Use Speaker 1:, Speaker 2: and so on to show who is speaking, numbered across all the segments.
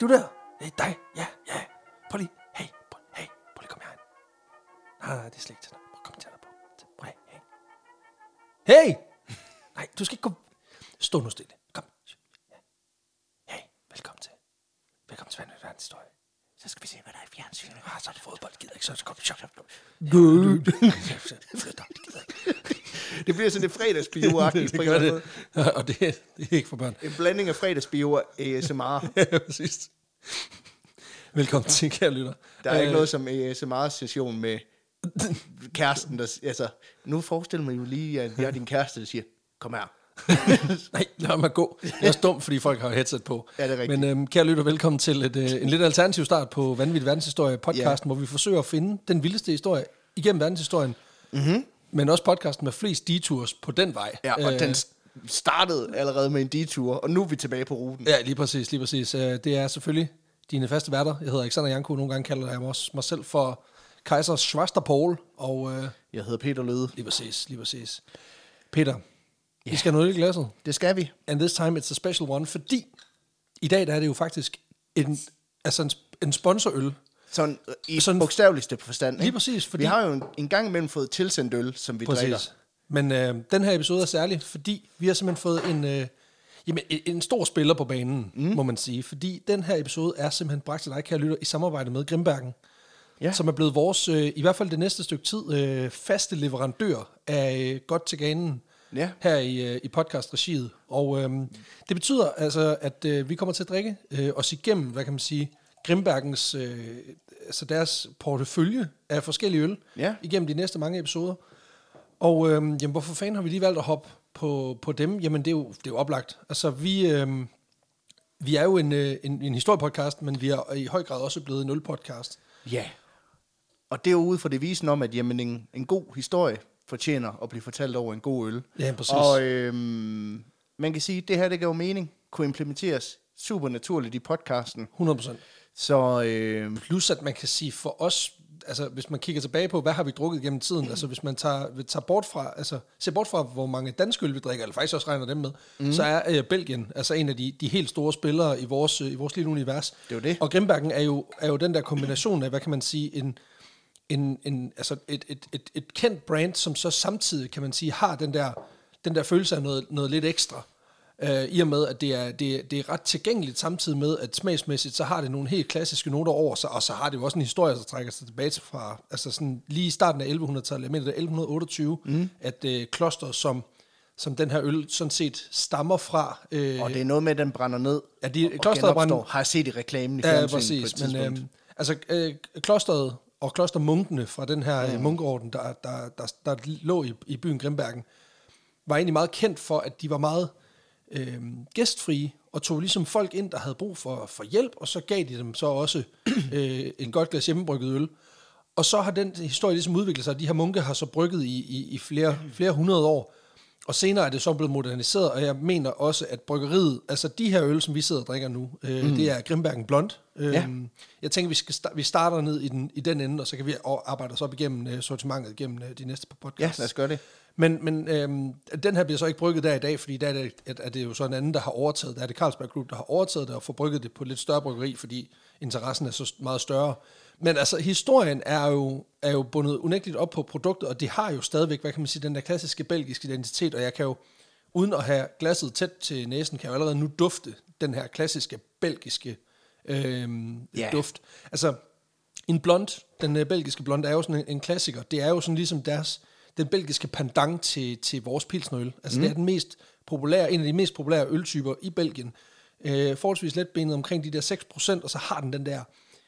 Speaker 1: du der? Hey, dig. Ja, ja. Prøv lige. Hey, prøv, hey, prøv lige kom herhen. Nej, nej, det er slet ikke til dig. Prøv, kom til dig på. Prøv, hey, hey. Hey! Nej, du skal ikke gå... Stå nu stille. Kom. Ja. Hey, velkommen til. Velkommen til Vandrende Verdenshistorie. Så skal vi se, hvad der er i fjernsynet. Ah, så er det fodbold. Gider ikke, så er det godt. Shut up.
Speaker 2: Det bliver sådan et fredagsbio-agtigt.
Speaker 1: Det gør det. Og det, det er ikke for børn.
Speaker 2: En blanding af fredagsbio og ASMR.
Speaker 1: Ja, præcis. Velkommen til, kære lytter.
Speaker 2: Der er øh. ikke noget som ASMR-session med kæresten, der... s- Altså, nu forestil mig jo lige, at jeg er din kæreste, der siger, kom her.
Speaker 1: Nej, lad mig gå. Det er også dumt, fordi folk har headset på.
Speaker 2: Ja, det er rigtigt.
Speaker 1: Men øhm, kære lytter, velkommen til et, øh, en lidt alternativ start på Vanvittig Verdenshistorie podcasten, ja. hvor vi forsøger at finde den vildeste historie igennem verdenshistorien. Mm-hmm. Men også podcasten med flest detours på den vej.
Speaker 2: Mhm. Ja, og øh. den s- startede allerede med en detur, og nu er vi tilbage på ruten.
Speaker 1: Ja, lige præcis, lige præcis. Øh, Det er selvfølgelig dine faste værter. Jeg hedder Alexander Janko, nogle gange kalder jeg mig, også, mig selv for kejser Schwaster Paul, og øh,
Speaker 2: Jeg hedder Peter Løde.
Speaker 1: lige præcis, lige præcis. Peter, yeah. vi skal nå i glasset,
Speaker 2: Det skal vi.
Speaker 1: and this time it's a special one, fordi i dag der er det jo faktisk en, altså en, sp- en sponsorøl.
Speaker 2: Sådan øh, i
Speaker 1: Sådan-
Speaker 2: sådan bogstaveligste forstand. Ikke?
Speaker 1: Lige præcis, fordi-
Speaker 2: Vi har jo en, en gang imellem fået tilsendt øl, som vi præcis. drikker.
Speaker 1: Men øh, den her episode er særlig, fordi vi har simpelthen fået en, øh, jamen, en, en stor spiller på banen, mm. må man sige. Fordi den her episode er simpelthen bragt til dig, kære lytter, i samarbejde med Grimbergen.
Speaker 2: Ja.
Speaker 1: Som er blevet vores, øh, i hvert fald det næste stykke tid, øh, faste leverandør af øh, Godt til Ganen
Speaker 2: Ja.
Speaker 1: her i, øh, i podcastregiet. Og øh, det betyder altså, at øh, vi kommer til at drikke øh, os igennem, hvad kan man sige, Grimbergens, øh, altså deres portefølje af forskellige øl
Speaker 2: Ja.
Speaker 1: igennem de næste mange episoder. Og øhm, jamen, hvorfor fanden har vi lige valgt at hoppe på, på dem? Jamen, det er jo, det er jo oplagt. Altså, vi, øhm, vi er jo en, øh, en, en historiepodcast, men vi er i høj grad også blevet en ølpodcast.
Speaker 2: Ja. Og det er jo ud fra det visen om, at jamen, en, en god historie fortjener at blive fortalt over en god øl.
Speaker 1: Ja, præcis.
Speaker 2: Og øhm, man kan sige, at det her, det gav jo mening, kunne implementeres super naturligt i podcasten.
Speaker 1: 100 procent.
Speaker 2: Så øhm,
Speaker 1: Plus, at man kan sige for os, altså hvis man kigger tilbage på, hvad har vi drukket gennem tiden? Altså hvis man tager, tager bort fra, altså ser bort fra, hvor mange danske øl vi drikker, eller faktisk også regner dem med,
Speaker 2: Mhm.
Speaker 1: mm. så er øh, Belgien altså en af de, de helt store spillere i vores, øh, i vores lille univers.
Speaker 2: Det er jo det.
Speaker 1: Og Grimbergen er jo, er jo den der kombination af, hvad kan man sige, en, en, en, altså et, et, et, et kendt brand, som så samtidig, kan man sige, har den der, den der følelse af noget, noget lidt ekstra. Øh, I og med, at det er, det, er- det er ret tilgængeligt samtidig med, at smagsmæssigt, så har det nogle helt klassiske noter over sig, og så har det jo også en historie, der trækker sig tilbage til fra, altså sådan lige i starten af 1100-tallet, jeg mener det er 1128, mm. at øh, kloster, som, som den her øl sådan set stammer fra, øh,
Speaker 2: og det er noget med, at den brænder ned
Speaker 1: Ja, de-
Speaker 2: og
Speaker 1: klosteret
Speaker 2: genopstår.
Speaker 1: brænder-
Speaker 2: Har jeg set i reklamen i
Speaker 1: Ja,
Speaker 2: fjernsynet på et
Speaker 1: præcis. Men
Speaker 2: tidspunkt.
Speaker 1: øhm, altså, øh, klosteret og klostermunkene fra den her mm. munkeorden, der, der, der, der lå i, i byen Grimbergen, var egentlig meget kendt for, at de var meget øh, gæstfrie, og tog ligesom folk ind, der havde brug for, for hjælp, og så gav de dem så også øh, en godt glas hjemmebrygget øl. Og så har den historie ligesom udviklet sig, og de her munke har så brygget i, i, i flere, flere hundrede år, og senere er det så blevet moderniseret, og jeg mener også, at bryggeriet, altså de her øl, som vi sidder og drikker nu, øh, mm. det er Grimbergen Blond. Øh,
Speaker 2: Ja.
Speaker 1: Jeg tænker, vi, skal sta- vi starter ned i den, i den ende, og så kan vi o- arbejde os op igennem øh, sortimentet gennem øh, de næste par
Speaker 2: ja,
Speaker 1: podcasts.
Speaker 2: lad os gøre det.
Speaker 1: Men, men øhm, den her bliver så ikke brygget der i dag, fordi der er det, at, at det er jo så en anden, der har overtaget. Der er det Carlsberg Group, der har overtaget det og får brygget det på et lidt større bryggeri, fordi interessen er så st- meget større. Men altså, historien er jo, er jo bundet unægteligt op på produktet, og det har jo stadigvæk, hvad kan man sige, den der klassiske belgiske identitet, og jeg kan jo, uden at have glasset tæt til næsen, kan jeg jo allerede nu dufte den her klassiske belgiske øhm,
Speaker 2: Ja.
Speaker 1: duft duft. Altså, en blond, den øh, belgiske blond, er jo sådan en, en klassiker. Det er jo sådan ligesom deres, den belgiske pendant til, til vores pilsnøl. Altså, mm. det er den mest populære, en af de mest populære øltyper i Belgien. Øh, forholdsvis letbenet omkring de der 6%, og så har den den der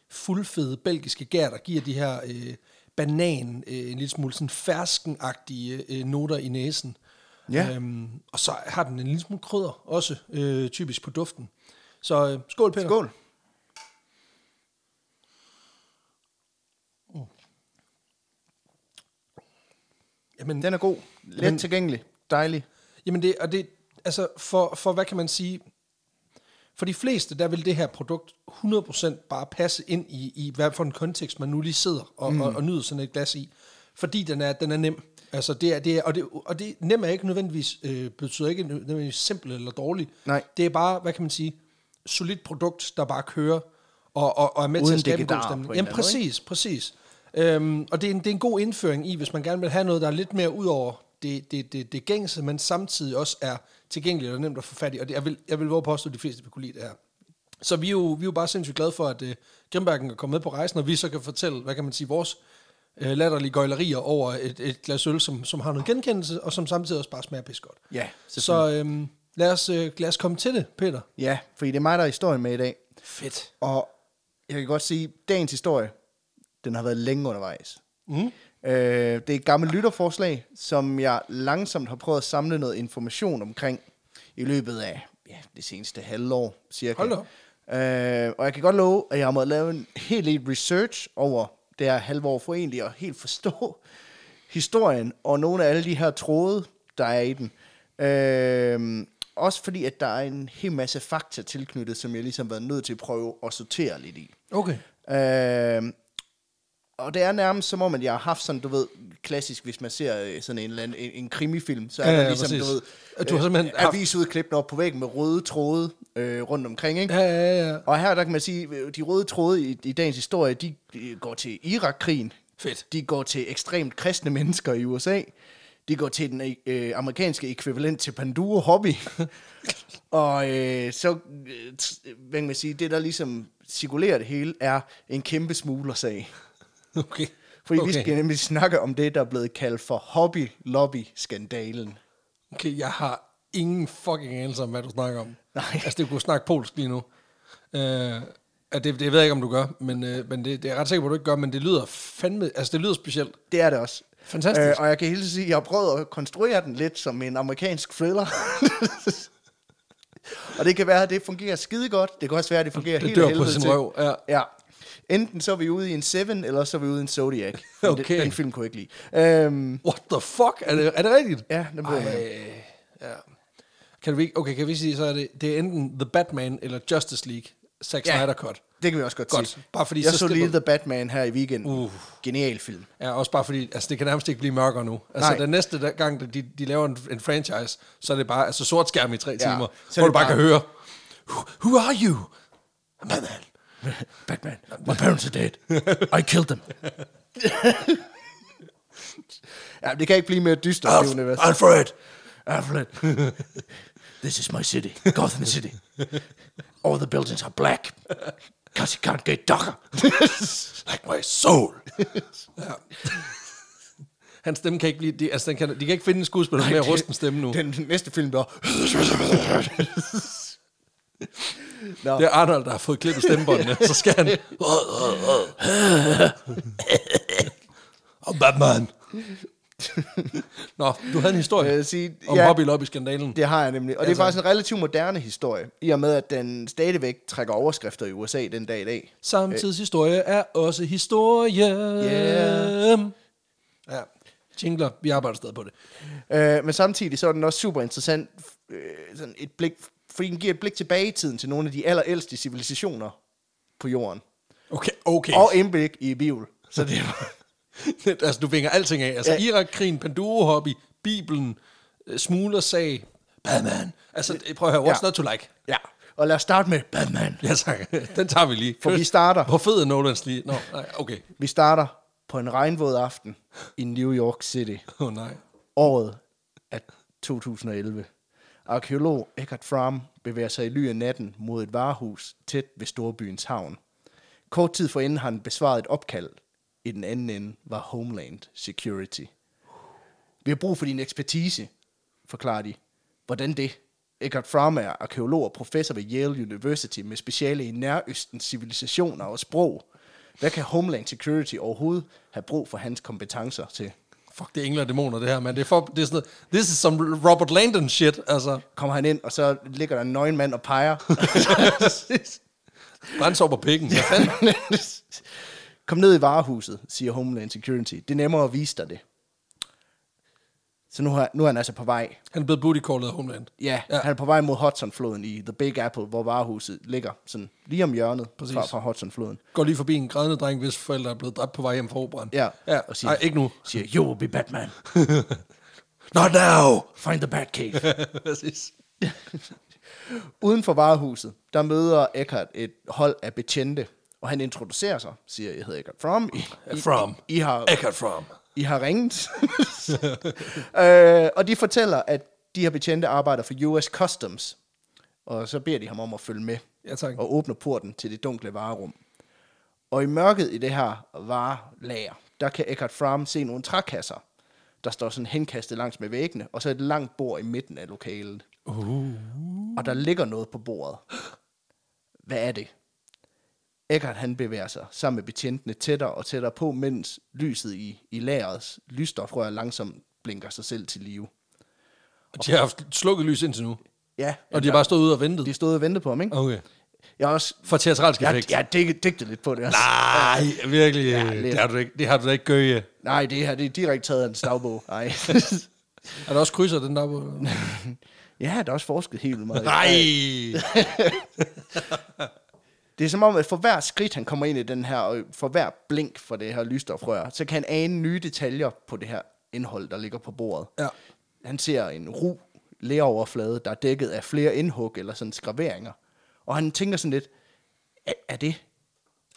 Speaker 1: fuldfede belgiske gær, der giver de her øh, banan, øh, en lille smule sådan ferskenagtige øh, noter i næsen.
Speaker 2: Ja.
Speaker 1: Øhm, og så har den en lille smule krydder også, øh, typisk på duften. Så øh, skål, Peter.
Speaker 2: Skål.
Speaker 1: Jamen,
Speaker 2: Den er god. Let
Speaker 1: Men-
Speaker 2: tilgængelig. Dejlig.
Speaker 1: Jamen det, og det, altså for, for, hvad kan man sige, for de fleste, der vil det her produkt 100% bare passe ind i, i hvad for en kontekst, man nu lige sidder og, mm. og, og nyder sådan et glas i. Fordi den er, den er nem. Altså det er, det er, og, det, og det nem er ikke nødvendigvis, øh, betyder ikke nødvendigvis simpel eller dårlig.
Speaker 2: Nej.
Speaker 1: Det er bare, hvad kan man sige, solidt produkt, der bare kører og, og, og er med
Speaker 2: Uden
Speaker 1: til at skabe en god
Speaker 2: dikkedarer på
Speaker 1: stemning.
Speaker 2: en
Speaker 1: Jamen
Speaker 2: eller anden måde,
Speaker 1: præcis, præcis. Øhm, og det er, en, det er en god indføring i, hvis man gerne vil have noget, der er lidt mere ud over det, det, det, det gængse, men samtidig også er tilgængeligt og nemt at få fat i. Og det, jeg, vil, jeg vil våge at påstå, at de fleste vil kunne lide det her. Så vi er jo, vi er jo bare sindssygt glade for, at uh, Grimbergen er kommet med på rejsen, og vi så kan fortælle, hvad kan man sige, vores uh, latterlige gøjlerier over et, et glas øl, som, som har noget genkendelse, og som samtidig også bare smager pis godt.
Speaker 2: Ja,
Speaker 1: Så øhm, lad, os, øh, lad os komme til det, Peter.
Speaker 2: Ja, fordi det er mig, der er historien med i dag.
Speaker 1: Fedt.
Speaker 2: Og jeg kan godt sige, at dagens historie, den har været længe undervejs.
Speaker 1: Mm.
Speaker 2: Øh, det er et gammelt lytterforslag, som jeg langsomt har prøvet at samle noget information omkring i løbet af ja, det seneste halvår, cirka.
Speaker 1: Hold da op.
Speaker 2: Øh, og jeg kan godt love, at jeg har måttet lave en helt lidt research over det her halvår for egentlig at helt forstå historien og nogle af alle de her tråde, der er i den. Øh, også fordi, at der er en hel masse fakta tilknyttet, som jeg ligesom har været nødt til at prøve at sortere lidt i.
Speaker 1: Okay.
Speaker 2: Øh, og det er nærmest som om, at jeg har haft sådan, du ved, klassisk, hvis man ser øh, sådan en, eller anden, en, en krimifilm, så er
Speaker 1: Ja,
Speaker 2: ja,
Speaker 1: ja,
Speaker 2: der ligesom,
Speaker 1: præcis.
Speaker 2: du ved,
Speaker 1: At du har simpelthen haft-
Speaker 2: avisudklippene op på væggen med røde tråde øh, rundt omkring, ikke?
Speaker 1: Ja, ja, ja.
Speaker 2: Og her, der kan man sige, øh, de røde tråde i, i dagens historie, de øh, går til Irakkrigen.
Speaker 1: Fedt.
Speaker 2: De går til ekstremt kristne mennesker i USA. De går til den øh, amerikanske ekvivalent til Panduro Hobby. og øh, så, øh, t- hvad kan man sige, det der ligesom cirkulerer det hele, er en kæmpe smuglersag.
Speaker 1: Okay.
Speaker 2: Fordi okay. vi
Speaker 1: okay.
Speaker 2: skal nemlig snakke om det, der er blevet kaldt for Hobby Lobby-skandalen.
Speaker 1: Okay, jeg har ingen fucking anelse om, hvad du snakker om.
Speaker 2: Nej.
Speaker 1: Altså, det kunne snakke polsk lige nu. Øh, at det, det ved jeg ikke, om du gør, men, øh, men det, det er jeg ret sikker på, at du ikke gør, men det lyder fandme... Altså, det lyder specielt.
Speaker 2: Det er det også. Øh,
Speaker 1: Fantastisk.
Speaker 2: og jeg kan helt sige, at jeg har prøvet at konstruere den lidt som en amerikansk thriller. og det kan være, at det fungerer skide godt. Det kan også være, at det fungerer
Speaker 1: Det
Speaker 2: helt
Speaker 1: dør
Speaker 2: af
Speaker 1: på
Speaker 2: helvede
Speaker 1: sin
Speaker 2: til.
Speaker 1: røv, ja.
Speaker 2: ja. Enten så er vi ude i en Seven, eller så er vi ude i en Zodiac. Men
Speaker 1: Okay.
Speaker 2: Den, den film kunne jeg ikke lide. Øhm,
Speaker 1: What the fuck? Er det, er det rigtigt?
Speaker 2: ja, den blev jeg.
Speaker 1: Ej, ja. Kan vi, ikke- okay, kan vi sige, så er det, det er enten The Batman eller Justice League, Zack
Speaker 2: Ja.
Speaker 1: Snyder Cut.
Speaker 2: Det kan vi også godt,
Speaker 1: Godt.
Speaker 2: sige.
Speaker 1: Bare fordi
Speaker 2: jeg
Speaker 1: så
Speaker 2: så,
Speaker 1: slipper
Speaker 2: lige The Batman her i weekenden.
Speaker 1: Uh.
Speaker 2: Genial film.
Speaker 1: Ja, også bare fordi, altså det kan nærmest ikke blive mørkere nu. Altså
Speaker 2: Nej.
Speaker 1: den næste da- gang, da de, de laver en, en franchise, så er det bare, altså sort skærm i tre ja, timer,
Speaker 2: så
Speaker 1: hvor
Speaker 2: er
Speaker 1: du bare
Speaker 2: det bare-
Speaker 1: kan høre, who, who are you? Batman.
Speaker 2: Batman, my parents are dead. I killed them. ja, det kan ikke blive mere dystert, det univers.
Speaker 1: Alfred.
Speaker 2: Alfred, this is my city, Gotham City. All the buildings are black, because you can't get darker.
Speaker 1: Like my soul. ja. Hans stemme kan ikke blive, de, altså den kan, de kan ikke finde en skuespiller med at ruste en stemme nu. Det,
Speaker 2: Den næste film, der... Nå,
Speaker 1: det er Arnold, der har fået klippet stemmebåndene, så skal han. Og Batman. Nå, du havde en
Speaker 2: jeg
Speaker 1: historie
Speaker 2: vil sige,
Speaker 1: om ja.
Speaker 2: ja,
Speaker 1: Hobby Lobby-skandalen.
Speaker 2: det har jeg nemlig. Og det er
Speaker 1: Altså-
Speaker 2: faktisk en relativt moderne historie, i og med, at den stadigvæk trækker overskrifter i USA den dag i dag.
Speaker 1: Samtidshistorie er også historie.
Speaker 2: Yeah.
Speaker 1: Ja, jingler, vi arbejder stadig på det.
Speaker 2: Øh, men samtidig så er den også super interessant, øh, sådan et blik, fordi den giver et blik tilbage i tiden til nogle af de allerældste civilisationer på jorden.
Speaker 1: Okay, okay.
Speaker 2: Og indblik i Bibel. Så det var...
Speaker 1: altså, du vinger alting af. Altså, ja. Irak-krigen, Pandora-hobby, Bibelen, øh, smuglersag, Batman. Altså, det- prøv at høre, what's
Speaker 2: Ja.
Speaker 1: not to like?
Speaker 2: ja. Og lad os starte med Batman.
Speaker 1: Ja, tak. Den tager vi lige.
Speaker 2: For vi starter.
Speaker 1: Hvor fed er Nolans lige? Nå, nej, okay.
Speaker 2: Vi starter på en regnvåd aften i New York City.
Speaker 1: Åh, oh, nej.
Speaker 2: Året er 2011. Arkeolog Eckhart Fromm bevæger sig i ly af natten mod et varehus tæt ved storbyens havn. Kort tid forinden har han besvaret et opkald. I den anden ende var Homeland Security. Vi har brug for din ekspertise, forklarer de. Hvordan det? Eckhart Fromm er arkeolog og professor ved Yale University med speciale i nærøstens civilisationer og sprog. Hvad kan Homeland Security overhovedet have brug for hans kompetencer til?
Speaker 1: Fuck, det er engler og dæmoner, det her, man. Det er, for, det er sådan noget, this is some Robert Landon shit, altså.
Speaker 2: kommer han ind, og så ligger der en nøgen mand og peger.
Speaker 1: Brændsår på pikken. Hvad fanden?
Speaker 2: Kom ned i varehuset, siger Homeland Security. Det er nemmere at vise dig det. Så nu, har, nu er han altså på vej.
Speaker 1: Han er blevet booty-callet af Homeland.
Speaker 2: Ja,
Speaker 1: Ja.
Speaker 2: ja, han er på vej mod Hudsonfloden i The Big Apple, hvor varehuset ligger sådan lige om hjørnet
Speaker 1: Præcis.
Speaker 2: fra, fra Hudsonfloden.
Speaker 1: Går lige forbi en grædende dreng, hvis forældre er blevet dræbt på vej hjem fra operan.
Speaker 2: Ja,
Speaker 1: ja.
Speaker 2: og
Speaker 1: Nej, ikke nu.
Speaker 2: Siger, you will be Batman.
Speaker 1: Not now!
Speaker 2: Find the Batcave.
Speaker 1: Præcis.
Speaker 2: Uden for varehuset, der møder Eckhart et hold af betjente, og han introducerer sig, siger, jeg hedder Eckhart Fromm. I, I,
Speaker 1: Fromm.
Speaker 2: I, I har,
Speaker 1: Eckhart Fromm.
Speaker 2: I har ringet. øh, og de fortæller, at de her betjente arbejder for US Customs. Og så beder de ham om at følge med.
Speaker 1: Ja, tak.
Speaker 2: Og åbner porten til det dunkle varerum. Og i mørket i det her varelager, der kan Eckhart Fromm se nogle trækasser, der står sådan henkastet langs med væggene, og så et langt bord i midten af lokalet.
Speaker 1: Uh.
Speaker 2: Og der ligger noget på bordet. Hvad er det? Eckhart han bevæger sig sammen med betjentene tættere og tættere på, mens lyset i, i lagerets lysstofrør langsomt blinker sig selv til live.
Speaker 1: Og de har haft slukket lys indtil nu.
Speaker 2: Ja,
Speaker 1: Og de har bare stået ude og ventet.
Speaker 2: de stod og ventede på ham, ikke?
Speaker 1: Okay.
Speaker 2: Jeg har også...
Speaker 1: For teatralsk
Speaker 2: Jeg,
Speaker 1: effekt.
Speaker 2: jeg digtede digtede lidt på det også.
Speaker 1: Nej, virkelig.
Speaker 2: Ja,
Speaker 1: øh,
Speaker 2: lidt.
Speaker 1: det, har du ikke, det har du da ikke gøje.
Speaker 2: Nej, det her det er direkte taget af en slagbog. Nej.
Speaker 1: Er der også krydser den der på?
Speaker 2: ja, der er også forsket helt vildt meget.
Speaker 1: Nej.
Speaker 2: Det er som om, at for hver skridt, han kommer ind i den her, og for hver blink for det her lysstofrør, så kan han ane nye detaljer på det her indhold, der ligger på bordet.
Speaker 1: Ja.
Speaker 2: Han ser en ru lægeroverflade, der er dækket af flere indhug eller sådan skraveringer. Og han tænker sådan lidt, er, er det,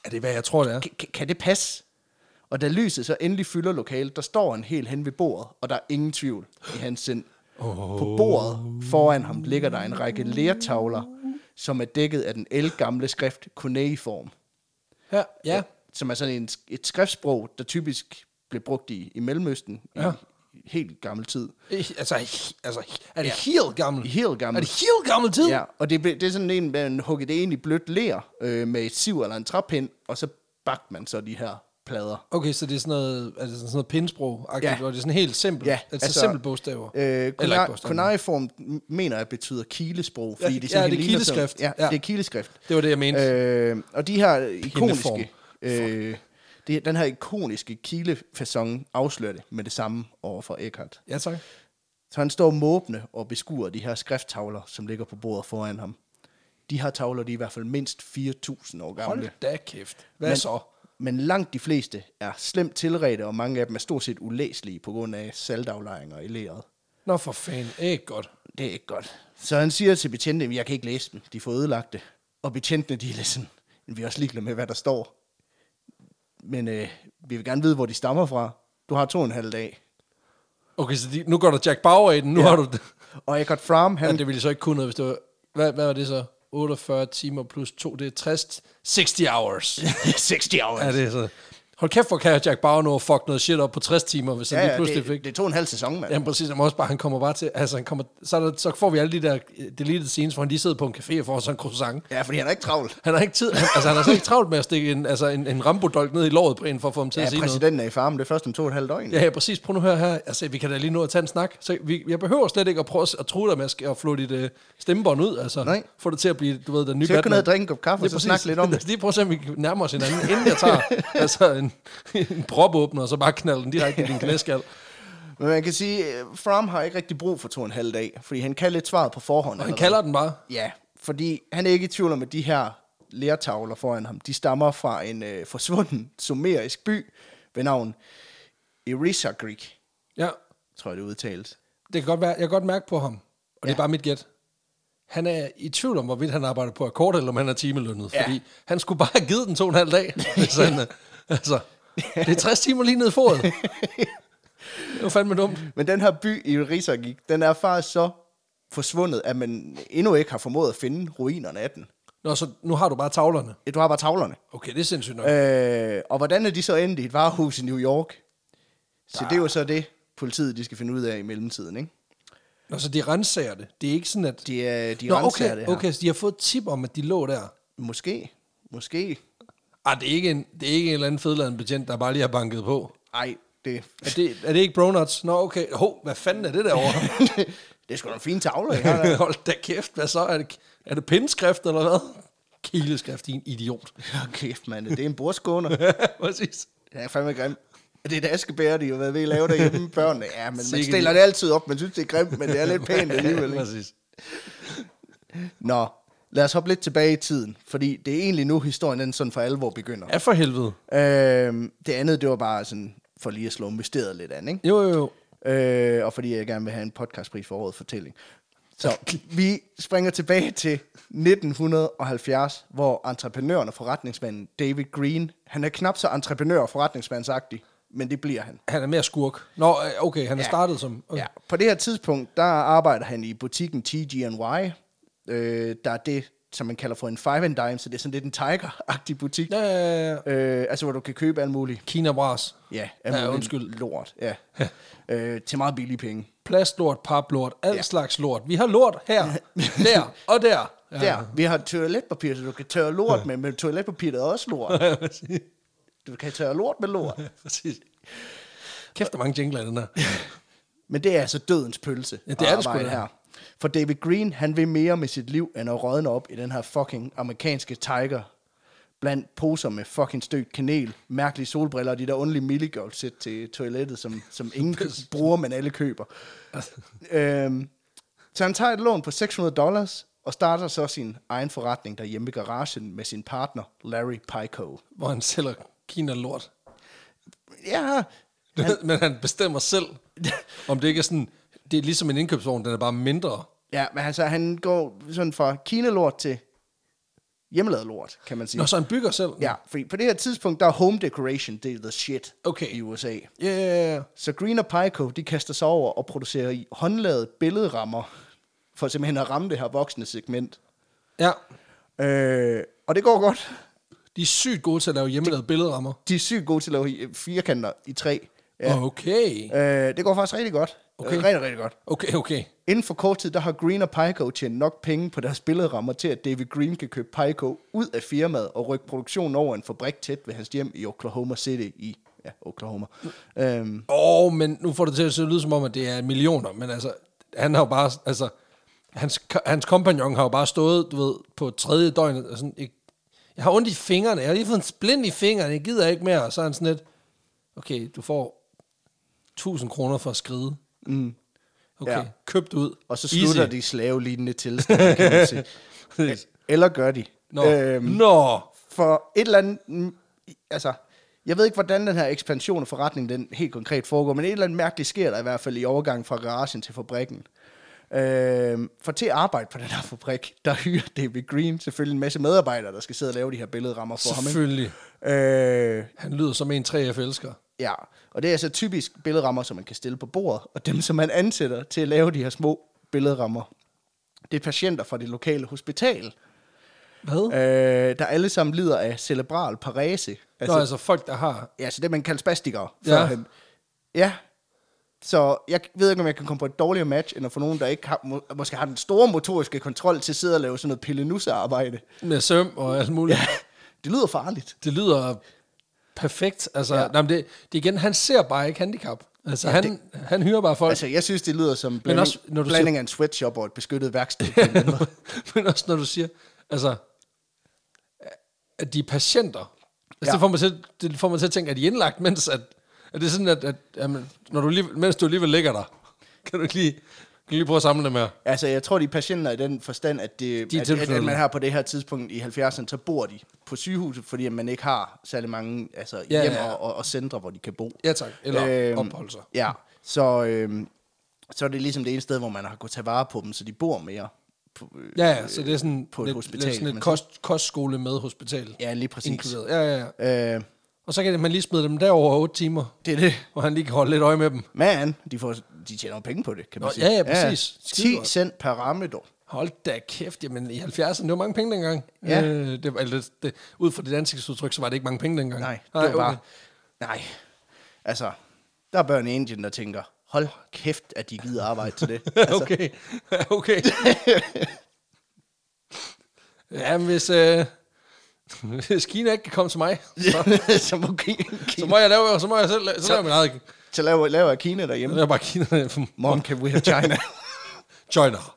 Speaker 1: Er det, hvad jeg tror, det er?
Speaker 2: kan, kan- kan det passe? Og da lyset så endelig fylder lokalet, der står han helt hen ved bordet, og der er ingen tvivl i hans sind. Oh. På bordet foran ham ligger der en række lertavler, som er dækket af den elgamle skrift cuneiform,
Speaker 1: Ja. ja.
Speaker 2: som er sådan en, et skriftsprog, der typisk blev brugt i, i Mellemøsten ja.
Speaker 1: Ja.
Speaker 2: i, i helt gammel tid.
Speaker 1: I- Altså, he- altså he- er det helt gammel?
Speaker 2: Helt gammel.
Speaker 1: Er det helt gammel tid?
Speaker 2: Ja, og det, blev- det er sådan en, man huggede det ind i blødt ler øh, med et siv eller en træpind, og så bagte man så de her plader.
Speaker 1: Okay, så det er sådan noget, er det sådan noget pindsprog
Speaker 2: Ja.
Speaker 1: ja. og det er sådan helt simpelt.
Speaker 2: Ja,
Speaker 1: altså,
Speaker 2: altså,
Speaker 1: altså simpelt bogstaver.
Speaker 2: Øh,
Speaker 1: Eller ikke
Speaker 2: Kona-
Speaker 1: bogstaver.
Speaker 2: Konariform mener jeg betyder kilesprog, fordi
Speaker 1: Ja,
Speaker 2: det, sådan
Speaker 1: ja, det er
Speaker 2: ligner sådan-
Speaker 1: kileskrift.
Speaker 2: Ja,
Speaker 1: Ja.
Speaker 2: det er kileskrift.
Speaker 1: Det var det, jeg mente.
Speaker 2: Øh, og de her
Speaker 1: Pindeform.
Speaker 2: ikoniske, øh, det, den her ikoniske kilefasong afslører det med det samme over for Eckhart.
Speaker 1: Ja, tak.
Speaker 2: Så han står måbende og beskuer de her skrifttavler, som ligger på bordet foran ham. De her tavler de er i hvert fald mindst 4.000 år gamle.
Speaker 1: Hold da kæft. Hvad
Speaker 2: Men-
Speaker 1: så?
Speaker 2: Men langt de fleste er slemt tilredte, og mange af dem er stort set ulæselige på grund af saltaflejringer i leret.
Speaker 1: Nå for fanden, ikke godt.
Speaker 2: Det er ikke godt. Så han siger til betjentene, jeg kan ikke læse dem, de får ødelagt det. Og betjentene, de er lidt sådan, vi er også ligeglade med, hvad der står. Men øh, vi vil gerne vide, hvor de stammer fra. Du har to og en halv dag.
Speaker 1: Okay, så de, nu går der Jack Bauer i den, nu ja. har du det.
Speaker 2: Og Eckhart Fromm, han,
Speaker 1: Ja, det ville så ikke kunne noget, hvis det var... Hvad, hvad var det så? 48 timer plus 2, det er 60. 60 hours.
Speaker 2: 60 år.
Speaker 1: er det så? Hold kæft, hvor kan Jack Bauer nå at fuck noget shit op på 60 timer, hvis han
Speaker 2: ja,
Speaker 1: lige
Speaker 2: ja,
Speaker 1: pludselig
Speaker 2: det,
Speaker 1: fik...
Speaker 2: det er to og en halv sæson, mand.
Speaker 1: Jamen præcis, han også bare, han kommer bare til, altså han kommer, så, er der, så får vi alle de der øh, deleted scenes, hvor han lige sidder på en café og får sådan en croissant.
Speaker 2: Ja, fordi han er ikke travlt.
Speaker 1: Han har ikke tid, han, altså han har slet ikke travlt med at stikke en, altså en, en Rambo-dolk ned i låret på en, for at få ham til
Speaker 2: Ja,
Speaker 1: at sige noget.
Speaker 2: præsidenten er i farmen, det er først om to og et halvt døgn.
Speaker 1: Ja, ja, præcis. Prøv nu at høre her. Altså, vi kan da lige nå at tage en snak. Så vi, jeg behøver slet ikke at prøve at true dig med at sk- at flå dit øh, stemmebånd ud. Altså,
Speaker 2: Nej.
Speaker 1: Få det til at blive, du ved, den nye
Speaker 2: Så jeg kan ned og drikke en kop kaffe, og
Speaker 1: Det er
Speaker 2: så snakke lidt om
Speaker 1: Lad os
Speaker 2: det.
Speaker 1: lige prøve at se, om vi kan nærme os hinanden, inden jeg tager altså, en, en propåbner, og så bare knalder den direkte i din knæskal.
Speaker 2: Men man kan sige, øh, Fromm har ikke rigtig brug for to og en halv dag, fordi han kan lidt svaret på forhånd.
Speaker 1: Og han
Speaker 2: allerede.
Speaker 1: kalder den bare.
Speaker 2: Ja, fordi han er ikke i tvivl om, at de her lærtavler foran ham, de stammer fra en øh, forsvunden sumerisk by ved navn Erisa Greek,
Speaker 1: Ja,
Speaker 2: tror jeg det udtales.
Speaker 1: det kan godt være, jeg kan godt mærke på ham, og ja. det
Speaker 2: Ja.
Speaker 1: er bare mit gæt. Han er i tvivl om, hvorvidt han arbejder på akkord, eller om han er timelønnet,
Speaker 2: Ja.
Speaker 1: ja. fordi han skulle bare have givet den to og en halv dag. Hvis han, øh, altså, det er 60 timer lige ned i foret. Det var fandme dumt.
Speaker 2: Men den her by Erisa Greek, den er faktisk så forsvundet, at man endnu ikke har formået at finde ruinerne af den.
Speaker 1: Nå, så nu har du bare tavlerne.
Speaker 2: Du har bare tavlerne.
Speaker 1: Okay, det er sindssygt nok. Øh,
Speaker 2: Øh, og hvordan er de så endt i et varehus i New York? Så det er jo så det, politiet de skal finde ud af i mellemtiden, ikke?
Speaker 1: Nå, så de renser det. Det er ikke sådan, at...
Speaker 2: De, øh, de
Speaker 1: Nå,
Speaker 2: renser
Speaker 1: okay,
Speaker 2: det her.
Speaker 1: okay, så de har fået tip om, at de lå der.
Speaker 2: Måske, måske.
Speaker 1: Ah, det er ikke en, det er ikke en eller anden fedladende betjent, der bare lige har banket på.
Speaker 2: Ej, det,
Speaker 1: Er det, er det ikke Bronuts? Nå, okay. Hov, hvad fanden er det derovre?
Speaker 2: det er sgu da en fin tavle, jeg har der.
Speaker 1: Hold da kæft, hvad så? Er det, er det pindskrift eller hvad? Kileskrift, din idiot.
Speaker 2: Åh, kæft, mand. Det er en bordskåner. Det
Speaker 1: Præcis.
Speaker 2: er fandme grim. Og det er et askebær, de har været ved at lave derhjemme, børnene. Ja, men man
Speaker 1: Sikke
Speaker 2: stiller det altid op. Man synes, det er grimt, men det er lidt pænt alligevel. Ikke?
Speaker 1: Præcis.
Speaker 2: Nå, lad os hoppe lidt tilbage i tiden, fordi det er egentlig nu, historien den sådan for alvor begynder.
Speaker 1: Ja, for helvede.
Speaker 2: Øhm, det andet, det var bare sådan, for lige at slå mysteriet lidt an, ikke?
Speaker 1: Jo, jo, jo.
Speaker 2: Øh, og fordi jeg gerne vil have en podcastpris for årets fortælling. Så vi springer tilbage til 1970, hvor entreprenøren og forretningsmanden David Green, han er knap så entreprenør og forretningsmandsagtig, men det bliver han.
Speaker 1: Han er mere skurk. Nå, øh, okay, han er ja. startet som... Okay.
Speaker 2: Ja. På det her tidspunkt, der arbejder han i butikken TG&Y, øh, der er det, som man kalder for en five and dime, så det er sådan lidt en tiger-agtig butik.
Speaker 1: Ja, ja, ja.
Speaker 2: Øh, altså, hvor du kan købe alt muligt.
Speaker 1: Kina Bras.
Speaker 2: Ja,
Speaker 1: Ja,
Speaker 2: muligt
Speaker 1: undskyld.
Speaker 2: Lort, ja. øh, til meget billige penge.
Speaker 1: Plastlort, paplort, al
Speaker 2: Ja.
Speaker 1: ja. slags lort. Vi har lort her, der og der.
Speaker 2: Ja. Der, vi har toiletpapir, så du kan tørre lort med, men toiletpapiret er også lort.
Speaker 1: Ja, præcis.
Speaker 2: Du kan tørre lort med lort.
Speaker 1: præcis. Kæft, der er mange jingler i den her.
Speaker 2: Men det er altså dødens pølse.
Speaker 1: Ja, det
Speaker 2: at
Speaker 1: er det sgu
Speaker 2: arbejde
Speaker 1: da.
Speaker 2: her. For David Green, han vil mere med sit liv, end at rådne op i den her fucking amerikanske tiger. Blandt poser med fucking stødt kanel, mærkelige solbriller og de der underlige milligolf sæt til toilettet, som, som ingen kø- bruger, men alle køber.
Speaker 1: Altså.
Speaker 2: øhm, så han tager et lån på 600 dollars, og starter så sin egen forretning derhjemme i garagen med sin partner, Larry Pico.
Speaker 1: Hvor han sælger Kina lort.
Speaker 2: Ja,
Speaker 1: Men han bestemmer selv, om det ikke er sådan... Det er ligesom en indkøbsvogn, den er bare mindre.
Speaker 2: ja men altså, han går sådan fra kinelort til hjemmelavet lort, kan man sige.
Speaker 1: Nå, så han bygger selv?
Speaker 2: Ja, fordi på det her tidspunkt, der er home decoration, det er the shit
Speaker 1: Okay.
Speaker 2: i USA.
Speaker 1: Ja, ja, ja.
Speaker 2: Så Green og Pico, de kaster sig over og producerer i håndlavede billedrammer, for simpelthen at ramme det her voksne segment.
Speaker 1: Ja,
Speaker 2: Øh, og det går godt.
Speaker 1: de er sygt gode til at lave hjemmelavede billedrammer.
Speaker 2: De er sygt gode til at lave i- firkanter i træ. Ja.
Speaker 1: Ja. Okay.
Speaker 2: Øh, det går faktisk rigtig godt.
Speaker 1: Okay.
Speaker 2: Øh, Rigtig, rigtig godt.
Speaker 1: Okay, okay.
Speaker 2: Inden for kort tid, der har Green og Pico tjent nok penge på deres billedrammer til, at David Green kan købe Pico ud af firmaet og rykke produktionen over en fabrik tæt ved hans hjem i Oklahoma City i ja, Oklahoma. Øhm,
Speaker 1: Åh, oh, men nu får det til at se lyde som om, at det er millioner, men altså, han har jo bare, altså, hans, hans kompagnon har jo bare stået, du ved, på tredje døgn, og sådan, jeg, jeg har ondt i fingrene, jeg har lige fået en splint i fingrene, jeg gider ikke mere, og så er han sådan lidt, okay, du får 1000 kroner for at skride. Mm. Okay,
Speaker 2: Ja.
Speaker 1: ja. købt ud.
Speaker 2: Og så slutter Easy. de i slavelignende tilstand, kan man sige. Eller gør de.
Speaker 1: Nå, øhm. Nå.
Speaker 2: for et eller andet... mm, i- Altså, jeg ved ikke, hvordan den her ekspansion af forretningen den helt konkret foregår, men et eller andet mærkeligt sker der i hvert fald i overgangen fra garagen til fabrikken. Øhm, for til at arbejde på den her fabrik, der hyrer David Green selvfølgelig en masse medarbejdere, der skal sidde og lave de her billedrammer for ham. ikke?
Speaker 1: selvfølgelig.
Speaker 2: Øh,
Speaker 1: Han lyder som en 3F-elsker.
Speaker 2: Ja, og det er altså typisk billedrammer, som man kan stille på bordet, og dem, som man ansætter til at lave de her små billedrammer. Det er patienter fra det lokale hospital,
Speaker 1: Hvad?
Speaker 2: øh, der alle sammen lider af cerebral parese.
Speaker 1: Altså,
Speaker 2: Altså,
Speaker 1: Nå,
Speaker 2: altså.
Speaker 1: altså folk, der har...
Speaker 2: Ja, altså det, man kalder spastikere.
Speaker 1: Ja.
Speaker 2: førhen. ja. Så jeg ved ikke, om jeg kan komme på et dårligere match, end at få nogen, der ikke har, må, måske har den store motoriske kontrol til at sidde og lave sådan noget pillenussearbejde.
Speaker 1: Med søm og alt muligt. Ja.
Speaker 2: Det lyder farligt.
Speaker 1: Det lyder perfekt. Altså,
Speaker 2: Ja.
Speaker 1: ja. nej, men det, det er igen, han ser bare ikke handicap. Altså, ja, han, det... han hyrer bare folk.
Speaker 2: Altså, jeg synes, det lyder som blanding,
Speaker 1: også, når du
Speaker 2: blanding
Speaker 1: siger-
Speaker 2: af en sweatshop og et beskyttet værksted. på en eller anden måde.
Speaker 1: men også når du siger, altså, at de er patienter. Altså,
Speaker 2: Ja.
Speaker 1: ja. det, får mig til, det får mig til at tænke, at de er indlagt, mens at, at det er sådan, at, at jamen, når du lige, mens du alligevel ligger der, kan du ikke lige, kan du lige prøve at samle dem her?
Speaker 2: Altså, jeg tror, de er patienter i den forstand, at, det,
Speaker 1: De er
Speaker 2: at, at, at
Speaker 1: tilknyttet.
Speaker 2: man her på det her tidspunkt i 70'erne, så bor de på sygehuset, fordi man ikke har særlig mange altså, ja,
Speaker 1: ja,
Speaker 2: hjem
Speaker 1: ja.
Speaker 2: og, og, og centre, hvor de kan bo.
Speaker 1: Ja tak, eller øhm, opholde sig.
Speaker 2: Ja, så, øhm, så er det ligesom det ene sted, hvor man har kunnet tage vare på dem, så de bor mere. På, øh,
Speaker 1: Ja, ja, så det er sådan
Speaker 2: på et
Speaker 1: lidt,
Speaker 2: hospital,
Speaker 1: lidt sådan
Speaker 2: men
Speaker 1: et kost, kostskole med hospital.
Speaker 2: Ja, lige præcis.
Speaker 1: Inkluderet. Ja, ja, ja.
Speaker 2: Øh,
Speaker 1: Og så kan man lige smide dem derover 8 timer,
Speaker 2: det er det.
Speaker 1: hvor han lige kan holde lidt øje med dem.
Speaker 2: Man, de, får, de tjener jo penge på det, kan man
Speaker 1: Nå,
Speaker 2: sige.
Speaker 1: ja, ja, præcis. Skide
Speaker 2: 10
Speaker 1: godt.
Speaker 2: cent per ramme, dog.
Speaker 1: Hold da kæft, jamen i 70'erne, det var mange penge dengang.
Speaker 2: Ja.
Speaker 1: Øh, det, var- eller det, det, ud fra dit ansigtsudtryk, så var det ikke mange penge dengang.
Speaker 2: Nej, det var bare... Nej. Altså, der er børn i Indien, der tænker, hold kæft, at de gider arbejde til det. Altså,
Speaker 1: okay, okay. ja, men hvis, øh, hvis Kina ikke kan komme til mig,
Speaker 2: så, Altså, så må Kina,
Speaker 1: så
Speaker 2: Kina
Speaker 1: må jeg lave, så må jeg selv lave, så laver jeg min eget.
Speaker 2: så laver, laver jeg Kina
Speaker 1: Så
Speaker 2: derhjemme.
Speaker 1: laver jeg bare Kina.
Speaker 2: Mom, can we have China?
Speaker 1: China.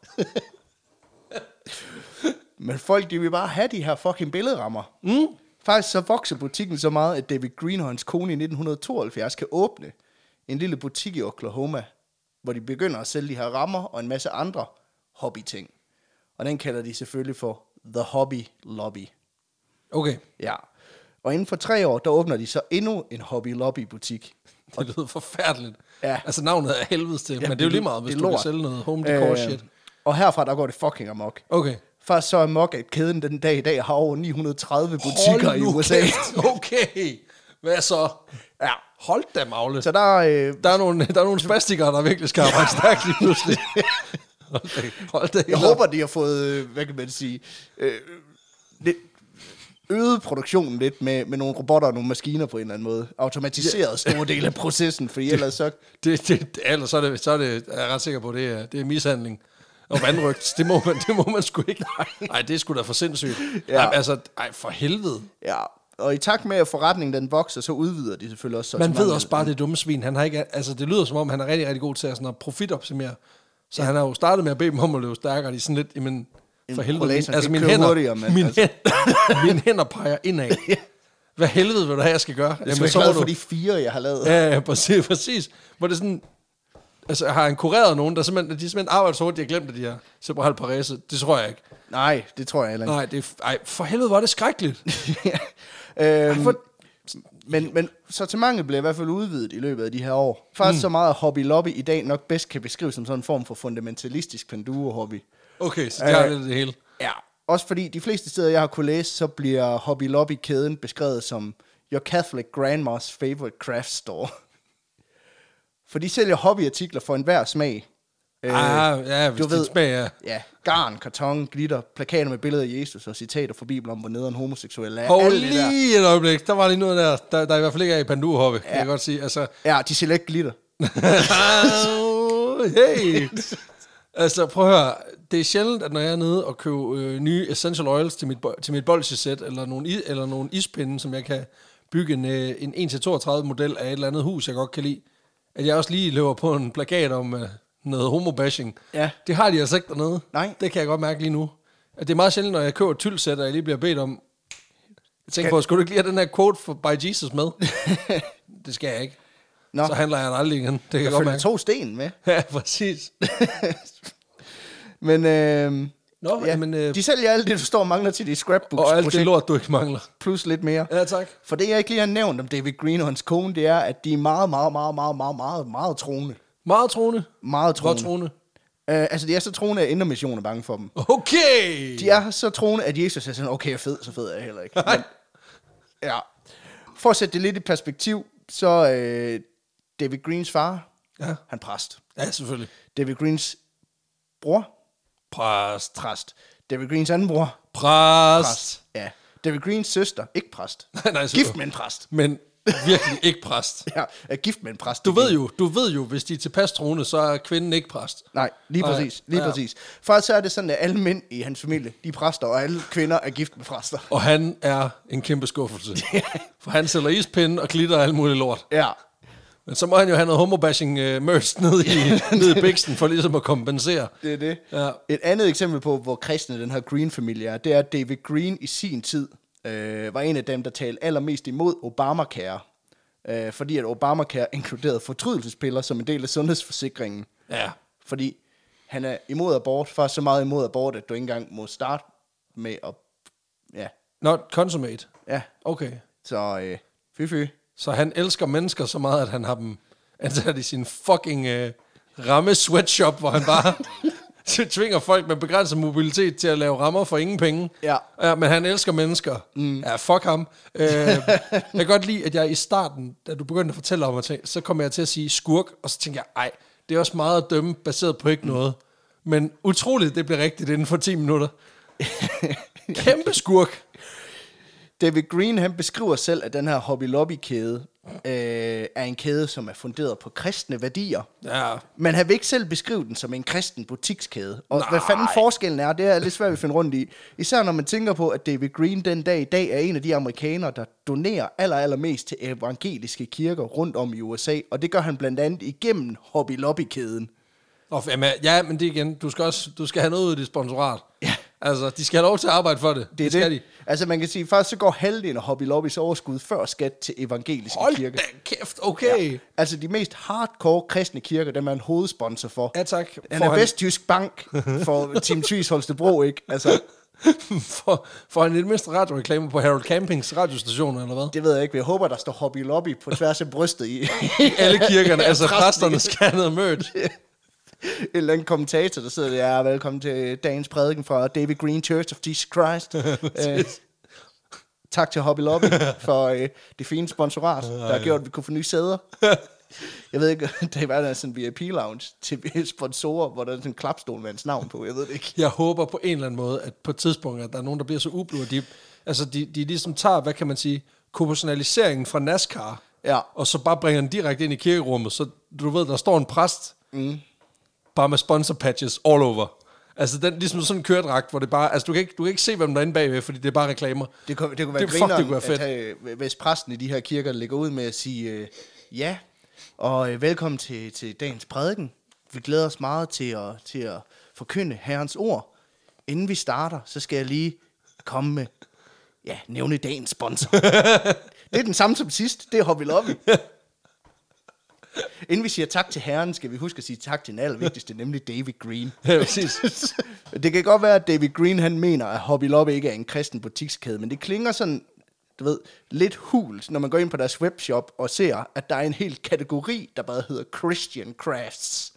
Speaker 2: Men folk, de vil bare have de her fucking billedrammer. Mm. Faktisk så vokser butikken så meget, at David Green og hans kone i 1972 kan åbne en lille butik i Oklahoma, hvor de begynder at sælge de her rammer og en masse andre hobbyting. Og den kalder de selvfølgelig for The Hobby Lobby.
Speaker 1: Okay,
Speaker 2: Ja. Og inden for tre år, der åbner de så endnu en Hobby Lobby-butik.
Speaker 1: det lyder forfærdeligt.
Speaker 2: Ja. Øh,
Speaker 1: Altså navnet er helvedes til, men det er jo lige meget, hvis du kan sælge noget home decor shit.
Speaker 2: Øhm, Og herfra, der går det fucking amok.
Speaker 1: Okay.
Speaker 2: Faktisk så amok, at kæden den dag i dag har over 930 butikker
Speaker 1: Hold
Speaker 2: i
Speaker 1: nu
Speaker 2: USA.
Speaker 1: kæft. Okay. Hvad så?
Speaker 2: Ja.
Speaker 1: Hold da, Magle.
Speaker 2: Så der, øh,
Speaker 1: Der er nogle, der er nogle spastikere, der virkelig skal arbejde stærkt lige pludselig. Hold da, hold da
Speaker 2: Jeg
Speaker 1: helt op.
Speaker 2: håber, de har fået, øh, hvad kan man sige, øh, lidt øget produktionen lidt med, med nogle robotter og nogle maskiner på en eller anden måde. Automatiseret store dele af processen, fordi ellers så...
Speaker 1: Det, det, det, ellers så er, det, så er det, er jeg ret sikker på, det er, det er mishandling og vandrygt. Det må man, det må man sgu ikke. Nej, det er sgu da for sindssygt. Ja.
Speaker 2: Ja.
Speaker 1: Ej, altså, ej, for helvede.
Speaker 2: Ja, og i takt med, at forretningen den vokser, så udvider de selvfølgelig også...
Speaker 1: Man ved
Speaker 2: sortimentet.
Speaker 1: også bare, det er dumme svin. Han har ikke, altså, det lyder som om, han er rigtig, rigtig god til at, sådan at profitoptimere. Så ja. han har jo startet med at bede dem om at løbe stærkere. De er sådan lidt, jamen, for
Speaker 2: Jamen,
Speaker 1: helvede.
Speaker 2: rollatoren
Speaker 1: min-
Speaker 2: skal
Speaker 1: altså,
Speaker 2: ikke
Speaker 1: mine
Speaker 2: køre
Speaker 1: hænder,
Speaker 2: hurtigere, mand,
Speaker 1: mine,
Speaker 2: altså.
Speaker 1: hænder, mine hænder peger indad. Hvad helvede vil du have, jeg skal gøre?
Speaker 2: Jeg
Speaker 1: Jamen,
Speaker 2: skal være
Speaker 1: må
Speaker 2: glad for de fire, jeg har lavet. Ja.
Speaker 1: Ja, ja, præcis, præcis. Hvor det er sådan, altså har han kureret nogen, der simpelthen, de har simpelthen arbejder så hårdt, de har glemt, at de har Sebral Perez. Det tror jeg ikke.
Speaker 2: Nej, det tror jeg heller
Speaker 1: Nej, det er, ej, for helvede var det skrækkeligt.
Speaker 2: ikke. øhm,
Speaker 1: for-
Speaker 2: men, men sortimentet bliver i hvert fald udvidet i løbet af de her år. Faktisk mm. så meget, at Hobby Lobby i dag nok bedst kan beskrives som sådan en form for fundamentalistisk penduro-hobby.
Speaker 1: Okay, så det er
Speaker 2: Ja.
Speaker 1: lidt det hele.
Speaker 2: Ja, også fordi de fleste steder, jeg har kunne læse, så bliver Hobby Lobby-kæden beskrevet som Your Catholic Grandma's Favorite Craft Store. For de sælger hobbyartikler for enhver smag. Øh,
Speaker 1: ah, ja, hvis du ved. Smag, ja.
Speaker 2: ja, garn, karton, glitter, plakater med billeder af Jesus og citater fra Bibelen om, hvor nederen homoseksuel er.
Speaker 1: Hov,
Speaker 2: alt det der.
Speaker 1: lige et øjeblik. Der var lige noget der, der, der i hvert fald ikke er i pandurhoppe, ja. kan jeg godt sige. Altså,
Speaker 2: Ja, de sælger ikke glitter.
Speaker 1: Au, hey. Altså, prøv at høre. Det er sjældent, at når jeg er nede og køber øh, nye essential oils til mit, bo- til mit bolsjesæt, eller nogle, i- eller nogle ispinde, som jeg kan bygge en, øh, en 1-32-model af et eller andet hus, jeg godt kan lide, at jeg også lige løber på en plakat om øh, noget homobashing.
Speaker 2: Ja.
Speaker 1: Det har de altså ikke dernede.
Speaker 2: Nej.
Speaker 1: Det kan jeg godt mærke lige nu. At det er meget sjældent, når jeg køber et tylsæt, og jeg lige bliver bedt om, jeg tænker
Speaker 2: Skal-
Speaker 1: på, skulle du ikke lige have den her quote for, by Jesus med? det skal jeg ikke.
Speaker 2: Nå.
Speaker 1: Så handler jeg den aldrig igen. Det kan jeg
Speaker 2: Jeg
Speaker 1: godt
Speaker 2: følger
Speaker 1: mærke.
Speaker 2: to sten med.
Speaker 1: Ja, præcis.
Speaker 2: Men øh,
Speaker 1: Nå,
Speaker 2: ja,
Speaker 1: jamen, øh,
Speaker 2: de sælger alt det, du står og mangler til de scrapbooks.
Speaker 1: Og alt det
Speaker 2: projekt,
Speaker 1: lort, du ikke mangler.
Speaker 2: Plus lidt mere.
Speaker 1: Ja, tak.
Speaker 2: For det, jeg ikke lige har nævnt om David Green og hans kone, det er, at de er meget, meget, meget, meget, meget, meget, meget troende.
Speaker 1: Meget troende.
Speaker 2: Meget
Speaker 1: Hvor
Speaker 2: troende.
Speaker 1: troende?
Speaker 2: Øh, altså, de er så troende, at Indre Mission er bange for dem.
Speaker 1: Okay!
Speaker 2: De er så troende, at Jesus er sådan, okay, jeg er fed, så fed er jeg heller ikke. Men, ja. For at sætte det lidt i perspektiv, så øh, David Greens far,
Speaker 1: Ja.
Speaker 2: han er præst.
Speaker 1: Ja, selvfølgelig.
Speaker 2: David Greens bror,
Speaker 1: Præst.
Speaker 2: præst. David Greens anden bror,
Speaker 1: Præst.
Speaker 2: præst. Ja. David Greens søster, ikke præst.
Speaker 1: Nej, så-
Speaker 2: gift med en præst.
Speaker 1: Men virkelig ikke præst.
Speaker 2: Ja, er gift med en præst.
Speaker 1: Du ved jo, du ved jo, hvis de er tilpas troende, så er kvinden ikke præst.
Speaker 2: Nej, lige
Speaker 1: Nej,
Speaker 2: præcis. Lige
Speaker 1: ja.
Speaker 2: ja. præcis. Faktisk så er det sådan, at alle mænd i hans familie, de er præster, og alle kvinder er gift med præster.
Speaker 1: Og han er en kæmpe skuffelse. For han sælger ispinde og glitter og alt muligt lort.
Speaker 2: Ja.
Speaker 1: Men så må han jo have noget homobashing uh, merch ned i, ned i biksen, for ligesom at kompensere.
Speaker 2: Det er det.
Speaker 1: Ja.
Speaker 2: Et andet eksempel på, hvor kristne den her Green-familie er, det er, at David Green i sin tid øh, var en af dem, der talte allermest imod Obamacare. Øh, fordi at Obamacare inkluderede fortrydelsespiller som en del af sundhedsforsikringen.
Speaker 1: Ja.
Speaker 2: Fordi han er imod abort, faktisk så meget imod abort, at du ikke engang må starte med at... Ja,
Speaker 1: Not consummate.
Speaker 2: ja.
Speaker 1: Okay.
Speaker 2: Så øh, fy fy.
Speaker 1: Så han elsker mennesker så meget, at han har dem ansat i sin fucking øh, ramme sweatshop, hvor han bare tvinger folk med begrænset mobilitet til at lave rammer for ingen penge.
Speaker 2: Ja.
Speaker 1: ja men han elsker mennesker. Mm. Ja, fuck ham. Øh, jeg kan godt lide, at jeg i starten, da du begyndte at fortælle om ting, så kom jeg til at sige skurk, og så tænkte jeg, ej, det er også meget at dømme baseret på ikke noget. Men utroligt, det bliver rigtigt inden for 10 minutter. Kæmpe skurk.
Speaker 2: David Green han beskriver selv, at den her Hobby Lobby-kæde øh, er en kæde, som er funderet på kristne værdier.
Speaker 1: Ja,
Speaker 2: Men han vil ikke selv beskrive den som en kristen butikskæde. Og Nej. hvad fanden forskellen er, det er lidt svært at finde rundt i. Især når man tænker på, at David Green den dag i dag er en af de amerikanere, der donerer aller, allermest til evangeliske kirker rundt om i USA. Og det gør han blandt andet igennem Hobby Lobby-kæden.
Speaker 1: Og, jamen, ja, men det igen, du skal, også, du skal have noget ud af dit sponsorat. Ja. Altså, de skal have lov til at arbejde for det.
Speaker 2: Det er
Speaker 1: skal
Speaker 2: det. Altså man kan sige, at faktisk så går halvdelen af Hobby Lobbys overskud før skat til evangeliske
Speaker 1: Hold
Speaker 2: kirker.
Speaker 1: da kæft, okay. Ja,
Speaker 2: Altså de mest hardcore kristne kirker, dem er han hovedsponsor for.
Speaker 1: ja tak.
Speaker 2: Han
Speaker 1: Får
Speaker 2: er Vestjysk Bank for Team Tvis Holstebro, ikke? Altså,
Speaker 1: får, får han i det mindste radioreklame på Harold Campings radiostation, eller hvad?
Speaker 2: det ved jeg ikke. Jeg håber, der står Hobby Lobby på tværs af brystet i.
Speaker 1: I alle kirkerne, altså
Speaker 2: præsten.
Speaker 1: præsterne skal have noget mødt.
Speaker 2: en eller anden kommentator, der sidder der, ja, velkommen til dagens prædiken fra David Green Church of Jesus Christ. øh, tak til Hobby Lobby for øh, det fine sponsorat, der har gjort, at vi kunne få nye sæder. Jeg ved ikke, der var der sådan en VIP-lounge til sponsorer, hvor der er sådan en klapstol med hans navn på, jeg ved det ikke.
Speaker 1: Jeg håber på en eller anden måde, at på et tidspunkt, at der er nogen, der bliver så ublu, at de, altså de, de ligesom tager, hvad kan man sige, kompositionaliseringen fra NASCAR,
Speaker 2: Ja.
Speaker 1: og så bare bringer den direkte ind i kirkerummet, så du ved, der står en præst, mm. bare med sponsor patches all over. Altså den, ligesom sådan en køredragt, hvor det bare, altså du kan ikke, du kan ikke se, hvem der er inde bagved, fordi det er bare reklamer.
Speaker 2: Det kunne, det kunne være
Speaker 1: Det-
Speaker 2: det,
Speaker 1: fuck,
Speaker 2: grineren,
Speaker 1: det kunne være fedt.
Speaker 2: At, have, øh, hvis præsten i de her kirker ligger ud med at sige øh, ja, og øh, velkommen til, til dagens prædiken. Vi glæder os meget til at, til at forkynde Herrens ord. Inden vi starter, så skal jeg lige komme med, ja, nævne dagens sponsor. det er den samme som sidst, det hopper vi op i. Inden vi siger tak til Herren, skal vi huske at sige tak til den allervigtigste, nemlig David Green.
Speaker 1: Ja, præcis.
Speaker 2: Det kan godt være, at David Green han mener, at Hobby Lobby ikke er en kristen butikskæde, men det klinger sådan, du ved, lidt hult, når man går ind på deres webshop og ser, at der er en hel kategori, der bare hedder Christian Crafts.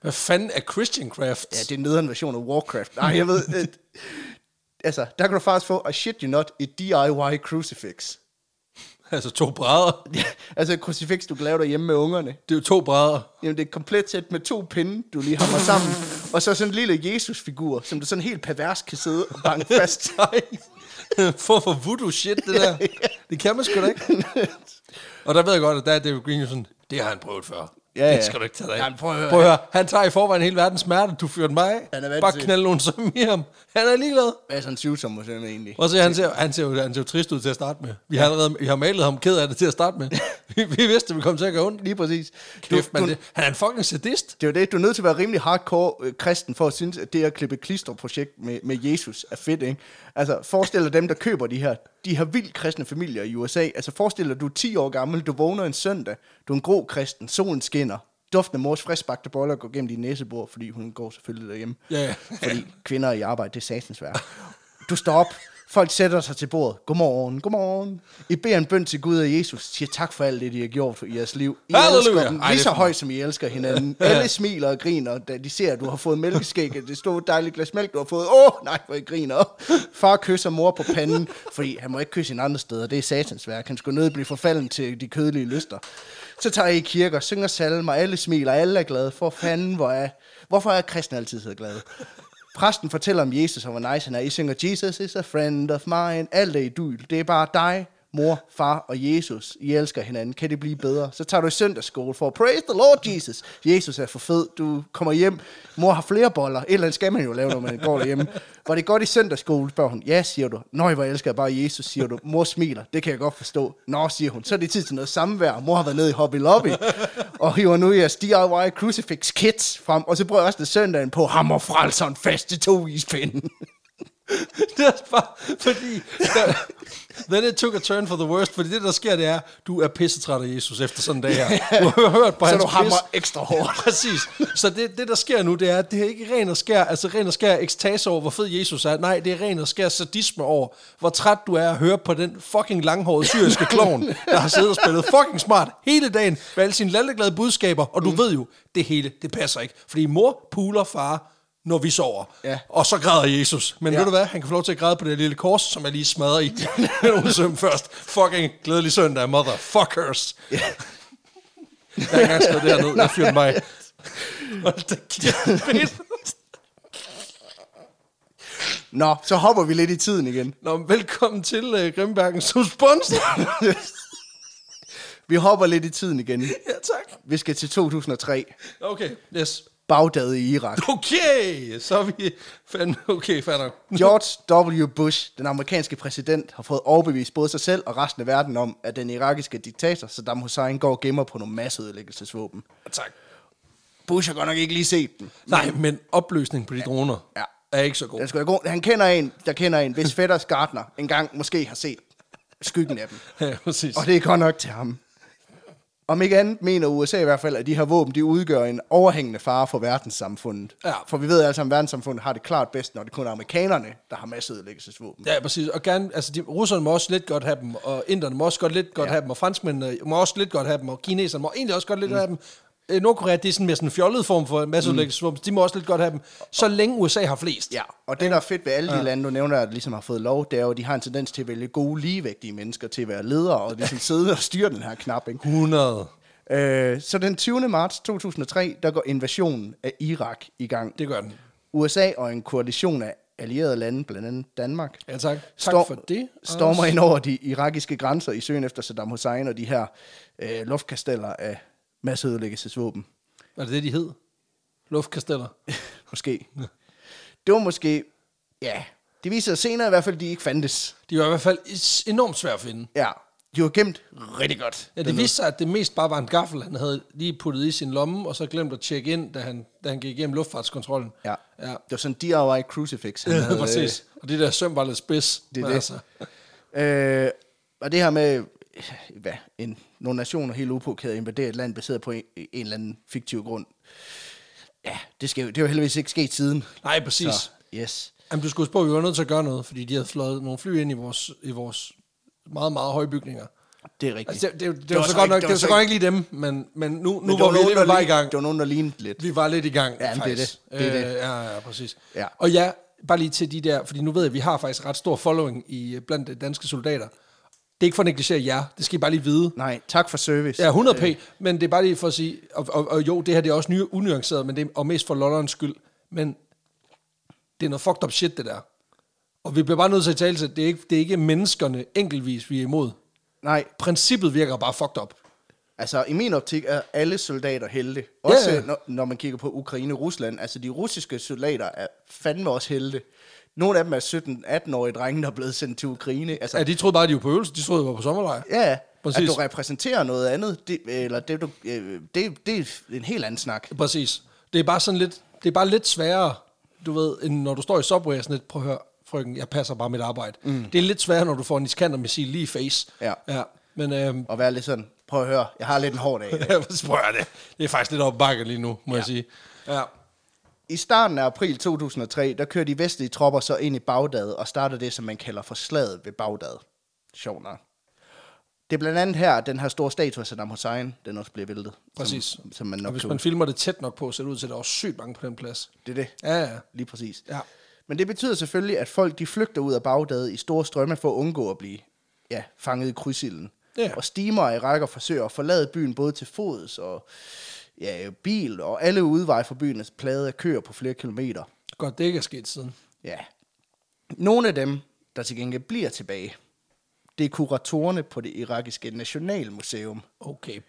Speaker 1: Hvad fanden er Christian Crafts?
Speaker 2: Ja, det er en nederen version af Warcraft. Nej, jeg ved... Et, altså, der kan du faktisk få, I shit you not, et DIY crucifix.
Speaker 1: Altså to brædder.
Speaker 2: altså et crucifix, du kan lave derhjemme med ungerne.
Speaker 1: Det er jo to brædder.
Speaker 2: Jamen, det er et komplet sæt med to pinde, du lige hammer sammen. Og så sådan en lille Jesus-figur, som du sådan helt pervers kan sidde og banke fast.
Speaker 1: Nej. For for voodoo shit, det der. Det kan man sgu da ikke. Og der ved jeg godt, at der er David Green jo sådan, det har han prøvet før.
Speaker 2: Ja, ja.
Speaker 1: Det skal du ikke tage dig af.
Speaker 2: Jamen, prøv at høre.
Speaker 1: Prøv at høre. Han tager i forvejen hele verdens smerte, du fyrer den mig af.
Speaker 2: Han er vant
Speaker 1: Bare
Speaker 2: til det.
Speaker 1: knald nogen som i ham. Han er ligeglad.
Speaker 2: Hvad er sådan en syvtommersøm egentlig?
Speaker 1: Og så han ser, han ser, jo, han ser jo trist ud til at starte med. Vi har allerede vi har malet ham ked af det til at starte med. Vi, vi vidste, at vi kom til at gøre ondt.
Speaker 2: Lige præcis. Du,
Speaker 1: Kæft,
Speaker 2: du,
Speaker 1: man,
Speaker 2: det.
Speaker 1: det, han er en fucking sadist.
Speaker 2: det er jo det, du er nødt til at være rimelig hardcore øh, kristen for at synes, at det at klippe klisterprojekt med, med Jesus er fedt, ikke? Altså, forestil dig dem, der køber de her, de her vildt kristne familier i USA. Altså, forestil dig, du er 10 år gammel, du vågner en søndag, du er en grå kristen, solen skinner, duften af mors friskbagte boller går gennem din næsebord, fordi hun går selvfølgelig derhjemme.
Speaker 1: Ja, ja.
Speaker 2: Fordi kvinder i arbejde, det er satans værd. Du står op, folk sætter sig til bordet. Godmorgen, godmorgen. I beder en bøn til Gud og Jesus, siger tak for alt det, de har gjort for jeres liv. I
Speaker 1: Halleluja.
Speaker 2: elsker dem
Speaker 1: Ej, det
Speaker 2: lige
Speaker 1: er
Speaker 2: så
Speaker 1: for-
Speaker 2: højt, som I elsker hinanden. Alle smiler og griner, da de ser, at du har fået mælkeskæg, at det store dejlige glas mælk, du har fået. Åh, oh, nej, hvor I griner. Far kysser mor på panden, fordi han må ikke kysse en andre steder. Det er satans værk. Han skulle nødt blive forfalden til de kødelige lyster. Så tager I i kirker, synger salmer, alle smiler, alle er glade. For fanden, hvor er... Hvorfor er kristne altid så glade? Præsten fortæller om Jesus, og hvor nice han er. I synger, Jesus is a friend of mine. Alt er i dul. Det er bare dig, mor, far og Jesus. I elsker hinanden. Kan det blive bedre? Så tager du i søndagsskole for, praise the Lord Jesus. Jesus er for fed. Du kommer hjem. Mor har flere boller. Et eller andet skal man jo lave, når man går derhjemme. Var det godt i søndagsskole, spørger hun. Ja, siger du. Nøj, hvor elsker jeg bare Jesus, siger du. Mor smiler. Det kan jeg godt forstå. Nå, siger hun. Så er det tid til noget samvær. Mor har været nede i Hobby Lobby. Og hiver nu jeres DIY Crucifix Kits frem. Og så prøver jeg også det søndagen på hammerfrelseren fast til to ispinden.
Speaker 1: Det er bare, fordi... Der, then it took a turn for the worst, fordi det, der sker, det er, du er pissetræt af Jesus efter sådan en dag her. Du har hørt på
Speaker 2: Så
Speaker 1: hans
Speaker 2: du hammer
Speaker 1: pis.
Speaker 2: ekstra hårdt.
Speaker 1: Præcis. Så det, det, der sker nu, det er, at det er ikke ren og skær, altså ren og skær ekstase over, hvor fed Jesus er. Nej, det er ren og skær sadisme over, hvor træt du er at høre på den fucking langhårede syriske klovn, der har siddet og spillet fucking smart hele dagen med alle sine lalleglade budskaber. Og du mm. ved jo, det hele, det passer ikke. Fordi mor puler far, når vi sover.
Speaker 2: Ja.
Speaker 1: Og så græder Jesus. Men
Speaker 2: Ja.
Speaker 1: ja. ved du hvad, han kan få lov til at græde på det lille kors, som jeg lige smadrer i. Nogle søm først. Fucking glædelig søndag, motherfuckers. Ja. Jeg har ikke engang skrevet det her ned. Jeg fyrte mig. Hold da kæft, fedt.
Speaker 2: Nå, så hopper vi lidt i tiden igen.
Speaker 1: Nå, men velkommen til uh, Grimbergen som sponsor.
Speaker 2: Vi hopper lidt i tiden igen.
Speaker 1: ja, tak.
Speaker 2: Vi skal til 2003.
Speaker 1: Okay, yes.
Speaker 2: Bagdad i Irak.
Speaker 1: Okay, så er vi fandme... Okay, fair nok.
Speaker 2: George W. Bush, den amerikanske præsident, har fået overbevist både sig selv og resten af verden om, at den irakiske diktator Saddam Hussein går og gemmer på nogle masseødelæggelsesvåben.
Speaker 1: Tak.
Speaker 2: Bush har godt nok ikke lige set den.
Speaker 1: Nej, men opløsning på de droner
Speaker 2: Ja.
Speaker 1: er ikke så god.
Speaker 2: Den skulle være god. Han kender en, der kender en, hvis fætters Gardner engang måske har set skyggen af dem.
Speaker 1: Ja, præcis.
Speaker 2: Og det er godt nok til ham. Om ikke andet mener USA i hvert fald, at de her våben, de udgør en overhængende fare for verdenssamfundet.
Speaker 1: Ja.
Speaker 2: For vi ved altså, at verdenssamfundet har det klart bedst, når det kun er amerikanerne, der har masseødelæggelsesvåben.
Speaker 1: Ja, præcis. Og gerne, altså, de, russerne må også lidt godt have dem, og inderne må også godt lidt godt ja. have dem, og franskmændene må også lidt godt have dem, og kineserne må egentlig også godt lidt mm. have dem. øh, Nordkorea, det er sådan mere sådan en fjollet form for masseudlæggelsesvåben. Mm. De må også lidt godt have dem, så længe USA har flest.
Speaker 2: Ja, og det, der er fedt ved alle de lande, du nævner, der ligesom har fået lov, det er jo, at de har en tendens til at vælge gode, ligevægtige mennesker til at være ledere, og ligesom sidde og styre den her knap, ikke?
Speaker 1: 100.
Speaker 2: Øh, så den 20. marts 2003, der går invasionen af Irak i gang.
Speaker 1: Det gør den.
Speaker 2: USA og en koalition af allierede lande, blandt andet Danmark,
Speaker 1: Ja, tak. Tak
Speaker 2: storm-
Speaker 1: for det.
Speaker 2: stormer ind over de irakiske grænser i søgen efter Saddam Hussein og de her øh, luftkasteller af masseødelæggelsesvåben.
Speaker 1: Var det det, de hed? Luftkasteller.
Speaker 2: Måske. Det var måske... Ja, det viser sig senere i hvert fald, at de ikke fandtes.
Speaker 1: De var i hvert fald is- enormt svære at finde.
Speaker 2: Ja, de var gemt rigtig godt.
Speaker 1: Ja, det viste sig, at det mest bare var en gaffel, han havde lige puttet i sin lomme, og så glemt at tjekke ind, da han, da han gik igennem luftfartskontrollen.
Speaker 2: Ja.
Speaker 1: ja.
Speaker 2: Det var sådan en DIY crucifix. Han
Speaker 1: ja
Speaker 2: havde,
Speaker 1: præcis. Og det der søm var lidt spids.
Speaker 2: Det er
Speaker 1: men altså-
Speaker 2: det. Øh, og det her med, øh, hvad, en, nogle nationer helt upåkæret invaderer et land baseret på en, en eller anden fiktiv grund. Ja, det, skal, jo- det er jo heldigvis ikke sket siden.
Speaker 1: Nej, præcis.
Speaker 2: Så, yes.
Speaker 1: Jamen, du skulle huske på, at vi var nødt til at gøre noget, fordi de havde fløjet nogle fly ind i vores, i vores meget, meget høje bygninger.
Speaker 2: Det er rigtigt.
Speaker 1: Altså, det, det, det, det,
Speaker 2: Det
Speaker 1: var,
Speaker 2: var
Speaker 1: så
Speaker 2: så
Speaker 1: godt
Speaker 2: ikke-
Speaker 1: nok,
Speaker 2: det
Speaker 1: det
Speaker 2: var
Speaker 1: var
Speaker 2: så
Speaker 1: så godt nok ikke lige dem, men, men nu, nu
Speaker 2: Men
Speaker 1: var vi
Speaker 2: nogen,
Speaker 1: alligevel
Speaker 2: der
Speaker 1: var i
Speaker 2: lignede-
Speaker 1: gang.
Speaker 2: Det var nogen, der lignede lidt.
Speaker 1: Vi var lidt i gang,
Speaker 2: Ja, men det er
Speaker 1: faktisk.
Speaker 2: det. Det er
Speaker 1: Øh, ja, ja, præcis.
Speaker 2: Ja.
Speaker 1: Og ja, bare lige til de der, fordi nu ved jeg, at vi har faktisk ret stor following i øh, blandt de danske soldater. Det er ikke for at negligere jer, det skal I bare lige vide.
Speaker 2: Nej, Øh. tak for service.
Speaker 1: Ja, 100 p, men det er bare lige for at sige, og, og, og jo, det her det er også ny, unuanceret, men det er, og mest for lollerens skyld, men det er noget fucked up shit, det der. Og vi bliver bare nødt til at tale til, at det er ikke, det er ikke menneskerne enkeltvis, vi er imod.
Speaker 2: Nej,
Speaker 1: Princippet virker bare fucked up.
Speaker 2: altså i min optik er alle soldater helte. Også
Speaker 1: Ja, ja.
Speaker 2: Når, når man kigger på Ukraine og Rusland. Altså de russiske soldater er fandme også helte. Nogle af dem er 17-18-årige drenge, der er blevet sendt til Ukraine. Altså,
Speaker 1: Ja, de troede bare, de var på øvelse, de troede, de var på sommerlejr.
Speaker 2: Ja, ja. Præcis.
Speaker 1: Præcis.
Speaker 2: At du repræsenterer noget andet, det, eller det, du, øh, det, det er en helt anden snak.
Speaker 1: Præcis. Det er bare sådan lidt, det er bare lidt sværere, du ved, end når du står i Subway og sådan lidt, prøv at høre, frøken, jeg passer bare mit arbejde. Mm. Det er lidt sværere, når du får en Iskander-missil lige i face.
Speaker 2: Ja.
Speaker 1: ja. Men øhm,
Speaker 2: Og være lidt sådan, prøv at høre, jeg har lidt en hård dag. i dag.
Speaker 1: så prøver jeg det. Det er faktisk lidt op ad bakke lige nu, må ja. jeg sige. Ja.
Speaker 2: I starten af april 2003, der kører de vestlige tropper så ind i Bagdad og starter det, som man kalder for slaget ved Bagdad. Sjovt nok. Det er blandt andet her, at den her store statue af Saddam Hussein, den også bliver væltet.
Speaker 1: Præcis.
Speaker 2: Som, som man
Speaker 1: Og
Speaker 2: nok
Speaker 1: hvis
Speaker 2: kan
Speaker 1: man filmer det tæt nok på, ser det ud til, at der er sygt mange på den plads.
Speaker 2: Det er det.
Speaker 1: Ja, ja.
Speaker 2: Lige præcis.
Speaker 1: Ja.
Speaker 2: Men det betyder selvfølgelig, at folk de flygter ud af Bagdad i store strømme for at undgå at blive ja, fanget i krydsilden.
Speaker 1: Ja.
Speaker 2: Og stimer og irakker forsøger at forlade byen både til fods og ja, bil, og alle udveje fra byen er plaget af køer på flere kilometer.
Speaker 1: Godt, det ikke er sket siden.
Speaker 2: Ja. Nogle af dem, der til gengæld bliver tilbage, det er kuratorerne på det irakiske Nationalmuseum.
Speaker 1: Okay.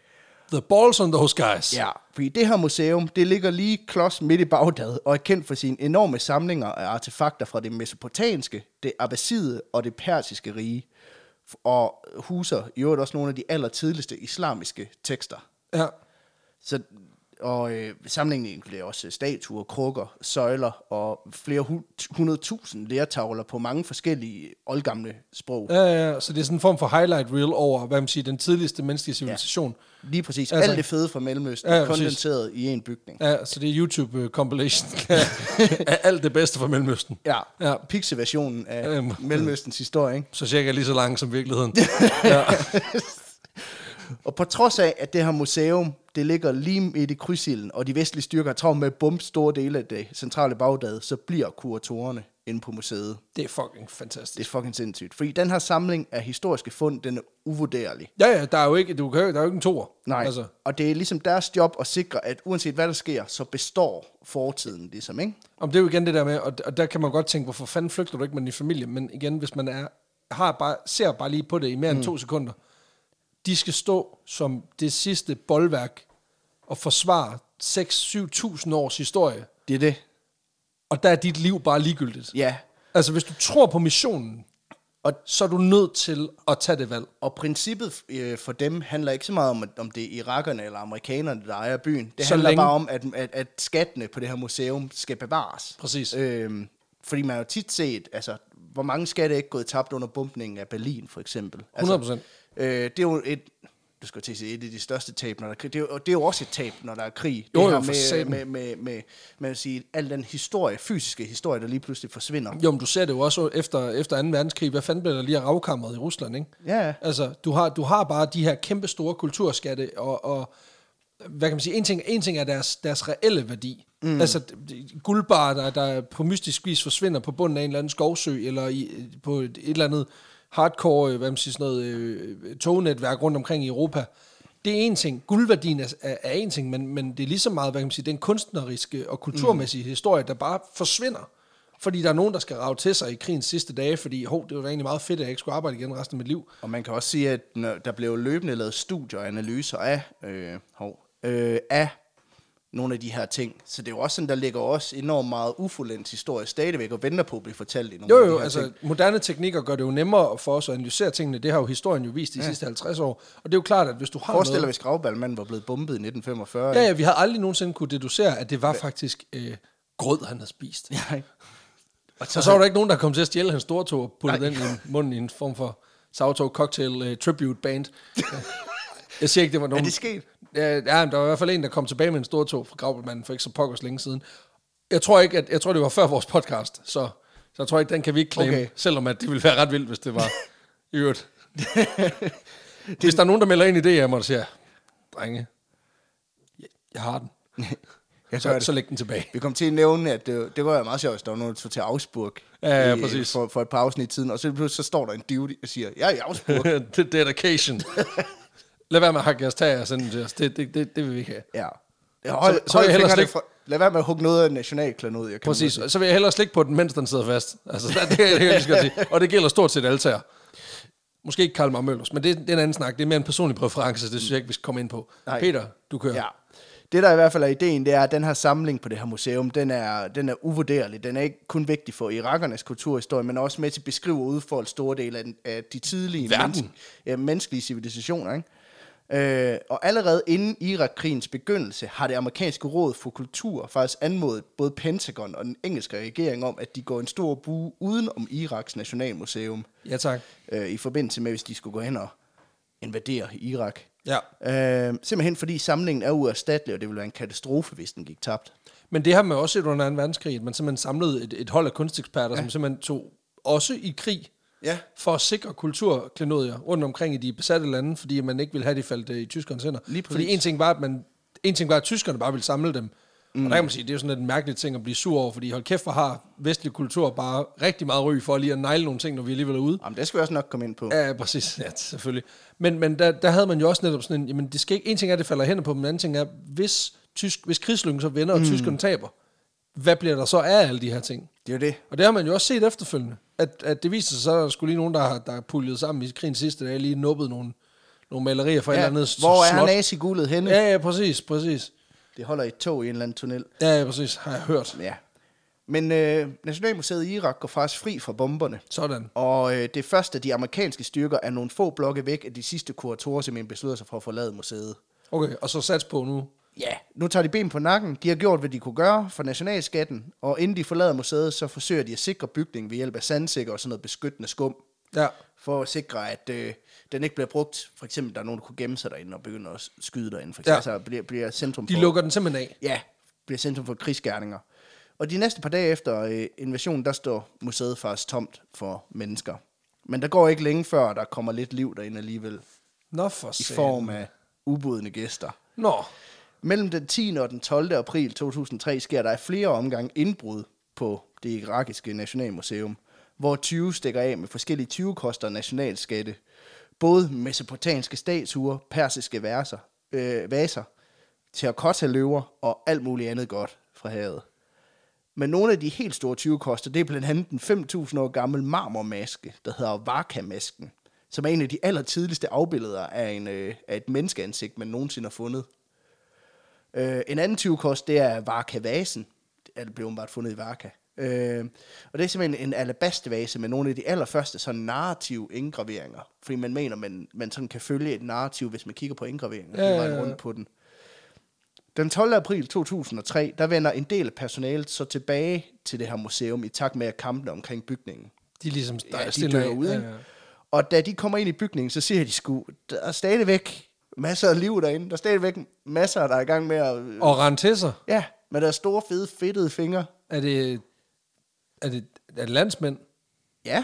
Speaker 1: The balls on those guys.
Speaker 2: Ja, fordi det her museum, det ligger lige klods midt i Bagdad, og er kendt for sine enorme samlinger af artefakter fra det mesopotanske, det abbaside og det persiske rige, F- og huser i øvrigt også nogle af de allertidligste islamiske tekster.
Speaker 1: ja.
Speaker 2: Så, og øh, samlingen inkluderer også øh, statuer, krukker, søjler og flere hu- 100.000 lærtavler på mange forskellige oldgamle sprog.
Speaker 1: Ja, ja, så det er sådan en form for highlight reel over, hvad man siger, den tidligste menneskelige civilisation.
Speaker 2: Lige præcis.
Speaker 1: Altså-
Speaker 2: Alt det fede fra Mellemøsten
Speaker 1: Ja,
Speaker 2: ja,
Speaker 1: ja, præcis.
Speaker 2: kondenseret i en bygning.
Speaker 1: Ja, ja så det er YouTube-compilation af alt det bedste fra Mellemøsten.
Speaker 2: Ja, ja.
Speaker 1: Ja.
Speaker 2: pixie-versionen af
Speaker 1: Øhm.
Speaker 2: Mellemøstens historie. Ikke?
Speaker 1: Så cirka lige så lang som virkeligheden. ja.
Speaker 2: Og på trods af, at det her museum, det ligger lige midt i krydsilden, og de vestlige styrker har travlt med at bombe store dele af det centrale Bagdad, så bliver kuratorerne inde på museet.
Speaker 1: Det er fucking
Speaker 2: Det er
Speaker 1: fantastisk.
Speaker 2: fucking sindssygt. Fordi den her samling af historiske fund, den er uvurderlig.
Speaker 1: Ja, ja, der er jo ikke, du kan, jo- der er jo ikke en toer.
Speaker 2: Nej, altså. og det er ligesom deres job at sikre, at uanset hvad der sker, så består fortiden ligesom, ikke?
Speaker 1: Om det er jo igen det der med, og, og der kan man godt tænke, hvorfor fanden flygter du ikke med din familie? Men igen, hvis man er, har bare, ser bare lige på det i mere end mm. to sekunder, de skal stå som det sidste boldværk og forsvare 6-7.000 års historie,
Speaker 2: Det er det.
Speaker 1: og der er dit liv bare ligegyldigt.
Speaker 2: Ja,
Speaker 1: Altså, hvis du tror på missionen, og så er du nødt til at tage det valg.
Speaker 2: og princippet øh, for dem handler ikke så meget om, at- om det er irakerne eller amerikanerne, der ejer byen. Det
Speaker 1: Så
Speaker 2: handler
Speaker 1: længe-
Speaker 2: bare om, at, at, at skattene på det her museum skal bevares.
Speaker 1: Præcis.
Speaker 2: Øhm, fordi man har jo tit set, altså, hvor mange skatte er ikke gået tabt under bumpningen af Berlin, for eksempel. Altså,
Speaker 1: 100%.
Speaker 2: øh, det er jo et, du skal til at sige, et af de største tab, når der er krig. Det er jo, det er jo også et tab, når der er krig.
Speaker 1: Jo,
Speaker 2: det
Speaker 1: jo,
Speaker 2: her
Speaker 1: for
Speaker 2: med,
Speaker 1: satan.
Speaker 2: med, med, med, med, at sige, al den historie, fysiske historie, der lige pludselig forsvinder.
Speaker 1: Jo, men du ser det jo også efter, efter 2. verdenskrig. Hvad fanden blev der lige ravkammeret i Rusland, ikke?
Speaker 2: Ja, ja.
Speaker 1: Altså, du har, du har bare de her kæmpe store kulturskatte, og, og hvad kan man sige, en ting, en ting er deres, deres reelle værdi. Mm. Altså d- guldbarer, der, der på mystisk vis forsvinder på bunden af en eller anden skovsø, eller i, på et, et eller andet hardcore, øh, hvad man siger, sådan noget, øh, tognetværk rundt omkring i Europa. Det er en ting. Guldværdien er, er, er en ting, men, men det er lige så meget, hvad kan man sige, den kunstneriske og kulturmæssige mm. historie, der bare forsvinder. Fordi der er nogen, der skal rave til sig i krigens sidste dage, fordi hov, det var da egentlig meget fedt, at jeg ikke skulle arbejde igen resten af mit liv.
Speaker 2: Og man kan også sige, at når der blev løbende lavet studier og analyser af, øh, hov, øh, af nogle af de her ting. Så det er jo også sådan, der ligger også enormt meget ufoldendt historie stadigvæk og venter på at blive fortalt i nogle
Speaker 1: Jo
Speaker 2: af de
Speaker 1: jo,
Speaker 2: her
Speaker 1: altså
Speaker 2: ting.
Speaker 1: moderne teknikker gør det jo nemmere for os at analysere tingene. Det har jo historien jo vist de ja. sidste 50 år. Og det er jo klart, at hvis du har
Speaker 2: Forestil dig,
Speaker 1: noget...
Speaker 2: hvis Gravballmanden var blevet bombet i 1945.
Speaker 1: Ja, ja, vi havde aldrig nogensinde kunne deducere, at det var faktisk øh, grød, han havde spist. Ja.
Speaker 2: ja. Og så,
Speaker 1: Og så var der ikke nogen, der kom til at stjæle hans store tog og putte den i munden i en form for Sauertog Cocktail øh, Tribute Band. Jeg siger ikke, det var nogen...
Speaker 2: Er det sket?
Speaker 1: Ja, ja, men der var i hvert fald en, der kom tilbage med en stor tog fra Graubelmanden for ikke så pokkers længe siden. Jeg tror ikke, at, jeg tror, det var før vores podcast, så, så jeg tror ikke, den kan vi ikke claim,
Speaker 2: Okay.
Speaker 1: okay. selvom at det ville være ret vildt, hvis det var i øvrigt. hvis der er nogen, der melder ind i det, og siger, drenge, jeg- jeg har den,
Speaker 2: jeg tror,
Speaker 1: så,
Speaker 2: at
Speaker 1: så læg den tilbage.
Speaker 2: Vi kom til at nævne, at det, det var jo meget sjovt, at der var nogen, der tog til Augsburg
Speaker 1: Ja, ja, præcis.
Speaker 2: For, for et par afsnit siden, og så, lige pludselig så står der en dude og siger, jeg er i Augsburg.
Speaker 1: det dedication. Lad være med at hakke jeres tag og sende dem til os. Det, det, det, det vil vi ikke have.
Speaker 2: ja. Hold,
Speaker 1: så vil
Speaker 2: hold
Speaker 1: jeg hellere
Speaker 2: fingrene
Speaker 1: slikke-
Speaker 2: fra, lad være med at hugge noget af nationalklan ud. Jeg kan
Speaker 1: Præcis, og så vil jeg hellere slikke på den, mens den sidder fast. Altså, det, det kan jeg lige så godt sige. Og det gælder stort set alle tager. Måske ikke Karl Mark Møllers, men det, det er en anden snak. Det er mere en personlig præference, så det synes jeg ikke, vi skal komme ind på. Nej.
Speaker 2: Nej.
Speaker 1: Peter, du kører.
Speaker 2: Ja. Det, der i hvert fald er ideen, det er, at den her samling på det her museum, den er, den er uvurderlig. Den er ikke kun vigtig for irakernes kulturhistorie, men også med til at beskrive og udfolde store dele af, den, af de tidlige
Speaker 1: Verden.
Speaker 2: ja, menneskelige civilisationer. Ikke? Øh, og allerede inden Irakkrigens begyndelse har det amerikanske råd for kultur faktisk anmodet både Pentagon og den engelske regering om, at de går en stor bue uden om Iraks nationalmuseum
Speaker 1: ja tak.
Speaker 2: øh, i forbindelse med, hvis de skulle gå hen og invadere Irak.
Speaker 1: Ja.
Speaker 2: Øh, simpelthen fordi samlingen er uerstattelig, og det ville være en katastrofe, hvis den gik tabt.
Speaker 1: Men det har man også set under 2. verdenskrig, at man simpelthen samlede et, et hold af kunsteksperter, ja. som simpelthen tog også i krig
Speaker 2: Ja.
Speaker 1: for at sikre kulturklenodier rundt omkring i de besatte lande, fordi man ikke ville have, de faldt øh, i tyskernes hænder.
Speaker 2: Lige præcis.
Speaker 1: fordi en ting var, at man, en ting var, at tyskerne bare ville samle dem. Mm. Og der kan man sige, det er jo sådan lidt en mærkelig ting at blive sur over, fordi hold kæft, hvor har vestlig kultur bare rigtig meget ry for lige at negle nogle ting, når vi alligevel er ude.
Speaker 2: Jamen, det skal vi også nok komme ind på.
Speaker 1: Ja, ja, præcis. Ja, selvfølgelig. Men, men der, der havde man jo også netop sådan en, jamen det skal ikke, en ting er, at det falder hen på, men en anden ting er, hvis, tysk, hvis krigslykken så vender, og mm. tyskerne taber, hvad bliver der så af alle de her ting?
Speaker 2: Det er jo det.
Speaker 1: Og det har man jo også set efterfølgende, at, at det viste sig, så, at der skulle lige nogen, der har der er puljet sammen i krigens sidste dag, lige nubbet nogle, nogle malerier fra ja, et eller andet
Speaker 2: hvor er
Speaker 1: slot.
Speaker 2: nazigulet henne?
Speaker 1: Ja, ja, præcis, præcis.
Speaker 2: Det holder i et tog i en eller anden tunnel.
Speaker 1: Ja, ja, præcis, har jeg hørt.
Speaker 2: Ja. Men øh, Nationalmuseet i Irak går faktisk fri fra bomberne.
Speaker 1: Sådan.
Speaker 2: Og øh, det første, de amerikanske styrker er nogle få blokke væk af de sidste kuratorer, simpelthen beslutter sig for at forlade museet.
Speaker 1: Okay, og så sats på nu.
Speaker 2: Ja, nu tager de ben på nakken. De har gjort, hvad de kunne gøre for nationalskatten, og inden de forlader museet, så forsøger de at sikre bygningen ved hjælp af sandsækker og sådan noget beskyttende skum.
Speaker 1: Ja,
Speaker 2: for at sikre, at øh, den ikke bliver brugt. For eksempel, der er nogen, der kunne gemme sig derinde og begynde at skyde derinde. For eksempel,
Speaker 1: Ja.
Speaker 2: ja. altså, bliver, bliver centrum
Speaker 1: de
Speaker 2: for,
Speaker 1: lukker den simpelthen af.
Speaker 2: Ja, bliver centrum for krigsgerninger. Og de næste par dage efter øh, invasionen, der står museet faktisk tomt for mennesker. Men der går ikke længe før, der kommer lidt liv derinde alligevel,
Speaker 1: Nå for
Speaker 2: i
Speaker 1: satan.
Speaker 2: form af ubudne gæster.
Speaker 1: Nå,
Speaker 2: Mellem den 10. og den 12. april 2003 sker der i flere omgange indbrud på det irakiske nationalmuseum, hvor 20 stikker af med forskellige 20 koster nationalskatte. Både mesopotamiske statuer, persiske verser, øh, vaser, terracotta-løver og alt muligt andet godt fra havet. Men nogle af de helt store 20 koster, det er blandt andet den 5.000 år gamle marmormaske, der hedder Varka-masken, som er en af de allertidligste afbilleder af, en, øh, af et menneskeansigt, man nogensinde har fundet. Øh, en anden 20 kost, det er Varka-vasen. Ja, det blev åbenbart fundet i Varka. Øh, og det er simpelthen en alabastvase med nogle af de allerførste sådan narrative indgraveringer. Fordi man mener, man, man sådan kan følge et narrativ, hvis man kigger på indgraveringer.
Speaker 1: Ja,
Speaker 2: Ja,
Speaker 1: ja,
Speaker 2: ja, ja.
Speaker 1: ja.
Speaker 2: rundt på den. Den 12. april 2003, der vender en del af personalet så tilbage til det her museum i takt med at kampene omkring bygningen.
Speaker 1: de er ligesom
Speaker 2: Ja, de
Speaker 1: stille
Speaker 2: dør
Speaker 1: af.
Speaker 2: ud,
Speaker 1: Ja,
Speaker 2: ikke?
Speaker 1: ja.
Speaker 2: Og da de kommer ind i bygningen, så ser de sgu, der er stadigvæk masser af liv derinde. Der er stadigvæk masser, der er i gang med at...
Speaker 1: Og rende til sig.
Speaker 2: Ja, med deres store, fede, fedtede fingre.
Speaker 1: Er det, er det, er det landsmænd?
Speaker 2: Ja,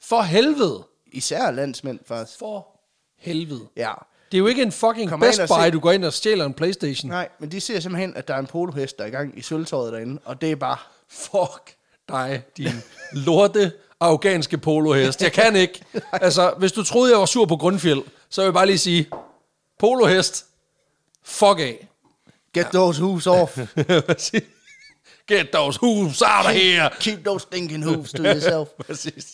Speaker 1: For helvede!
Speaker 2: især landsmænd faktisk.
Speaker 1: For helvede.
Speaker 2: Ja.
Speaker 1: Det er jo ikke en fucking
Speaker 2: Kom
Speaker 1: Best
Speaker 2: ind og
Speaker 1: Buy,
Speaker 2: se-
Speaker 1: du går ind og stjæler en Playstation. Nej.
Speaker 2: Nej, men de ser simpelthen, at der er en polohest, der er i gang i sølvtøjet derinde, og det er bare...
Speaker 1: Fuck dig, din lorte afghanske polohest. Jeg kan ikke. Altså, hvis du troede, jeg var sur på Grundfjeld, så vil jeg bare lige sige, polohest, fuck af.
Speaker 2: Get those hooves off.
Speaker 1: Præcis. Get those hooves out of here.
Speaker 2: Keep those stinking hooves to yourself.
Speaker 1: Præcis.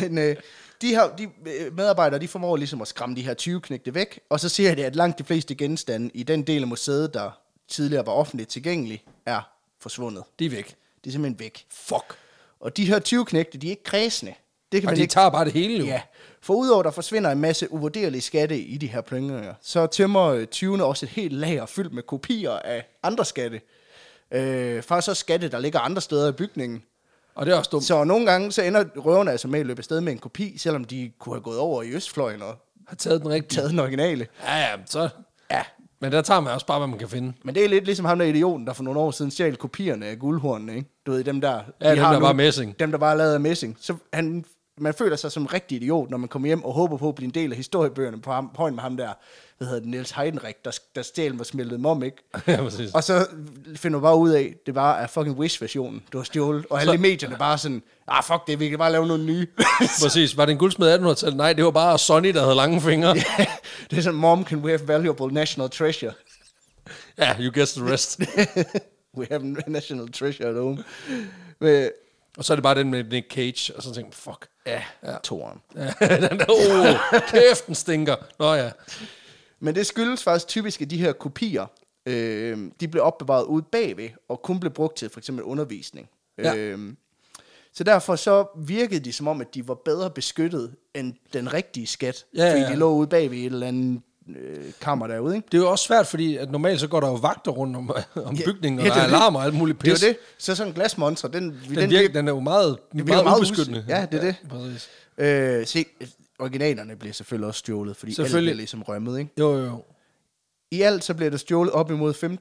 Speaker 2: Men øh, de, her, de øh, medarbejdere, de formår ligesom at skræmme de her 20 knægte væk, og så ser de, at langt de fleste genstande i den del af museet, der tidligere var offentligt tilgængelig, er forsvundet.
Speaker 1: De er væk.
Speaker 2: De er simpelthen væk.
Speaker 1: Fuck.
Speaker 2: Og de her 20 knægte, de er ikke kredsende. Det kan
Speaker 1: Og
Speaker 2: man
Speaker 1: de
Speaker 2: ikke...
Speaker 1: tager bare det hele jo.
Speaker 2: Ja, for udover der forsvinder en masse uvurderlige skatte i de her plyngninger, så tømmer øh, 20'erne også et helt lager fyldt med kopier af andre skatte. Øh, faktisk også skatte, der ligger andre steder i bygningen.
Speaker 1: Og det er også dumt.
Speaker 2: Så nogle gange så ender røverne altså med at løbe afsted med en kopi, selvom de kunne have gået over i Østfløjen og
Speaker 1: Har taget den rigtige.
Speaker 2: taget den originale.
Speaker 1: Ja, ja, men så...
Speaker 2: Ja,
Speaker 1: Men der tager man også bare, hvad man kan finde.
Speaker 2: men det er lidt ligesom ham der idioten, der for nogle år siden stjal kopierne af guldhornene, ikke? Du ved, dem der...
Speaker 1: Ja, dem, der var messing.
Speaker 2: Dem, der bare er lavet af messing. Så han, man føler sig som en rigtig idiot, når man kommer hjem og håber på at blive en del af historiebøgerne på ham, højden med ham der, hvad hedder det, Niels Heidenreich, der, der stjal mig smeltet mom, ikke?
Speaker 1: ja, præcis.
Speaker 2: Og så finder du bare ud af, det bare er fucking Wish-versionen, du har stjålet. Og alle medierne bare sådan, ah fuck det, vi kan bare lave nogle nye.
Speaker 1: Præcis. Var det en guldsmed af 1800-tallet? Nej, det var bare Sonny, der havde lange fingre. Ja,
Speaker 2: det er sådan, mom, can we have valuable national treasure?
Speaker 1: yeah, you guessed the rest.
Speaker 2: we have national treasure at home. Men,
Speaker 1: og så er det bare den med Nick Cage, og så tænker man, fuck.
Speaker 2: ja, ja. toren.
Speaker 1: Ja, den der, oh, kæft, den stinker. Nå ja.
Speaker 2: Men det skyldes faktisk typisk, at de her kopier, øh, de blev opbevaret ude bagved, og kun blev brugt til for eksempel undervisning.
Speaker 1: Ja.
Speaker 2: Øh, så derfor så virkede de som om, at de var bedre beskyttet end den rigtige skat,
Speaker 1: Ja, ja,
Speaker 2: fordi
Speaker 1: ja.
Speaker 2: de lå ude bagved et eller andet øh, kammer derude, ikke?
Speaker 1: Det er jo også svært, fordi at normalt så går der jo vagter rundt om, om bygningen, og
Speaker 2: ja,
Speaker 1: ja, der er
Speaker 2: det er det.
Speaker 1: alarmer og alt muligt pis.
Speaker 2: Det er jo det. Så sådan en glasmonster, den, den,
Speaker 1: Den, virker, den er jo meget, meget,
Speaker 2: virker meget
Speaker 1: ubeskyttende.
Speaker 2: us- ja, det er det.
Speaker 1: Præcis.
Speaker 2: Øh, se, originalerne bliver selvfølgelig også stjålet, fordi selvfølgelig.
Speaker 1: Selvfølgelig.
Speaker 2: alt bliver ligesom rømmet, ikke?
Speaker 1: Jo, jo, jo.
Speaker 2: I alt så bliver der stjålet op imod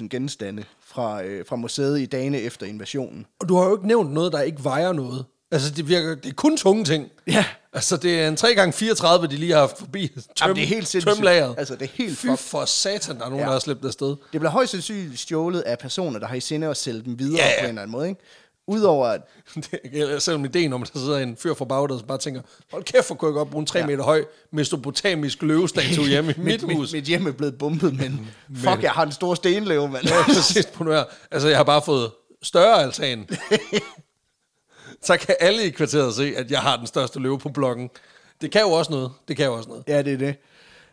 Speaker 2: 15.000 genstande fra, øh, fra museet i dagene efter invasionen.
Speaker 1: Og du har jo ikke nævnt noget, der ikke vejer noget. Altså, det, virker, det er kun tunge ting.
Speaker 2: Ja.
Speaker 1: Altså, det er en 3x34, de lige har haft forbi. Tøm,
Speaker 2: Jamen, det er helt sindssygt.
Speaker 1: Tømlageret.
Speaker 2: Altså, det er helt
Speaker 1: Fy
Speaker 2: fuck-
Speaker 1: for satan, der er nogen, ja.
Speaker 2: Ja.
Speaker 1: der har slæbt afsted.
Speaker 2: Det bliver højst sandsynligt stjålet af personer, der har i sinde at sælge dem videre
Speaker 1: Ja,
Speaker 2: ja,
Speaker 1: ja.
Speaker 2: ja. på en eller anden måde, ikke? Udover at...
Speaker 1: Det er- eller Selvom ideen om, at der sidder en fyr fra bagdød, som bare tænker, hold kæft, hvor kunne jeg godt bruge en 3 meter høj mesopotamisk løvestatue hjemme i mit
Speaker 2: mit,
Speaker 1: hus.
Speaker 2: mit hjem er blevet bumpet, men fuck, jeg har en stor stenleve, mand.
Speaker 1: Ja, præcis på noget. Altså, jeg har bare fået større altan. Så kan alle i kvarteret se, at jeg har den største løve på blokken. Det kan jo også noget. Det kan jo også noget.
Speaker 2: ja, det er det.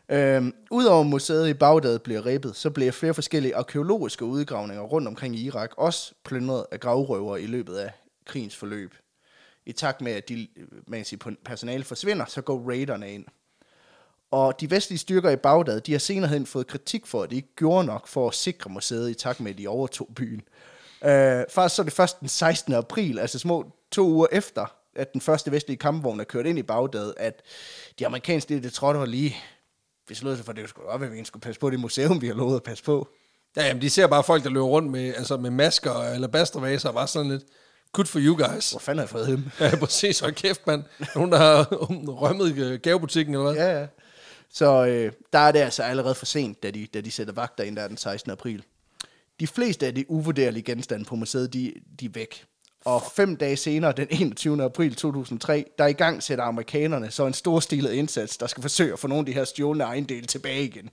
Speaker 2: Øhm, Udover museet i Bagdad bliver ribbet, så bliver flere forskellige arkeologiske udgravninger rundt omkring i Irak også plyndret af gravrøvere i løbet af krigens forløb. I takt med, at de, øh, man kan sige, pon- personale forsvinder, så går raiderne ind. Og de vestlige styrker i Bagdad, de har senere hen fået kritik for, at de ikke gjorde nok for at sikre museet i takt med, at de overtog byen. Øh, faktisk så er det først den 16. april, altså små to uger efter, at den første vestlige kampvogn er kørt ind i Bagdad, at de amerikanske det trådte var lige besluttet sig for, at det skulle godt være, at vi egentlig skulle passe på det museum, vi har lovet at passe på.
Speaker 1: Ja, jamen, de ser bare folk, der løber rundt med, altså, med masker og alabastervaser og bare sådan lidt, good for you guys.
Speaker 2: Hvor fanden har jeg fået dem?
Speaker 1: Ja, præcis. Hold kæft, mand. Nogen, der har rømmet øh, gavebutikken, eller hvad?
Speaker 2: Ja, ja. Så øh, der er det altså allerede for sent, da de, da de sætter vagter ind der den 16. april. De fleste af de uvurderlige genstande på museet, de, de er væk. Og fem dage senere, den 21. april 2003, der i gang sætter amerikanerne så en storstilet indsats, der skal forsøge at få nogle af de her stjålne ejendele tilbage igen.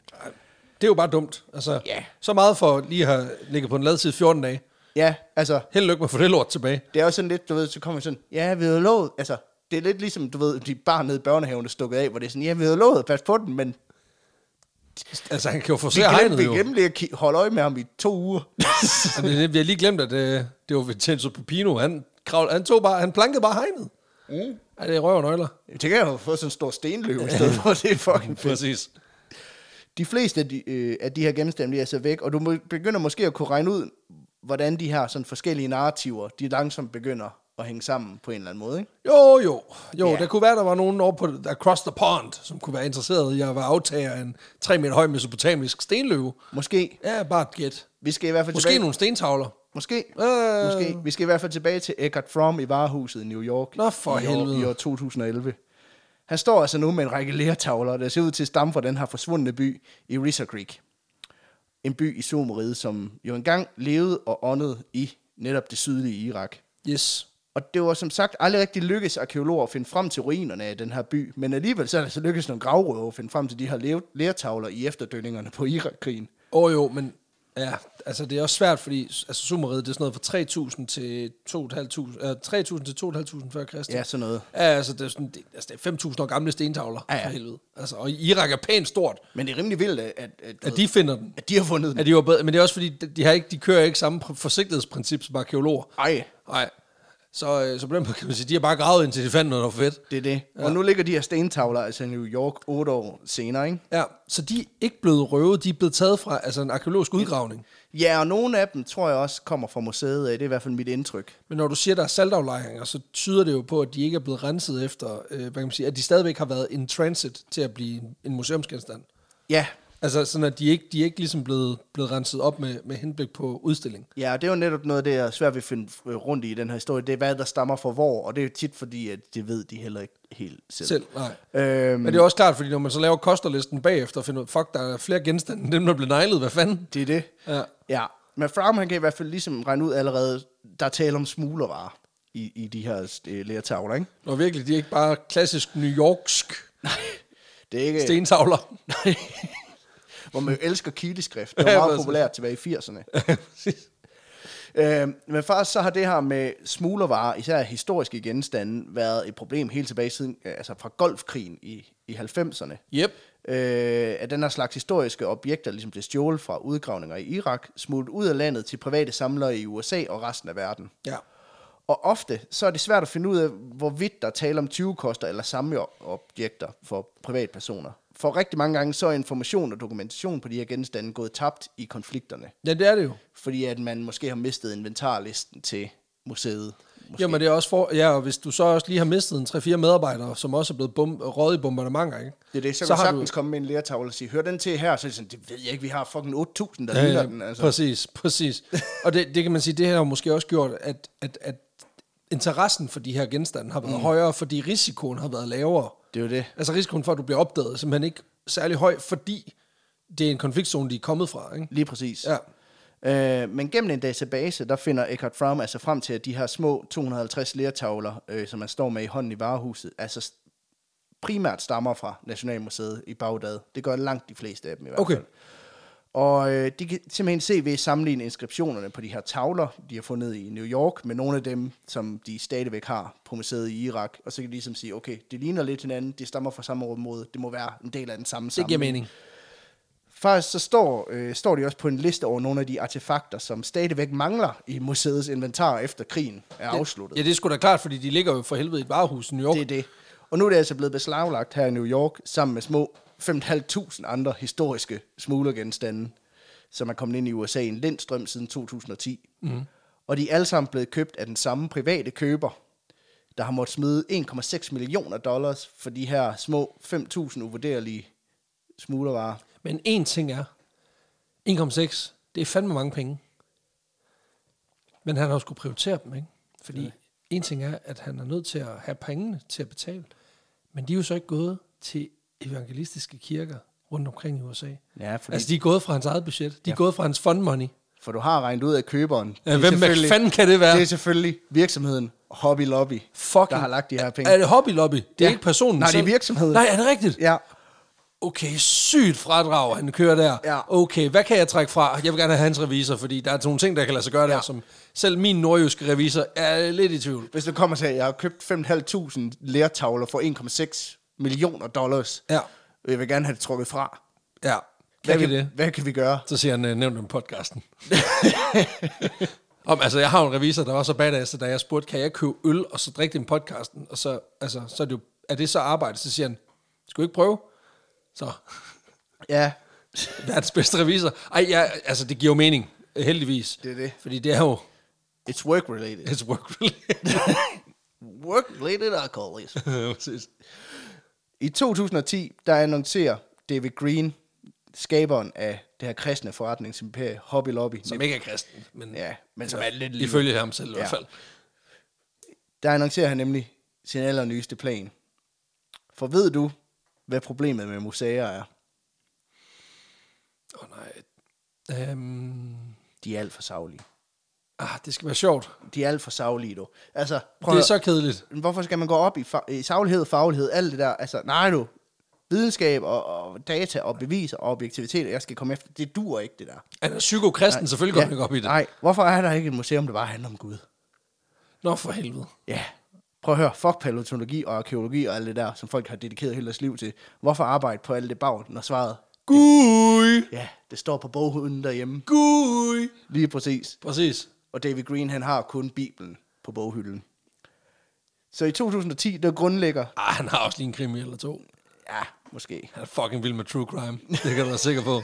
Speaker 1: Det er jo bare dumt. Altså,
Speaker 2: Ja.
Speaker 1: Så meget for lige at have ligget på en ladside 14 dage.
Speaker 2: Ja, altså,
Speaker 1: Held og lykke med at få det lort tilbage.
Speaker 2: det er jo sådan lidt, du ved, så kommer sådan, ja, vi havde lovet, altså, det er lidt ligesom, du ved, de barn nede i børnehaven, der stukket af, hvor det er sådan, ja, vi havde lovet at passe på den, men
Speaker 1: Altså, han kan jo få
Speaker 2: vi
Speaker 1: sig hegnet
Speaker 2: glemte,
Speaker 1: jo.
Speaker 2: vi glemte lige at ki- holde øje med ham i to uger.
Speaker 1: Jamen, det er det, vi har lige glemt, at øh, det var Vincenzo Pepino. Han, kravl, han, tog bare, han plankede bare hegnet. Mm. Ej, det er røv og nøgler.
Speaker 2: Jeg tænker, jeg har fået sådan en stor stenløve i stedet for. Det er fucking fedt.
Speaker 1: Præcis.
Speaker 2: Mm. De fleste af de, øh, af de her genstande, de er så væk, og du må, begynder måske at kunne regne ud, hvordan de her sådan forskellige narrativer, de langsomt begynder at hænge sammen på en eller anden måde. Ikke?
Speaker 1: Jo, jo. Jo,
Speaker 2: Ja.
Speaker 1: der kunne være, der var nogen over på der Across the Pond, som kunne være interesseret i at være aftager af en 3 meter høj mesopotamisk stenløve.
Speaker 2: Måske.
Speaker 1: Ja, bare et gæt.
Speaker 2: Vi skal i hvert fald
Speaker 1: Måske
Speaker 2: tilbage...
Speaker 1: nogle stentavler.
Speaker 2: Måske.
Speaker 1: Øh.
Speaker 2: Måske. Vi skal i hvert fald tilbage til Eckhart Fromm i varehuset i New York.
Speaker 1: Nå, for
Speaker 2: i år,
Speaker 1: helvede.
Speaker 2: I år 2011. Han står altså nu med en række lertavler, der ser ud til at stamme fra den her forsvundne by i Risa Creek. En by i Someriet, som jo engang levede og åndede i netop det sydlige Irak.
Speaker 1: Yes.
Speaker 2: Og det var som sagt aldrig rigtig lykkedes arkeologer at finde frem til ruinerne af den her by, men alligevel så er det så lykkedes nogle gravrøver at finde frem til de her lev- lertavler i efterdønningerne på Irakkrigen.
Speaker 1: Åh oh, jo, men ja, altså det er også svært, fordi altså, Sumeriet det er sådan noget fra 3.000 til 2.500, øh, 3.000 til 2.500 før Kristus.
Speaker 2: Ja, sådan noget.
Speaker 1: Ja, altså det er, sådan, det, altså, det er 5.000 år gamle stentavler,
Speaker 2: Ja, ja.
Speaker 1: for helvede. Altså, og Irak er pænt stort,
Speaker 2: Men det er rimelig vildt, at, at, at,
Speaker 1: at de finder den.
Speaker 2: at de har fundet den.
Speaker 1: At de var bedre, men det er også fordi, de, de, har ikke, de kører ikke samme pr- forsigtighedsprincip som arkeologer.
Speaker 2: Ej,
Speaker 1: Nej. Så, øh, så på den måde kan man sige, de har bare gravet indtil de fandt noget, der var fedt.
Speaker 2: det er det. Ja. Og nu ligger de her stentavler altså i New York otte år senere, ikke?
Speaker 1: Ja, så de er ikke blevet røvet, de er blevet taget fra altså en arkeologisk udgravning.
Speaker 2: Ja, og nogle af dem tror jeg også kommer fra museet af. Det er i hvert fald mit indtryk.
Speaker 1: Men når du siger, der er saltaflejringer, så tyder det jo på, at de ikke er blevet renset efter, øh, hvad kan man sige, at de stadigvæk har været in transit til at blive en, en museumsgenstand.
Speaker 2: Ja,
Speaker 1: Altså sådan, at de ikke, de er ikke ligesom blevet, blevet renset op med, med henblik på udstilling.
Speaker 2: Ja, og det er jo netop noget, det er svært ved at finde øh, rundt i i den her historie. Det er, hvad der stammer fra hvor, og det er jo tit fordi, at det ved de heller ikke helt selv.
Speaker 1: Selv, nej.
Speaker 2: Øhm,
Speaker 1: Men det er også klart, fordi når man så laver kosterlisten bagefter og finder ud, fuck, der er flere genstande end dem, der blev nejlet, hvad fanden?
Speaker 2: det er det.
Speaker 1: Ja.
Speaker 2: Ja, men Fram, han kan i hvert fald ligesom regne ud allerede, der er tale om smuglervarer i, i de her øh, lærtavler, ikke?
Speaker 1: Når virkelig, de er ikke bare klassisk New Yorksk
Speaker 2: Det er ikke...
Speaker 1: stentavler.
Speaker 2: hvor man jo elsker kileskrift. Det
Speaker 1: Ja,
Speaker 2: var meget
Speaker 1: præcis.
Speaker 2: populært tilbage i 80'erne. øhm, men faktisk så har det her med smuglervarer, især historiske genstande, været et problem helt tilbage siden, øh, altså fra golfkrigen i, i 90'erne.
Speaker 1: Yep.
Speaker 2: øh, at den her slags historiske objekter ligesom blev stjålet fra udgravninger i Irak, smuglet ud af landet til private samlere i USA og resten af verden.
Speaker 1: Ja.
Speaker 2: Og ofte så er det svært at finde ud af, hvorvidt der er tale om 20 koster eller samme objekter for privatpersoner. For rigtig mange gange så er information og dokumentation på de her genstande gået tabt i konflikterne,
Speaker 1: ja, det er det jo.
Speaker 2: fordi at man måske har mistet inventarlisten til museet. Måske.
Speaker 1: Jamen, det er også for, ja, og hvis du så også lige har mistet en 3-4 medarbejdere, som også er blevet bum, røget i bombardementer, ikke?
Speaker 2: Det er det, så,
Speaker 1: Så
Speaker 2: så kan
Speaker 1: har
Speaker 2: du sagtens komme med en lærtavle og sige, hør den til her, så er det sådan, det ved jeg ikke, vi har fucking 8.000, der ja, hylder den. Altså.
Speaker 1: Præcis, præcis. og det, det kan man sige, det her har måske også gjort, at, at, at interessen for de her genstande har været mm. højere, fordi risikoen har været lavere.
Speaker 2: Det er jo det.
Speaker 1: Altså risikoen for, at du bliver opdaget, er simpelthen ikke særlig høj, fordi det er en konfliktzone, de er kommet fra, ikke?
Speaker 2: Lige præcis.
Speaker 1: Ja.
Speaker 2: Øh, men gennem en database, der finder Eckhart Fromm altså frem til, at de her små 250 lertavler, øh, som man står med i hånden i varehuset, altså st- primært stammer fra Nationalmuseet i Bagdad. Det gør langt de fleste af dem i hvert
Speaker 1: Okay.
Speaker 2: fald. Og øh, de kan simpelthen se ved at sammenligne inskriptionerne på de her tavler, de har fundet i New York, med nogle af dem, som de stadigvæk har på museet i Irak. Og så kan de ligesom sige, okay, det ligner lidt hinanden, det stammer fra samme område, det må være en del af den samme
Speaker 1: Det giver
Speaker 2: samling.
Speaker 1: mening.
Speaker 2: Faktisk så står, øh, står de også på en liste over nogle af de artefakter, som stadigvæk mangler i museets inventar efter krigen er afsluttet.
Speaker 1: Ja, det er sgu da klart, fordi de ligger jo for helvede i et varehus i New York.
Speaker 2: Det er det. Og nu er det altså blevet beslaglagt her i New York, sammen med små 5.500 andre historiske smuglergenstande, som er kommet ind i USA i en lindstrøm siden 2010.
Speaker 1: Mhm.
Speaker 2: Mm. Og de er alle sammen blevet købt af den samme private køber, der har måttet smide 1,6 millioner dollars for de her små 5.000 uvurderlige smuglervarer.
Speaker 1: Men en ting er, 1,6, det er fandme mange penge. Men han har jo skulle prioritere dem, ikke? Fordi ja. en ting er, at han er nødt til at have pengene til at betale. Men de er jo så ikke gået til evangelistiske kirker rundt omkring i USA.
Speaker 2: Ja, fordi-
Speaker 1: Altså, de er gået fra hans eget budget. De er ja. gået fra hans fund money.
Speaker 2: For du har regnet ud af køberen.
Speaker 1: Ja,
Speaker 2: Det
Speaker 1: hvem
Speaker 2: er
Speaker 1: hvad
Speaker 2: selvfølgelig-
Speaker 1: fanden kan det være?
Speaker 2: Det er selvfølgelig virksomheden Hobby Lobby,
Speaker 1: Fucking,
Speaker 2: der har lagt de her penge.
Speaker 1: Er det Hobby Lobby? Det er
Speaker 2: Ja.
Speaker 1: ikke personen
Speaker 2: Nej, det er
Speaker 1: selv.
Speaker 2: virksomheden.
Speaker 1: Nej, er det rigtigt?
Speaker 2: Ja,
Speaker 1: Okay, sygt fradrag, han kører der.
Speaker 2: Ja.
Speaker 1: Okay, hvad kan jeg trække fra? Jeg vil gerne have hans revisor, fordi der er nogle ting, der kan lade sig gøre ja. der, som selv min nordjyske revisor er lidt i tvivl.
Speaker 2: hvis du kommer til, at jeg har købt 5.500 lærtavler for 1,6 millioner dollars,
Speaker 1: Ja.
Speaker 2: og jeg vil gerne have det trukket fra.
Speaker 1: Ja,
Speaker 2: Hvad
Speaker 1: kan vi det?
Speaker 2: Hvad kan vi gøre?
Speaker 1: Så siger han, øh, nævn dem i podcasten. Om, altså, jeg har jo en revisor, der var så badass, at da jeg spurgte, kan jeg købe øl og så drikke det i podcasten? Og så, altså, så er, det jo, er det så arbejde? Så siger han, skal du ikke prøve? Så,
Speaker 2: Ja,
Speaker 1: verdens bedste revisor. Ej, ja, altså, det giver jo mening, heldigvis.
Speaker 2: Det er det.
Speaker 1: Fordi det er jo,
Speaker 2: it's work-related.
Speaker 1: it's work related.
Speaker 2: Work-related alcoholism.
Speaker 1: Præcis.
Speaker 2: I 2010, der annoncerer David Green, skaberen af det her kristne forretningsimperie Hobby Lobby,
Speaker 1: Som ikke er kristen, men
Speaker 2: ja, men som er lidt
Speaker 1: ifølge ham selv i hvert
Speaker 2: Ja.
Speaker 1: fald.
Speaker 2: Der annoncerer han nemlig sin allernyeste plan. For ved du, hvad problemet med museer er?
Speaker 1: Åh oh, nej. Øhm,
Speaker 2: De er alt for savlige.
Speaker 1: ah, det skal være sjovt.
Speaker 2: De er alt for savlige, du. Altså, prøv
Speaker 1: Det er
Speaker 2: at-
Speaker 1: så kedeligt.
Speaker 2: Hvorfor skal man gå op i, fa- i savlighed, faglighed, alt det der? Altså, nej du. Videnskab og, og data og beviser og objektivitet, og jeg skal komme efter. Det dur ikke, det der.
Speaker 1: Han er psykokristen, selvfølgelig går han ikke op i det.
Speaker 2: Nej, hvorfor er der ikke et museum, der bare handler om Gud?
Speaker 1: Nå for helvede.
Speaker 2: Ja, prøv at høre, fuck palæontologi og arkeologi og alt det der, som folk har dedikeret hele deres liv til. Hvorfor arbejde på alt det bagn, når svaret,
Speaker 1: Gui!
Speaker 2: ja, det står på boghuden derhjemme.
Speaker 1: Gui!
Speaker 2: Lige præcis.
Speaker 1: Præcis.
Speaker 2: Og David Green, han har kun Bibelen på boghylden. Så i 2010, der grundlægger,
Speaker 1: Ah, han har også lige en krimi eller to.
Speaker 2: ja, måske.
Speaker 1: Han er fucking vild med true crime. Det kan du være sikker på.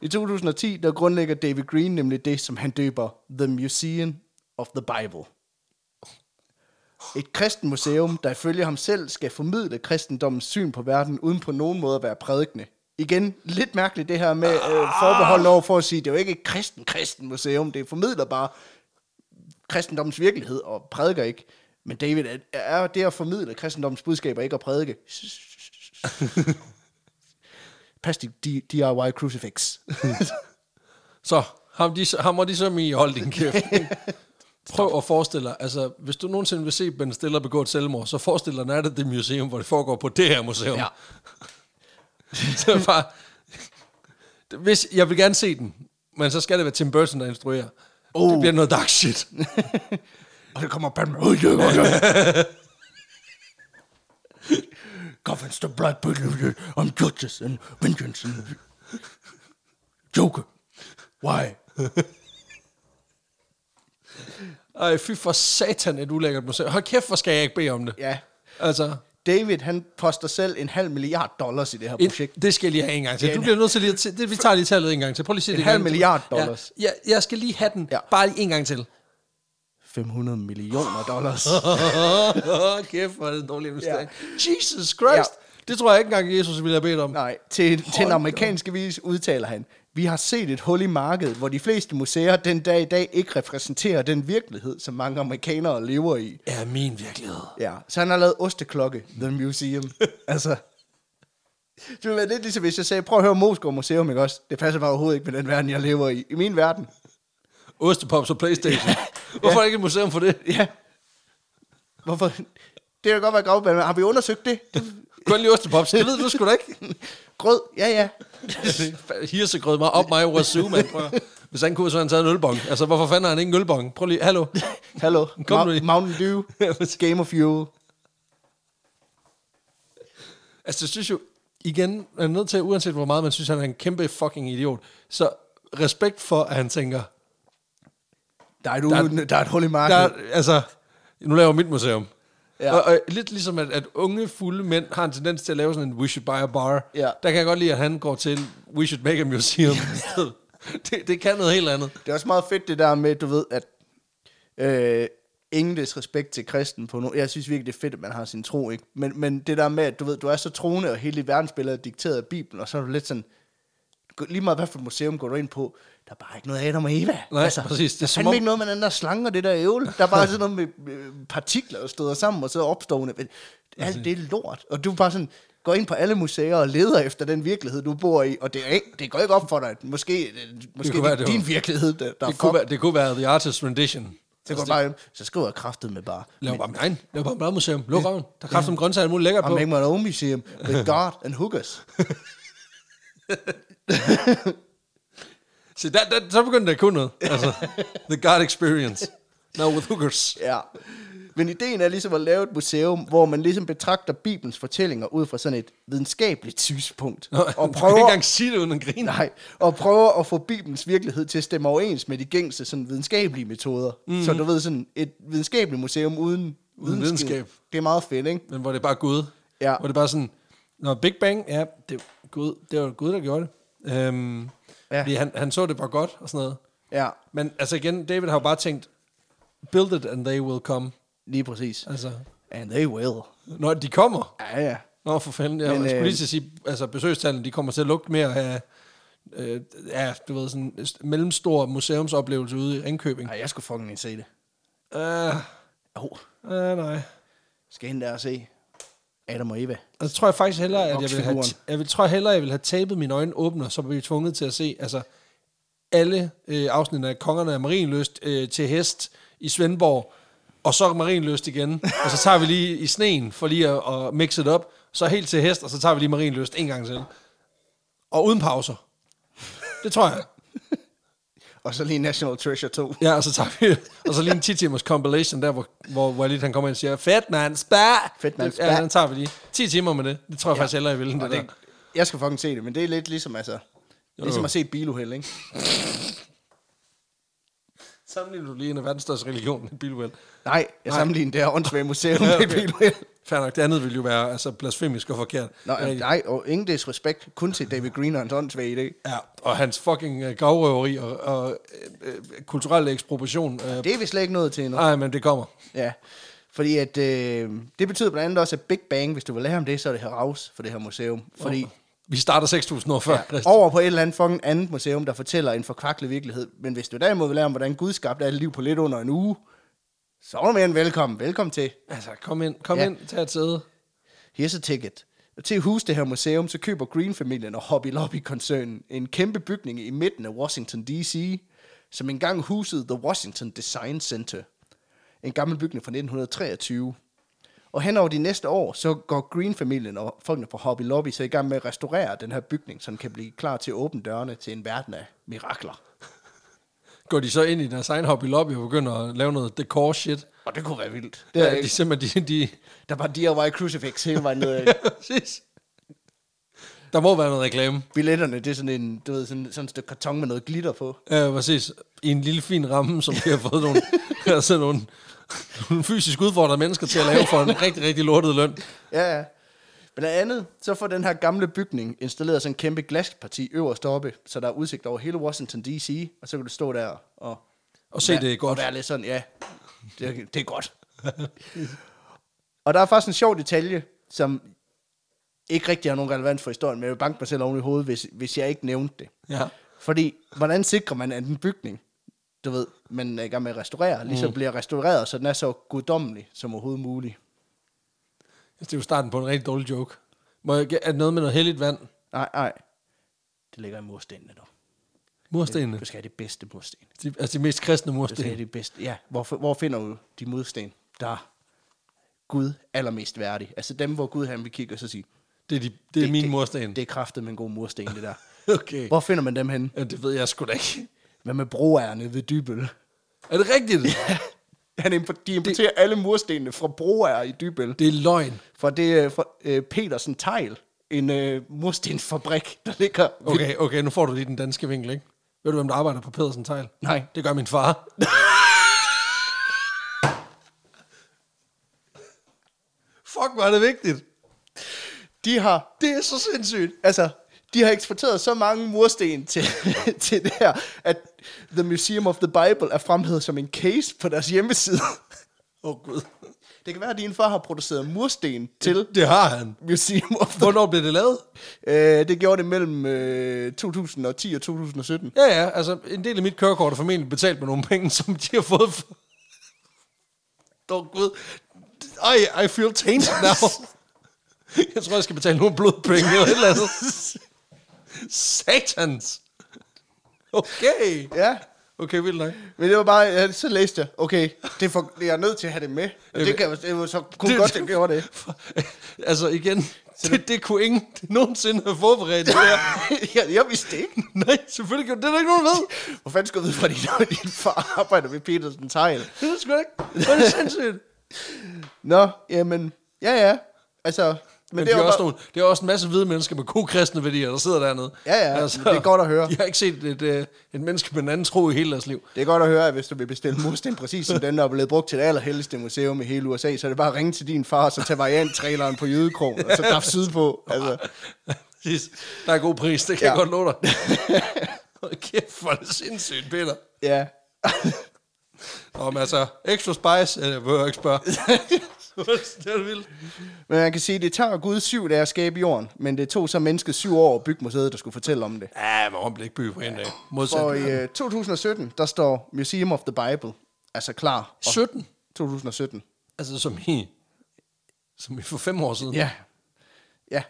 Speaker 2: I 2010, der grundlægger David Green nemlig det, som han døber The Museum of the Bible. Et kristen museum, der ifølge ham selv skal formidle kristendommens syn på verden, uden på nogen måde at være prædikende. Igen, lidt mærkeligt det her med øh, forbehold over for at sige, det er jo ikke et kristen-kristen museum, det formidler bare kristendommens virkelighed og prædiker ikke. Men David, er- er det at formidle kristendommens budskaber ikke at prædike? Pas dit D- DIY crucifix.
Speaker 1: Så, ham, de, ham og de som i, hold din kæft. Prøv at forestille dig, altså, hvis du nogensinde vil se Ben Stiller begå et selvmord, så forestil dig, at det det museum, hvor det foregår på det her museum.
Speaker 2: Ja.
Speaker 1: så er det bare, hvis, jeg vil gerne se den, men så skal det være Tim Burton, der instruerer.
Speaker 2: Uh.
Speaker 1: Oh. Det bliver noget dark shit.
Speaker 2: Og det kommer Batman. Oh, yeah, oh, yeah. Governs the blood polluted on justice and vengeance and Joker. Why?
Speaker 1: Ej, fy for satan, et ulækkert museum. Hold kæft, hvor skal jeg ikke bede om det.
Speaker 2: Ja,
Speaker 1: Altså,
Speaker 2: David han poster selv en halv milliard dollars i det her
Speaker 1: et,
Speaker 2: projekt.
Speaker 1: det skal jeg lige have en gang til.
Speaker 2: Ja,
Speaker 1: Du
Speaker 2: en-
Speaker 1: bliver nødt til lige at... tæ- Det, vi tager lige tallet en gang til. Prøv lige at sige
Speaker 2: En
Speaker 1: det en
Speaker 2: halv
Speaker 1: gang til.
Speaker 2: milliard dollars.
Speaker 1: Ja, ja, jeg skal lige have den.
Speaker 2: Ja.
Speaker 1: Ja. Bare lige en gang til.
Speaker 2: 500 millioner dollars.
Speaker 1: Åh, kæft, hvor er det en dårlig investering. Ja. Jesus Christ.
Speaker 2: Ja.
Speaker 1: Ja. Det tror jeg ikke engang, Jesus ville have bedt om.
Speaker 2: Nej, til, til den amerikanske vis udtaler han, vi har set et hul i markedet, hvor de fleste museer den dag i dag ikke repræsenterer den virkelighed, som mange amerikanere lever i.
Speaker 1: Er min virkelighed.
Speaker 2: Ja, så han har lavet Osteklokke, The Museum. altså, det ville være lidt ligesom, hvis jeg sagde, prøv at høre Moskov Museum, ikke også? Det passer bare overhovedet ikke med den verden, jeg lever i. I min verden.
Speaker 1: Ostepops og Playstation. Hvorfor er der ikke et museum for det?
Speaker 2: Ja. Hvorfor? Det kan godt være gravband, men har vi undersøgt det? det...
Speaker 1: Kun lige Ostepops. Det ved du sgu da ikke.
Speaker 2: Grød, ja ja.
Speaker 1: Hirsegrød mig op mig over Zoom, mand. Prøv at- Hvis han kunne, så havde han taget en ølbong. Altså, hvorfor fanden har han ikke en ølbong? Prøv lige, hallo.
Speaker 2: Hallo,
Speaker 1: Kom nu
Speaker 2: Ma-
Speaker 1: i.
Speaker 2: Mountain Dew, Game of Fuel.
Speaker 1: Altså, jeg synes jo, igen, man er nødt til, uanset hvor meget man synes, han er en kæmpe fucking idiot, så respekt for, at han tænker,
Speaker 2: Der er, et der, der er et hul i
Speaker 1: der,
Speaker 2: markedet.
Speaker 1: er- altså, nu laver jeg mit museum.
Speaker 2: Ja.
Speaker 1: Ja. Og, og, lidt ligesom, at, at unge, fulde mænd har en tendens til at lave sådan en we should buy a bar.
Speaker 2: Ja.
Speaker 1: Der kan jeg godt lide, at han går til we should make a museum. Ja. det, det kan noget helt andet.
Speaker 2: Det er også meget fedt det der med, du ved, at øh, ingen disrespekt til kristen på nogen. Jeg synes virkelig, det er fedt, at man har sin tro, ikke? Men, men det der med, at du ved, du er så troende, og hele dit verdensbillede er dikteret af Bibelen, og så er du lidt sådan, gå- lige meget hvad for et museum går du ind på, der er bare ikke noget Adam og Eva.
Speaker 1: Nej, præcis. Det er
Speaker 2: Det er
Speaker 1: som
Speaker 2: fandme
Speaker 1: om-
Speaker 2: ikke noget med den der slange og det der ævle. Der er bare sådan noget med øh, partikler, der støder sammen, og så opstående. Alt det er lort. Og du er bare sådan, går ind på alle museer og leder efter den virkelighed, du bor i, og det, er ikke, det går ikke op for dig. at Måske, øh, måske
Speaker 1: kunne
Speaker 2: det
Speaker 1: være, det var-
Speaker 2: din virkelighed, der, der
Speaker 1: Det kunne, være, det kunne være The Artist Rendition.
Speaker 2: så,
Speaker 1: Altså,
Speaker 2: går bare, hjem, så skriver jeg kraftet med bare.
Speaker 1: Lav bare min egen. Lav bare mit eget museum. Luk røven. Der er kraft som grøntsager, alt muligt lækkert
Speaker 2: I'm
Speaker 1: på.
Speaker 2: making my own museum with God and hookers.
Speaker 1: Se, der, der, så begyndte det at kunne noget. Altså, the God Experience. Now with hookers.
Speaker 2: Ja. Men ideen er ligesom at lave et museum, hvor man ligesom betragter Bibelens fortællinger ud fra sådan et videnskabeligt synspunkt.
Speaker 1: Nå, og prøver... Du kan ikke engang sige det uden at grine.
Speaker 2: Nej, og prøver at få Bibelens virkelighed til at stemme overens med de gængse sådan, videnskabelige metoder. Mm. Så du ved, sådan et videnskabeligt museum uden,
Speaker 1: Uden videnskab.
Speaker 2: Det er meget fedt, ikke?
Speaker 1: Men hvor det bare er Gud.
Speaker 2: Ja.
Speaker 1: Hvor det bare er sådan, når Big Bang, ja, det, er Gud, det var Gud, der gjorde det. Øhm,
Speaker 2: Ja.
Speaker 1: ja. Fordi han, han så det bare godt og sådan noget.
Speaker 2: Ja,
Speaker 1: Men altså igen, David har jo bare tænkt, build it and they will come.
Speaker 2: lige præcis.
Speaker 1: Altså,
Speaker 2: And they will.
Speaker 1: når de kommer.
Speaker 2: Ja, ja.
Speaker 1: Nå, for fanden. Jeg,
Speaker 2: Men,
Speaker 1: Men, jeg skulle
Speaker 2: øh,
Speaker 1: lige til at sige, altså besøgstallene, de kommer til at lugte mere af, øh, ja, du ved, sådan en st- mellemstor museumsoplevelse ude i Ringkøbing.
Speaker 2: Ej, jeg skulle fucking ikke se det.
Speaker 1: Øh,
Speaker 2: Jo,
Speaker 1: øh, nej.
Speaker 2: skal ind der og se. Adam og Eva.
Speaker 1: Og så Altså, tror jeg faktisk hellere, at jeg vil have,
Speaker 2: Voksfiguren.
Speaker 1: jeg vil, tror jeg hellere, jeg vil have tabet mine øjne åbne, og så blev vi tvunget til at se altså, alle øh, afsnittene af Kongerne af Marienløst øh, til hest i Svendborg, og så Marienløst igen, og så tager vi lige i sneen for lige at, at mixe det op, så helt til hest, og så tager vi lige Marienløst en gang til. Og uden pauser. Det tror jeg.
Speaker 2: Og så lige National Treasure 2.
Speaker 1: Ja, og så tager vi, og så lige en 10 timers compilation der, hvor, hvor, hvor lige han kommer ind og siger, fedt man, spær!
Speaker 2: Fedt, mand,
Speaker 1: Ja,
Speaker 2: spær.
Speaker 1: den tager vi lige. 10 timer med det. Det tror jeg ja. faktisk hellere, jeg vil, end
Speaker 2: Og
Speaker 1: det,
Speaker 2: det,
Speaker 1: der.
Speaker 2: jeg skal fucking se det, men det er lidt ligesom, altså, ligesom at se et biluheld, ikke?
Speaker 1: Sammenligner du lige en af verdens største religion, en bilvel.
Speaker 2: Nej, jeg
Speaker 1: Nej.
Speaker 2: sammenligner det her åndssvage museum
Speaker 1: Ja,
Speaker 2: med et
Speaker 1: okay.
Speaker 2: biluheld.
Speaker 1: Fair nok, det andet ville jo være altså, blasfemisk og forkert.
Speaker 2: Nå,
Speaker 1: Det er rigtigt.
Speaker 2: nej, og ingen disrespekt, kun til David Green og hans åndssvage idé.
Speaker 1: Ja, og hans fucking uh, gavrøveri og, og øh, øh, kulturelle ekspropriation. Øh,
Speaker 2: Det er vi slet ikke nået til endnu.
Speaker 1: nej, men det kommer.
Speaker 2: Ja, fordi at, øh, det betyder blandt andet også, at Big Bang, hvis du vil lære om det, så er det her raus for det her museum. Fordi
Speaker 1: Vi starter 6.000 år før ja. Kristus.
Speaker 2: over på et eller andet fucking andet museum, der fortæller en forkvaklet virkelighed. Men hvis du derimod vil lære om, hvordan Gud skabte alt liv på lidt under en uge, så er du mere end velkommen. Velkommen til.
Speaker 1: Altså, kom ind, kom
Speaker 2: Ja.
Speaker 1: ja. ind, tag et sæde.
Speaker 2: Here's a ticket. Til at huse det her museum, så køber Green-familien og Hobby Lobby-koncernen en kæmpe bygning i midten af Washington D.C., som engang husede The Washington Design Center. En gammel bygning fra 1923. Og hen over de næste år, så går Green-familien og folkene fra Hobby Lobby så i gang med at restaurere den her bygning, så den kan blive klar til at åbne dørene til en verden af mirakler.
Speaker 1: Går de så ind i deres egen hobby lobby og begynder at lave noget decor shit.
Speaker 2: Og det kunne være vildt. Det
Speaker 1: Det
Speaker 2: er,
Speaker 1: er de simpelthen, de, de,
Speaker 2: Der var DIY Crucifix hele vejen ned.
Speaker 1: Præcis. Der må være noget reklame.
Speaker 2: Billetterne, det er sådan en, du ved, sådan, sådan et stykke karton med noget glitter på.
Speaker 1: Ja, præcis. I en lille fin ramme, som vi har fået nogle, altså nogle, nogle fysisk udfordrede mennesker til at lave for en rigtig, rigtig lortet løn.
Speaker 2: Ja, ja. Blandt andet, så får den her gamle bygning installeret sådan en kæmpe glasparti øverst oppe, så der er udsigt over hele Washington D.C., og så kan du stå der og...
Speaker 1: Og se, det er
Speaker 2: Og
Speaker 1: godt.
Speaker 2: være lidt sådan, ja, det, det er godt. og der er faktisk en sjov detalje, som ikke rigtig har nogen relevans for historien, men jeg vil banke mig selv oven i hovedet, hvis, hvis jeg ikke nævnte det.
Speaker 1: Ja.
Speaker 2: Fordi, hvordan sikrer man, at en bygning, du ved, man er i gang med at restaurere, ligesom mm. bliver restaureret, så den er så guddommelig som overhovedet muligt?
Speaker 1: Altså, Det er jo starten på en rigtig dårlig joke. Må jeg, er det noget med noget heldigt vand?
Speaker 2: Nej, nej. Det ligger i murstenene, dog.
Speaker 1: Murstenene.
Speaker 2: Du skal have det bedste mursten.
Speaker 1: De, altså de mest kristne
Speaker 2: Du skal have
Speaker 1: mursten.
Speaker 2: det bedste. Ja, hvor, hvor finder du de mursten, der er Gud allermest værdig? Altså dem, hvor Gud han vil kigge og så sige,
Speaker 1: Det er, de, det er min mursten.
Speaker 2: det er kraftet med en god mursten, det der.
Speaker 1: Okay.
Speaker 2: Hvor finder man dem henne?
Speaker 1: Ja, det ved jeg sgu da ikke.
Speaker 2: Hvad med broerne ved Dybøl?
Speaker 1: Er det rigtigt?
Speaker 2: Han impor- de importerer det... alle murstenene fra broer i Dybøl.
Speaker 1: Det er løgn.
Speaker 2: Fra det øh, fra, øh, Petersen Tejl, en øh, murstensfabrik, der ligger... ved-
Speaker 1: Okay, okay, nu får du lige den danske vinkel, ikke? Ved du, hvem der arbejder på Pedersen Tejl?
Speaker 2: Nej.
Speaker 1: Det gør min far. Fuck, hvor er det vigtigt.
Speaker 2: De har
Speaker 1: Det er så sindssygt.
Speaker 2: altså, de har eksporteret så mange mursten til, til det her, at The Museum of the Bible er fremhævet som en case på deres hjemmeside.
Speaker 1: Åh, oh, Gud.
Speaker 2: Det kan være, at din far har produceret mursten til
Speaker 1: Det har han.
Speaker 2: Museum of the...
Speaker 1: Hvornår blev det lavet?
Speaker 2: Øh, det gjorde det mellem øh, 2010 og 2017.
Speaker 1: Ja, ja, altså en del af mit kørekort er formentlig betalt med nogle penge, som de har fået for... Åh, Gud. I, I feel tainted now. Jeg tror, jeg skal betale nogle blodpenge eller et eller andet. Satans. Okay.
Speaker 2: Ja,
Speaker 1: Okay, vildt nok.
Speaker 2: men det var bare... Ja, så læste jeg, okay, det er for, jeg er nødt til at have det med. Og det, kan, det var så kun godt, jeg gjorde det.
Speaker 1: altså igen, det, det kunne ingen nogensinde have forberedt det her.
Speaker 2: jeg, jeg vidste det ikke.
Speaker 1: Nej, selvfølgelig gjorde det. Det er der ikke nogen, der ved.
Speaker 2: Hvor fanden skulle jeg vide, fordi din far arbejder ved Petersen Tejl?
Speaker 1: Det er det sgu da ikke. Hvor er det sindssygt.
Speaker 2: Nå, jamen, ja ja. Altså,
Speaker 1: Men, men det, er
Speaker 2: jo
Speaker 1: også
Speaker 2: bare-
Speaker 1: nogle, det er også en masse hvide mennesker med gode kristne værdier, der sidder dernede. Altså,
Speaker 2: Ja, ja, det er godt at høre.
Speaker 1: Jeg har ikke set et, øh, et menneske med en anden tro i hele deres liv.
Speaker 2: Det er godt at høre, at hvis du vil bestille mursten præcis som den, der er blevet brugt til det allerhelligste museum i hele USA, så er det bare at ringe til din far, og så tage variant-traileren på Jødekrogen, og så daf sydpå. Altså,
Speaker 1: Præcis. Der er god pris, det kan ja. jeg
Speaker 2: Ja.
Speaker 1: godt love dig. Hold kæft, hvor er det sindssygt, Peter.
Speaker 2: ja.
Speaker 1: Nå, men altså, extra spice, øh, vil jeg ikke spørge. det er vildt.
Speaker 2: Men man kan sige, at det tager Gud syv dage at skabe jorden, men det tog så mennesket syv år at bygge museet, der skulle fortælle om det.
Speaker 1: Ja, men hun blev ikke by på en dag. Modsat.
Speaker 2: Og i øh, 2017, der står Museum of the Bible, altså klar. Og
Speaker 1: 17?
Speaker 2: 2017.
Speaker 1: Altså som i Som vi for fem år siden.
Speaker 2: Ja. Ja.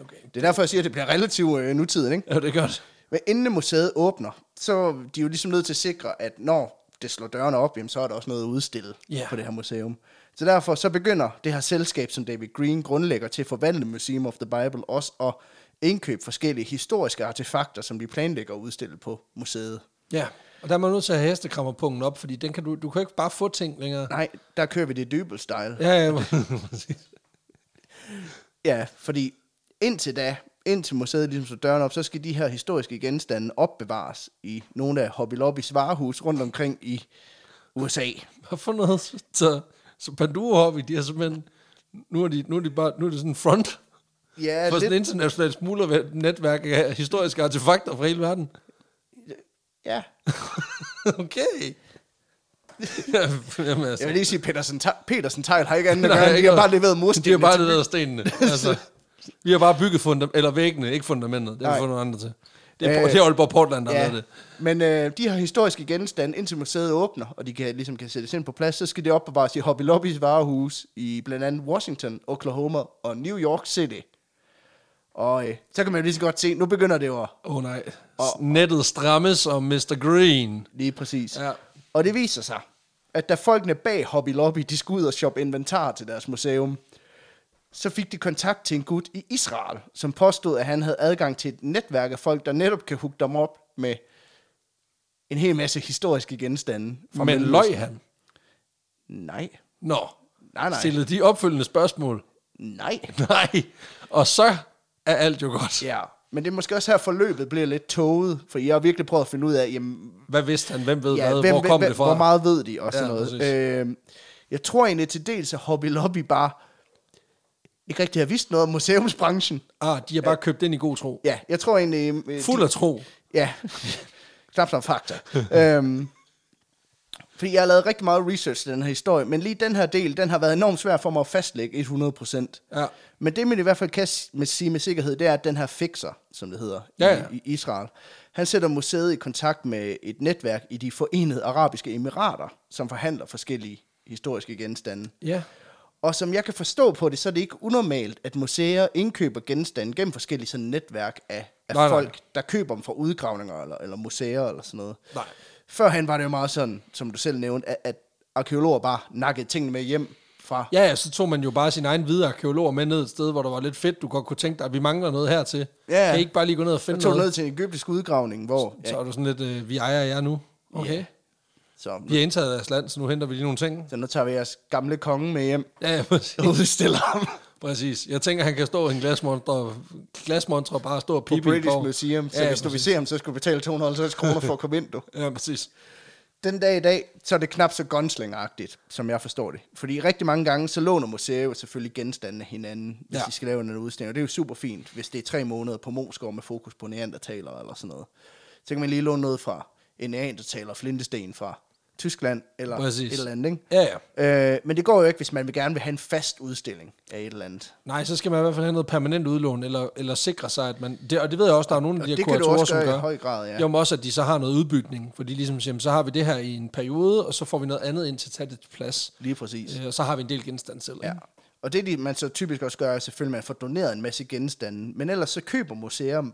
Speaker 1: Okay.
Speaker 2: Det er derfor, jeg siger, at det bliver relativt øh, nutidigt, ikke?
Speaker 1: Ja, det er godt.
Speaker 2: Men inden museet åbner, så er de jo ligesom nødt til at sikre, at når det slår dørene op, jamen, så er der også noget at udstille
Speaker 1: Ja.
Speaker 2: på det her museum. Så derfor så begynder det her selskab, som David Green grundlægger til at forvandle Museum of the Bible, også at indkøbe forskellige historiske artefakter, som de planlægger at udstille på museet.
Speaker 1: Ja, og der er man nødt til at have hestekrammerpungen op, fordi den kan du, du kan jo ikke bare få ting længere.
Speaker 2: Nej, der kører vi det dybel-style.
Speaker 1: Ja, ja, præcis.
Speaker 2: Ja, fordi indtil da, indtil museet ligesom slår døren op, så skal de her historiske genstande opbevares i nogle af Hobby Lobby's varehus rundt omkring i USA.
Speaker 1: Hvad for noget? Så, så Panduro Hobby, de er simpelthen... Nu er, de, nu er, de bare, nu er det sådan en front
Speaker 2: Ja,
Speaker 1: for sådan et
Speaker 2: lidt,
Speaker 1: internationalt smuglernetværk af historiske artefakter fra hele verden.
Speaker 2: ja.
Speaker 1: okay. Jamen, altså,
Speaker 2: Jeg vil lige sige, Petersen, Ta- Petersen Tejl har ikke andet at
Speaker 1: Nej,
Speaker 2: gøre,
Speaker 1: ikke
Speaker 2: de har
Speaker 1: noget.
Speaker 2: bare leveret mursten.
Speaker 1: de har bare leveret stenene. Altså, vi har bare bygget fundament, eller væggene, ikke fundamentet. Det har
Speaker 2: Nej.
Speaker 1: vi fundet nogle andre til. Det er,
Speaker 2: Øh,
Speaker 1: øh, det er Aalborg Portland, der ja. har
Speaker 2: Ja,
Speaker 1: lavet det.
Speaker 2: men øh, de her historiske genstande, indtil museet åbner, og de kan, ligesom kan sættes ind på plads, så skal det opbevares i Hobby Lobby's varehus i blandt andet Washington, Oklahoma og New York City. Og øh, så kan man jo lige så godt se, nu begynder det jo at-
Speaker 1: Åh oh, nej. Og, Nettet strammes om Mr. Green.
Speaker 2: Lige præcis.
Speaker 1: Ja.
Speaker 2: Og det viser sig, at da folkene bag Hobby Lobby, de skulle ud og shoppe inventar til deres museum, så fik de kontakt til en gut i Israel, som påstod, at han havde adgang til et netværk af folk, der netop kan hugge dem op med en hel masse historiske genstande. fra
Speaker 1: Men
Speaker 2: Mellemøsten.
Speaker 1: løj han?
Speaker 2: Nej,
Speaker 1: Nå.
Speaker 2: Nej, nej.
Speaker 1: Stillede de opfølgende spørgsmål?
Speaker 2: nej.
Speaker 1: Nej. Og så er alt jo godt.
Speaker 2: Ja, men det er måske også her forløbet bliver lidt tåget, for jeg har virkelig prøvet at finde ud af, jamen,
Speaker 1: Hvad vidste han? Hvem ved ja, hvad? Hvor kom det fra?
Speaker 2: Hvor meget ved de? Og
Speaker 1: Ja,
Speaker 2: sådan ja,
Speaker 1: præcis.
Speaker 2: noget. Øh, jeg tror egentlig til dels, at Hobby Lobby bare ikke rigtig har vidst noget om museumsbranchen.
Speaker 1: Ah, de har bare købt ind i god tro.
Speaker 2: Ja, jeg tror egentlig... Øh,
Speaker 1: Fuld
Speaker 2: de,
Speaker 1: af tro.
Speaker 2: Ja, knap som fakta. øhm, fordi jeg har lavet rigtig meget research til den her historie, men lige den her del, den har været enormt svær for mig at fastlægge 100%.
Speaker 1: Ja.
Speaker 2: Men det, man i hvert fald kan s- med, sige med sikkerhed, det er, at den her fixer, som det hedder
Speaker 1: Ja,
Speaker 2: ja,
Speaker 1: ja.
Speaker 2: i, i Israel, han sætter museet i kontakt med et netværk i de forenede arabiske emirater, som forhandler forskellige historiske genstande.
Speaker 1: Ja.
Speaker 2: Og som jeg kan forstå på det, så er det ikke unormalt, at museer indkøber genstande gennem forskellige sådan netværk af, af
Speaker 1: Nej, nej.
Speaker 2: folk, der køber dem fra udgravninger eller, eller museer eller sådan noget.
Speaker 1: Nej.
Speaker 2: Førhen var det jo meget sådan, som du selv nævnte, at, at arkeologer bare nakkede tingene med hjem fra...
Speaker 1: Ja, ja, så tog man jo bare sin egen hvide arkeologer med ned et sted, hvor der var lidt fedt, du godt kunne tænke dig, at vi mangler noget hertil.
Speaker 2: Ja.
Speaker 1: Kan I ikke bare lige gå ned og finde
Speaker 2: Jeg tog
Speaker 1: noget?
Speaker 2: ned til en egyptisk udgravning, hvor...
Speaker 1: Så er du sådan lidt, øh, vi ejer jer nu. Okay.
Speaker 2: Ja. Så,
Speaker 1: Vi har indtaget jeres land, så nu henter vi lige nogle ting.
Speaker 2: så nu tager vi jeres gamle konge med hjem.
Speaker 1: Ja, ja, præcis.
Speaker 2: Udstiller ham
Speaker 1: præcis. Jeg tænker, han kan stå i en glasmontre, og- glasmontre og bare stå og pipe
Speaker 2: på
Speaker 1: i en
Speaker 2: British
Speaker 1: borg.
Speaker 2: Museum. Så
Speaker 1: Ja, ja,
Speaker 2: hvis du vil
Speaker 1: præcis.
Speaker 2: se ham, så skal du betale 250 kroner for at komme ind, du.
Speaker 1: Ja, præcis.
Speaker 2: den dag i dag, så er det knap så gunslingeragtigt, som jeg forstår det. Fordi rigtig mange gange, så låner museer jo selvfølgelig genstande af hinanden, hvis ja.
Speaker 1: Ja.
Speaker 2: de skal lave en udstilling. Og det er jo super fint, hvis det er tre måneder på Moskov med fokus på neandertaler eller sådan noget. Så kan man lige låne noget fra en neandertaler flintesten fra Tyskland eller
Speaker 1: Præcis.
Speaker 2: et eller andet. Ikke?
Speaker 1: Ja, ja.
Speaker 2: Øh, men det går jo ikke, hvis man vil gerne vil have en fast udstilling af et eller andet.
Speaker 1: Nej, så skal man i hvert fald have noget permanent udlån, eller, eller sikre sig, at man... Det, og det ved jeg også, der er nogle af
Speaker 2: Og
Speaker 1: de her
Speaker 2: det kan du
Speaker 1: kuratorer,
Speaker 2: også
Speaker 1: som
Speaker 2: gøre i
Speaker 1: gør.
Speaker 2: høj grad, ja.
Speaker 1: Jo, men også, at de så har noget udbygning, fordi ligesom siger, jamen, så har vi det her i en periode, og så får vi noget andet ind til at tage det plads.
Speaker 2: Lige præcis.
Speaker 1: Øh, Og så har vi en del genstand selv.
Speaker 2: Ja.
Speaker 1: ikke?
Speaker 2: Og det, de- man så typisk også gør, er selvfølgelig, at man får doneret en masse genstande. Men ellers så køber museerne,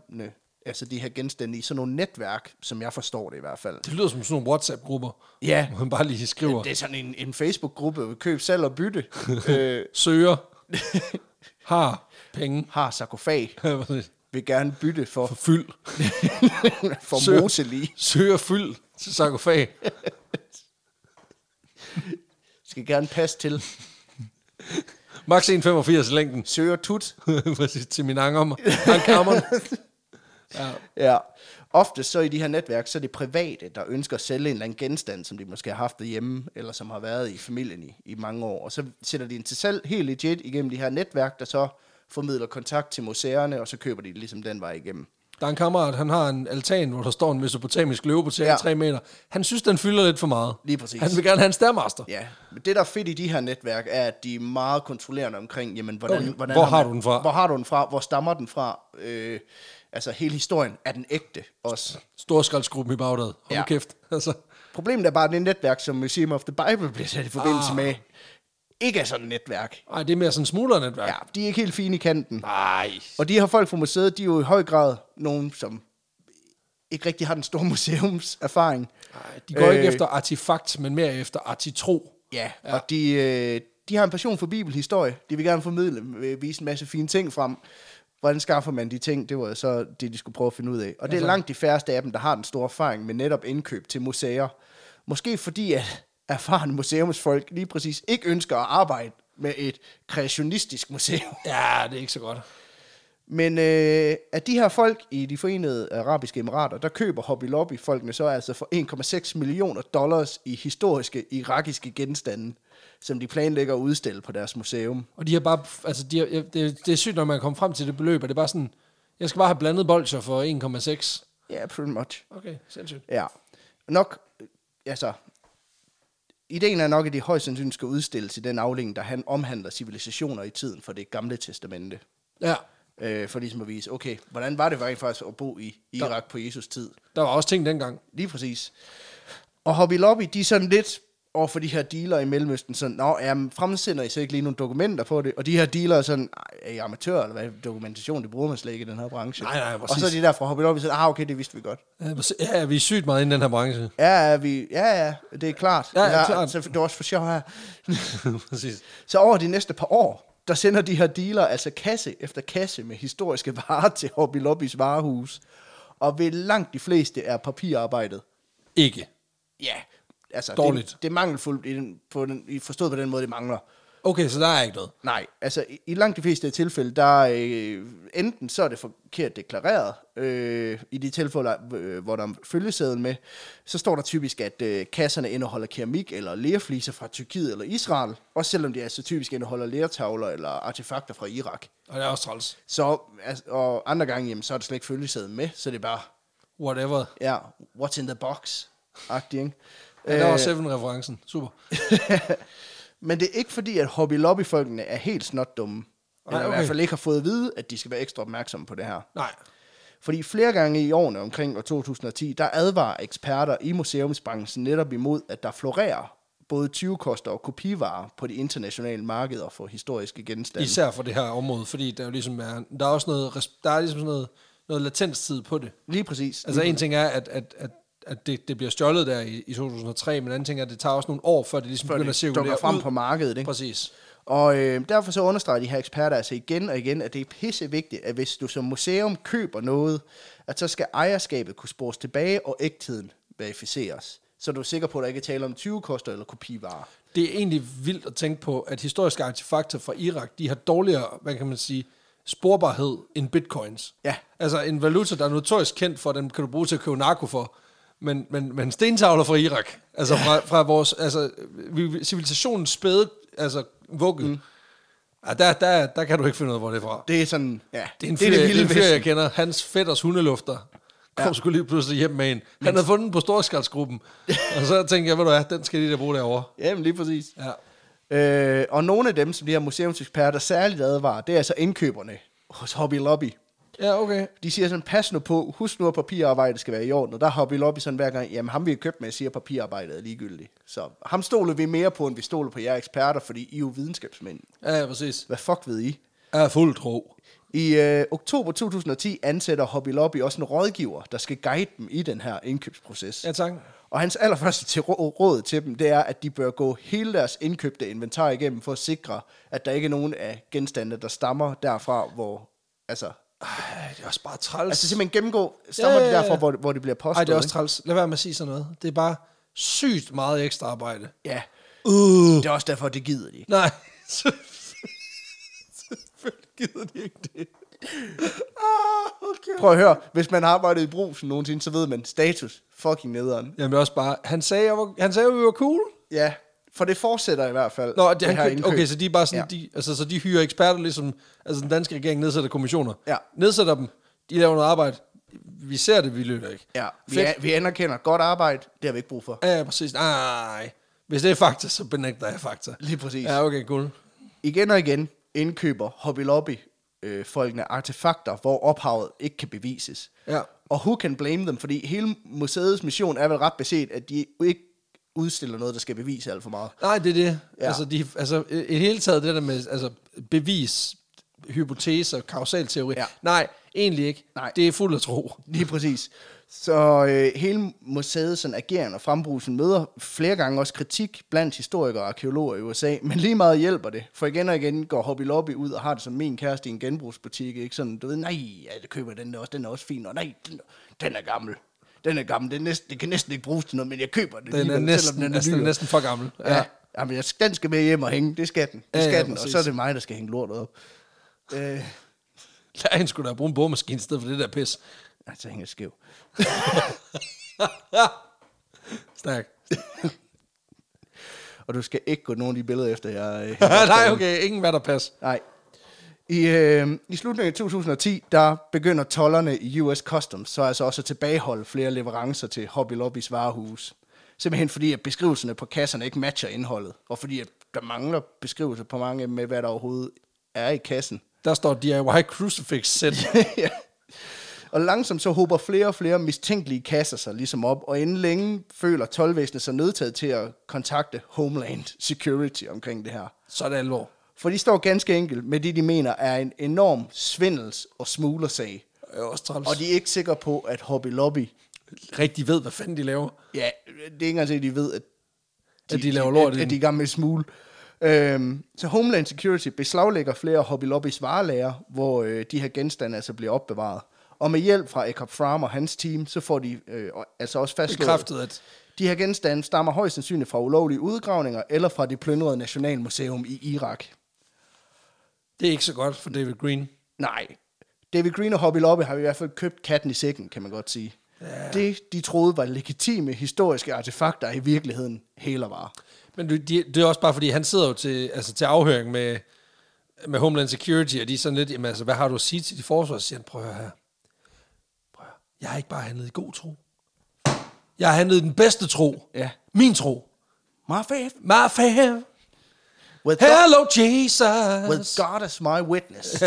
Speaker 2: altså de her genstande, i sådan nogle netværk, som jeg forstår det i hvert fald.
Speaker 1: Det lyder som sådan nogle WhatsApp-grupper,
Speaker 2: Ja.
Speaker 1: hvor man bare lige skriver,
Speaker 2: Det er sådan en, en Facebook-gruppe, køb, salg og bytte, øh,
Speaker 1: søger, har penge,
Speaker 2: har sarkofag, vil gerne bytte for,
Speaker 1: for fyld,
Speaker 2: for
Speaker 1: Søger.
Speaker 2: moselig,
Speaker 1: søger fyld til sarkofag.
Speaker 2: skal gerne passe til,
Speaker 1: Max 1,85 i længden.
Speaker 2: søger tut,
Speaker 1: Præcis, til min ankommer. Ankommer.
Speaker 2: Ja. Ofte så i de her netværk, så er det private, der ønsker at sælge en eller anden genstand, som de måske har haft derhjemme, eller som har været i familien i, i mange år. Og så sætter de den til salg helt legit igennem de her netværk, der så formidler kontakt til museerne, og så køber de det ligesom den vej igennem.
Speaker 1: Der er en kammerat, han har en altan, hvor der står en mesopotamisk løve på cirka
Speaker 2: Ja.
Speaker 1: ja. 3 meter. Han synes, den fylder lidt for meget.
Speaker 2: Lige præcis.
Speaker 1: Han vil gerne have en stærmaster. Ja.
Speaker 2: Ja, men det der er fedt i de her netværk, er, at de er meget kontrollerende omkring, jamen, hvordan,
Speaker 1: Okay.
Speaker 2: hvordan
Speaker 1: Hvor har
Speaker 2: man-
Speaker 1: du den fra?
Speaker 2: Hvor har du den fra? Hvor stammer den fra? Øh, altså hele historien er den ægte også.
Speaker 1: Storskraldsgruppen i Bagdad. Hold
Speaker 2: Ja.
Speaker 1: ja. kæft. Altså,
Speaker 2: Problemet er bare, at det netværk, som Museum of the Bible bliver sat i forbindelse ah.
Speaker 1: Ah.
Speaker 2: med, ikke er sådan et netværk.
Speaker 1: Nej, det er mere sådan smuglernetværk.
Speaker 2: Ja, de er ikke helt fine i kanten.
Speaker 1: Nej.
Speaker 2: Og de her folk fra museet, de er jo i høj grad nogen, som ikke rigtig har den store museumserfaring.
Speaker 1: Nej, de går øh. ikke
Speaker 2: Øh.
Speaker 1: efter artefakt, men mere efter artitro.
Speaker 2: Ja, ja. og de, øh, de har en passion for bibelhistorie. De vil gerne formidle, øh, vise en masse fine ting frem. Hvordan skaffer man de ting? Det var så det, de skulle prøve at finde ud af. Og
Speaker 1: Altså-
Speaker 2: det er langt de færreste af dem, der har den store erfaring med netop indkøb til museer. Måske fordi, at erfarne museumsfolk lige præcis ikke ønsker at arbejde med et kreationistisk museum.
Speaker 1: Ja, det er ikke så godt.
Speaker 2: Men øh, af de her folk i de forenede arabiske emirater, der køber Hobby Lobby folkene så altså for 1,6 millioner dollars i historiske irakiske genstande, som de planlægger at udstille på deres museum.
Speaker 1: Og de har bare, altså de har, ja, det, det er sygt, når man kommer frem til det beløb, og det er bare sådan, jeg skal bare have blandet bolcher for 1,6.
Speaker 2: Ja, yeah, pretty much.
Speaker 1: Okay, sindssygt.
Speaker 2: Ja. Nok, øh, altså, ideen er nok, at de højst sandsynligt skal udstilles i den afdeling, der han omhandler civilisationer i tiden for det gamle testamente.
Speaker 1: Ja,
Speaker 2: Øh, for ligesom at vise, okay, hvordan var det rent faktisk at bo i Irak på Jesus tid?
Speaker 1: der var også ting dengang.
Speaker 2: Lige præcis. Og Hobby Lobby, de er sådan lidt over for de her dealere i Mellemøsten, sådan, nå, jamen, fremsender I så ikke lige nogle dokumenter på det? Og de her dealere er sådan, "Ej, er I amatører, eller hvad er det, dokumentation, det bruger man slet ikke i den her branche.
Speaker 1: Nej, nej,
Speaker 2: Og
Speaker 1: præcis.
Speaker 2: så er de der fra Hobby Lobby sådan, ah, okay, det vidste vi godt.
Speaker 1: Ja, vi er sygt meget inde i den her branche.
Speaker 2: Ja, ja, vi, ja, ja det er klart.
Speaker 1: Ja, ja, klart.
Speaker 2: Så, det er også for sjov her.
Speaker 1: Præcis.
Speaker 2: Så over de næste par år, der sender de her dealere altså kasse efter kasse med historiske varer til Hobby Lobbys varehus. Og ved langt de fleste er papirarbejdet
Speaker 1: Ikke.
Speaker 2: ja, altså,
Speaker 1: Dårligt.
Speaker 2: Det, det er mangelfuldt i den, på den, i forstået på den måde, det mangler.
Speaker 1: Okay, så der er ikke noget.
Speaker 2: Nej, altså i, i langt de fleste tilfælde, der øh, enten så er det forkert deklareret, øh, i de tilfælde, øh, hvor der er følgeseddel med, så står der typisk, at øh, kasserne indeholder keramik eller lerfliser fra Tyrkiet eller Israel, også selvom de altså typisk indeholder lertavler eller artefakter fra Irak.
Speaker 1: Og det er også træls.
Speaker 2: Så, altså, og andre gange, jamen, så er der slet ikke følgeseddel med, så det er bare,
Speaker 1: Whatever.
Speaker 2: ja, what's in the box, agtig, ikke?
Speaker 1: Ja,
Speaker 2: Øh,
Speaker 1: der var Seven-referencen. Super.
Speaker 2: Men det er ikke fordi, at Hobby Lobby-folkene er helt snot dumme. Eller
Speaker 1: Nej,
Speaker 2: i
Speaker 1: okay.
Speaker 2: hvert fald ikke har fået at vide, at de skal være ekstra opmærksomme på det her.
Speaker 1: Nej.
Speaker 2: Fordi flere gange i årene omkring år 2010, der advarer eksperter i museumsbranchen netop imod, at der florerer både 20-koster og kopivarer på de internationale markeder for historiske genstande.
Speaker 1: Især for det her område, fordi der jo ligesom er, der er også noget, res- der er ligesom sådan noget, noget latenstid på det.
Speaker 2: Lige præcis.
Speaker 1: Altså en ting er, at, at, at, at det, det bliver stjålet der i, i 2003, men anden ting er, at det tager også nogle år, før det ligesom
Speaker 2: Før
Speaker 1: begynder
Speaker 2: det
Speaker 1: at cirkulere
Speaker 2: dukker frem
Speaker 1: ud.
Speaker 2: på markedet, ikke?
Speaker 1: Præcis.
Speaker 2: Og øh, derfor så understreger de her eksperter altså igen og igen, at det er pisse vigtigt, at hvis du som museum køber noget, at så skal ejerskabet kunne spores tilbage og ægtheden verificeres. Så du er sikker på, at der ikke er tale om 20-koster eller kopivarer.
Speaker 1: Det er egentlig vildt at tænke på, at historiske artefakter fra Irak, de har dårligere, hvad kan man sige, sporbarhed end bitcoins.
Speaker 2: Ja.
Speaker 1: Altså en valuta, der er notorisk kendt for, den kan du bruge til at købe narko for, men, men, men stentavler fra Irak, altså fra, fra vores, altså vi- vi- civilisationens spæde, altså vugge, mm. ja, der, der, der kan du ikke finde ud af, hvor det er fra.
Speaker 2: Det er sådan, ja,
Speaker 1: Det er en fyr, det er
Speaker 2: det
Speaker 1: det en fyr
Speaker 2: vesten.
Speaker 1: jeg kender. Hans fætters hundelufter kom ja. sgu lige pludselig hjem med en. Han havde fundet den på Storskaldsgruppen. og så tænkte jeg, ved du hvad, den skal de der bruge derovre.
Speaker 2: Jamen lige præcis.
Speaker 1: Ja.
Speaker 2: Øh, og nogle af dem, som de her museumseksperter særligt advarer, det er altså indkøberne hos Hobby Lobby.
Speaker 1: ja, okay.
Speaker 2: De siger sådan, pas nu på, husk nu, at papirarbejdet skal være i orden. Og der hopper vi op i sådan hver gang, jamen ham vi har købt med, siger at papirarbejdet er ligegyldigt. Så ham stoler vi mere på, end vi stoler på jer eksperter, fordi I er jo videnskabsmænd.
Speaker 1: Ja, ja, præcis.
Speaker 2: Hvad fuck ved I?
Speaker 1: Jeg er fuld tro.
Speaker 2: I øh, oktober 2010 ansætter Hobby Lobby også en rådgiver, der skal guide dem i den her indkøbsproces.
Speaker 1: Ja, tak.
Speaker 2: Og hans allerførste til rå- råd til dem, det er, at de bør gå hele deres indkøbte inventar igennem for at sikre, at der ikke er nogen af genstandene, der stammer derfra, hvor... Altså,
Speaker 1: Ej, det er også bare træls.
Speaker 2: altså simpelthen gennemgå, stammer
Speaker 1: Ja,
Speaker 2: ja,
Speaker 1: ja,
Speaker 2: de
Speaker 1: ja.
Speaker 2: derfra, hvor, hvor det bliver påstået.
Speaker 1: Ej, det er også
Speaker 2: ikke?
Speaker 1: træls. Lad være med at sige sådan noget. Det er bare sygt meget ekstra arbejde.
Speaker 2: Ja,
Speaker 1: Uh.
Speaker 2: det er også derfor, det gider de ikke.
Speaker 1: Nej. Selvfølgelig gider de ikke det. Ah, okay.
Speaker 2: Prøv at høre, hvis man har arbejdet i brusen nogensinde, så ved man status fucking nederen.
Speaker 1: Jamen det er også bare, han sagde, jeg var, han sagde, at vi var cool.
Speaker 2: Ja, for det fortsætter i hvert fald.
Speaker 1: Nå, det, det
Speaker 2: her
Speaker 1: han køb,
Speaker 2: indkøb.
Speaker 1: okay, så de er bare sådan, ja.
Speaker 2: Ja.
Speaker 1: de, altså, så de hyrer eksperter, ligesom altså, den danske regering nedsætter kommissioner.
Speaker 2: Ja.
Speaker 1: Nedsætter dem, de laver noget arbejde. Vi ser det, vi lytter ikke.
Speaker 2: Ja, vi,
Speaker 1: Fedt.
Speaker 2: er, vi anerkender godt arbejde, det har vi ikke brug for.
Speaker 1: Ja, ja præcis. Nej, hvis det er fakta, så benægter jeg fakta.
Speaker 2: Lige præcis.
Speaker 1: Ja, okay, cool.
Speaker 2: Igen og igen indkøber Hobby Lobby øh, folkene artefakter, hvor ophavet ikke kan bevises.
Speaker 1: Ja.
Speaker 2: Og who can blame them, fordi hele museets mission er vel ret beset, at de ikke udstiller noget, der skal bevise alt for meget.
Speaker 1: Nej, det er det.
Speaker 2: Ja.
Speaker 1: Ja. Altså, de, altså, i i det hele taget, det der med altså, bevis, hypoteser, kausalteori.
Speaker 2: Ja.
Speaker 1: Ja. Nej, egentlig ikke.
Speaker 2: Nej.
Speaker 1: Det er fuld af tro.
Speaker 2: Lige præcis. Så øh, hele museets sådan, ageren og frembrugsen møder flere gange også kritik blandt historikere og arkeologer i USA, men lige meget hjælper det. For igen og igen går Hobby Lobby ud og har det som min kæreste i en genbrugsbutik. Ikke? Sådan, du ved, nej, ja, det køber jeg den der også, den er også fin, og nej, den, den er gammel. Den er gammel, den, er næsten, den kan næsten ikke bruges til noget, men jeg køber den,
Speaker 1: Den er
Speaker 2: alligevel,
Speaker 1: næsten, den er altså, den er
Speaker 2: dyr.
Speaker 1: næsten for gammel.
Speaker 2: Ja. ja. Jamen, jeg, den skal med hjem og hænge. Det skal den. Det
Speaker 1: Ja,
Speaker 2: skal
Speaker 1: ja,
Speaker 2: den. Og
Speaker 1: præcis.
Speaker 2: så er det mig, der skal hænge lortet op. Øh,
Speaker 1: Lad hende skulle da bruge en boremaskine i stedet for det der pis.
Speaker 2: nej, så hænger altså, jeg skæv.
Speaker 1: Stærk.
Speaker 2: Og du skal ikke gå nogen af de billeder efter, jeg... øh,
Speaker 1: Nej, okay. Ingen hvad der pas.
Speaker 2: Nej. I, øh, I slutningen af 2010, der begynder tollerne i US Customs så altså også at tilbageholde flere leverancer til Hobby Lobby's varehus. Simpelthen fordi, at beskrivelserne på kasserne ikke matcher indholdet, og fordi, at der mangler beskrivelser på mange af dem med, hvad der overhovedet er i kassen.
Speaker 1: Der står DIY Crucifix Set.
Speaker 2: ja. Og langsomt så hober flere og flere mistænkelige kasser sig ligesom op, og inden længe føler tolvvæsenet sig nødtaget til at kontakte Homeland Security omkring det her.
Speaker 1: Så er det alvor.
Speaker 2: For de står ganske enkelt med det, de mener er en enorm svindels- og smuglersag.
Speaker 1: Det er også træls.
Speaker 2: Og de er ikke sikre på, at Hobby Lobby...
Speaker 1: rigtig ved, hvad fanden de laver.
Speaker 2: Ja, det er ikke engang sikkert, de ved, at
Speaker 1: At de laver lort i
Speaker 2: at, at
Speaker 1: den.
Speaker 2: de er i gang med at smule. Øhm, så Homeland Security beslaglægger flere af Hobby Lobbys varelager, hvor øh, de her genstande altså bliver opbevaret. Og med hjælp fra Jacob Fram og hans team, så får de øh, og- altså også fastslået...
Speaker 1: Bekræftet, at
Speaker 2: De her genstande stammer højst sandsynligt fra ulovlige udgravninger eller fra det plyndrede Nationalmuseum i Irak.
Speaker 1: det er ikke så godt for David Green.
Speaker 2: Nej. David Green og Hobby Lobby har i hvert fald købt katten i sækken, kan man godt sige. Ja. Det, de troede var legitime historiske artefakter, er i virkeligheden hæler var.
Speaker 1: Men du- de, det er også bare, fordi han sidder jo til, altså, til afhøring med, med Homeland Security, og de er sådan lidt, jamen altså, hvad har du at sige til de forsvar? Så siger han, prøv at høre her. Prøv at høre. Jeg har ikke bare handlet i god tro. Jeg har handlet i den bedste tro.
Speaker 2: Ja.
Speaker 1: Min tro.
Speaker 2: My faith
Speaker 1: My faith.
Speaker 2: with God,
Speaker 1: Hello,
Speaker 2: with
Speaker 1: Jesus.
Speaker 2: God as my witness.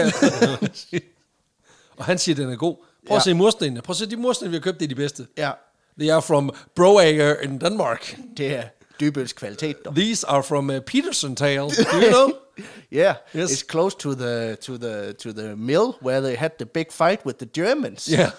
Speaker 1: og han siger, den er god. Prøv
Speaker 2: Ja.
Speaker 1: at se murstenene. Prøv at se de mursten, vi har købt, det er de bedste.
Speaker 2: ja,
Speaker 1: They are from Broager in Denmark.
Speaker 2: det er dybøls kvalitet, dog.
Speaker 1: These are from uh, Peterson Tale. Do you know?
Speaker 2: Yeah,
Speaker 1: Yes.
Speaker 2: it's close to the to the to the mill where they had the big fight with the Germans.
Speaker 1: yeah.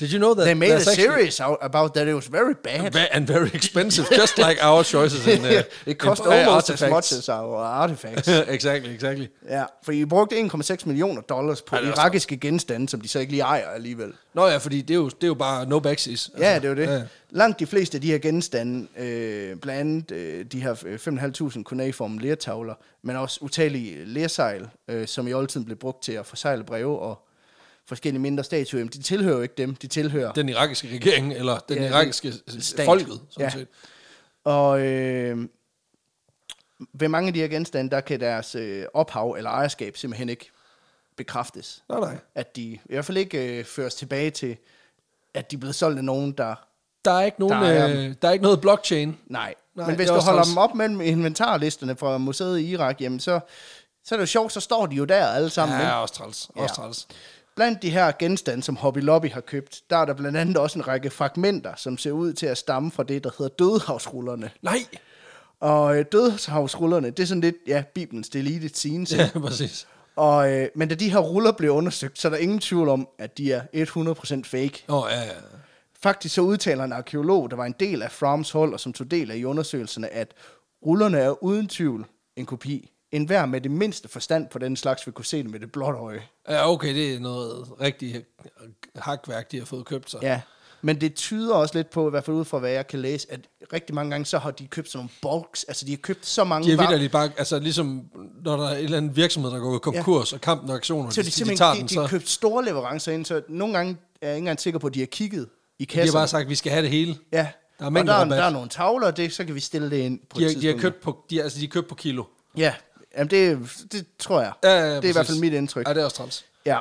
Speaker 1: Did you know that
Speaker 2: They made a
Speaker 1: there's actually-
Speaker 2: series out about that. It was very bad.
Speaker 1: Ve- and very expensive, just like our choices in uh,
Speaker 2: it cost
Speaker 1: in, uh,
Speaker 2: almost as much
Speaker 1: artifacts.
Speaker 2: as our artifacts.
Speaker 1: exactly, exactly.
Speaker 2: Ja, for I brugte 1,6 millioner dollars på
Speaker 1: Ej, det er også
Speaker 2: irakiske genstande, som de så ikke lige ejer alligevel.
Speaker 1: Nå ja, fordi det er jo, det er jo bare no backsies. Altså,
Speaker 2: Ja, det er jo det. Ja. Langt de fleste af de her genstande, øh, blandt andet øh, de her øh, 5.500 kunaiformede lertavler, men også utallige lersejl, øh, som i oldtiden blev brugt til at forsegle breve og forskellige mindre statuer, jamen, de tilhører jo ikke dem, de tilhører.
Speaker 1: Den irakiske regering, eller den
Speaker 2: Ja, den-
Speaker 1: irakiske
Speaker 2: stat.
Speaker 1: stat. folket, sådan
Speaker 2: Ja.
Speaker 1: ja. set.
Speaker 2: Og øh, ved mange af de her genstande, der kan deres øh, ophav eller ejerskab simpelthen ikke bekræftes.
Speaker 1: Nej, nej.
Speaker 2: at de i hvert fald ikke øh, føres tilbage til, at de er blevet solgt af nogen, der...
Speaker 1: Der er ikke, nogen,
Speaker 2: Der
Speaker 1: der
Speaker 2: er-
Speaker 1: er, øh, der er ikke noget blockchain.
Speaker 2: Nej. Nej
Speaker 1: Nej,
Speaker 2: Men
Speaker 1: det
Speaker 2: hvis
Speaker 1: er
Speaker 2: du
Speaker 1: også
Speaker 2: holder
Speaker 1: træls.
Speaker 2: dem op mellem inventarlisterne fra museet i Irak, jamen så, så er det jo sjovt, så står de jo der alle sammen.
Speaker 1: Ja,
Speaker 2: Ja.
Speaker 1: også træls. Også
Speaker 2: Ja.
Speaker 1: træls.
Speaker 2: Blandt de her genstande, som Hobby Lobby har købt, der er der blandt andet også en række fragmenter, som ser ud til at stamme fra det, der hedder dødehavsrullerne.
Speaker 1: Nej!
Speaker 2: Og øh, dødehavsrullerne, det er sådan lidt, ja, Bibelens deleted scene. Ja.
Speaker 1: Ja, præcis.
Speaker 2: Og, øh, men da de her ruller blev undersøgt, så er der ingen tvivl om, at de er 100% fake.
Speaker 1: Nå, ja, ja.
Speaker 2: Faktisk så udtaler en arkeolog, der var en del af Froms hold, og som tog del af i undersøgelserne, at rullerne er uden tvivl en kopi. En hver med det mindste forstand på den slags vil kunne se det med det blåt øje.
Speaker 1: Ja, okay, det er noget rigtig hakværk, de har fået købt sig.
Speaker 2: Ja. Men det tyder også lidt på, i hvert fald ud fra hvad jeg kan læse, at rigtig mange gange, så har de købt sådan nogle bulks, altså de har købt så mange
Speaker 1: De er
Speaker 2: varer,
Speaker 1: vidderligt bare, altså ligesom når der er en eller anden virksomhed, der går i konkurs, ja. og kampen og aktioner, de,
Speaker 2: så de,
Speaker 1: de, de
Speaker 2: simpelthen
Speaker 1: tager
Speaker 2: de,
Speaker 1: den,
Speaker 2: de,
Speaker 1: så
Speaker 2: har købt store leverancer ind, så nogle gange er jeg ikke engang sikker på, at de har kigget i
Speaker 1: de har
Speaker 2: kassen.
Speaker 1: bare sagt, at vi skal have det hele.
Speaker 2: ja.
Speaker 1: Der er
Speaker 2: og der, er,
Speaker 1: mængderabat.
Speaker 2: der er nogle tavler, det, så kan vi stille det ind på
Speaker 1: De
Speaker 2: et
Speaker 1: har, de har
Speaker 2: tidspunkt.
Speaker 1: købt på, de, har- altså, de har købt på kilo.
Speaker 2: Ja, Jamen, det, det tror jeg.
Speaker 1: Ja, ja, ja,
Speaker 2: det er i
Speaker 1: præcis.
Speaker 2: hvert fald mit indtryk.
Speaker 1: Ja, det er også træls.
Speaker 2: Ja.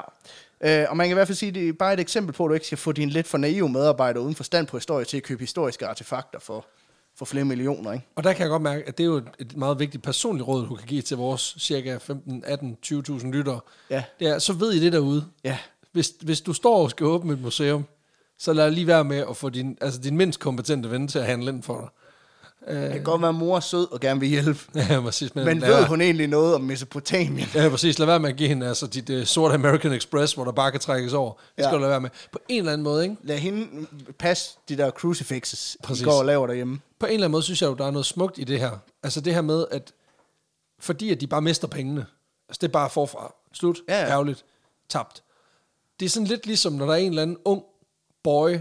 Speaker 2: Øh, og man kan i hvert fald sige, det er bare et eksempel på, at du ikke skal få dine lidt for naive medarbejdere uden forstand på historie til at købe historiske artefakter for, for flere millioner, ikke?
Speaker 1: Og der kan jeg godt mærke, at det er jo et- et meget vigtigt personligt råd, du kan give til vores cirka 15, 18, 20.000 lyttere.
Speaker 2: Ja.
Speaker 1: Det er, så ved I det derude.
Speaker 2: Ja.
Speaker 1: Hvis, hvis du står og skal åbne et museum, så lad lige være med at få din, altså din mindst kompetente ven til at handle ind for dig.
Speaker 2: Det kan godt være, mor er sød og gerne vil hjælpe.
Speaker 1: Ja, præcis. Men,
Speaker 2: Men
Speaker 1: lad
Speaker 2: ved
Speaker 1: være.
Speaker 2: hun egentlig noget om Mesopotamien?
Speaker 1: Ja, præcis. Lad være med at give hende altså, dit uh, sorte American Express, hvor der bare kan trækkes over. Det skal
Speaker 2: Ja.
Speaker 1: ja. du lade være med. På en eller anden måde, ikke?
Speaker 2: Lad hende passe de der crucifixes, Præcis.
Speaker 1: Præcis.
Speaker 2: går og laver derhjemme.
Speaker 1: På en eller anden måde synes jeg jo, der er noget smukt i det her. Altså det her med, at fordi at de bare mister pengene. Altså det er bare forfra. Slut.
Speaker 2: Ja, ja.
Speaker 1: Ærgerligt. Tabt. Det er sådan lidt ligesom, når der er en eller anden ung boy,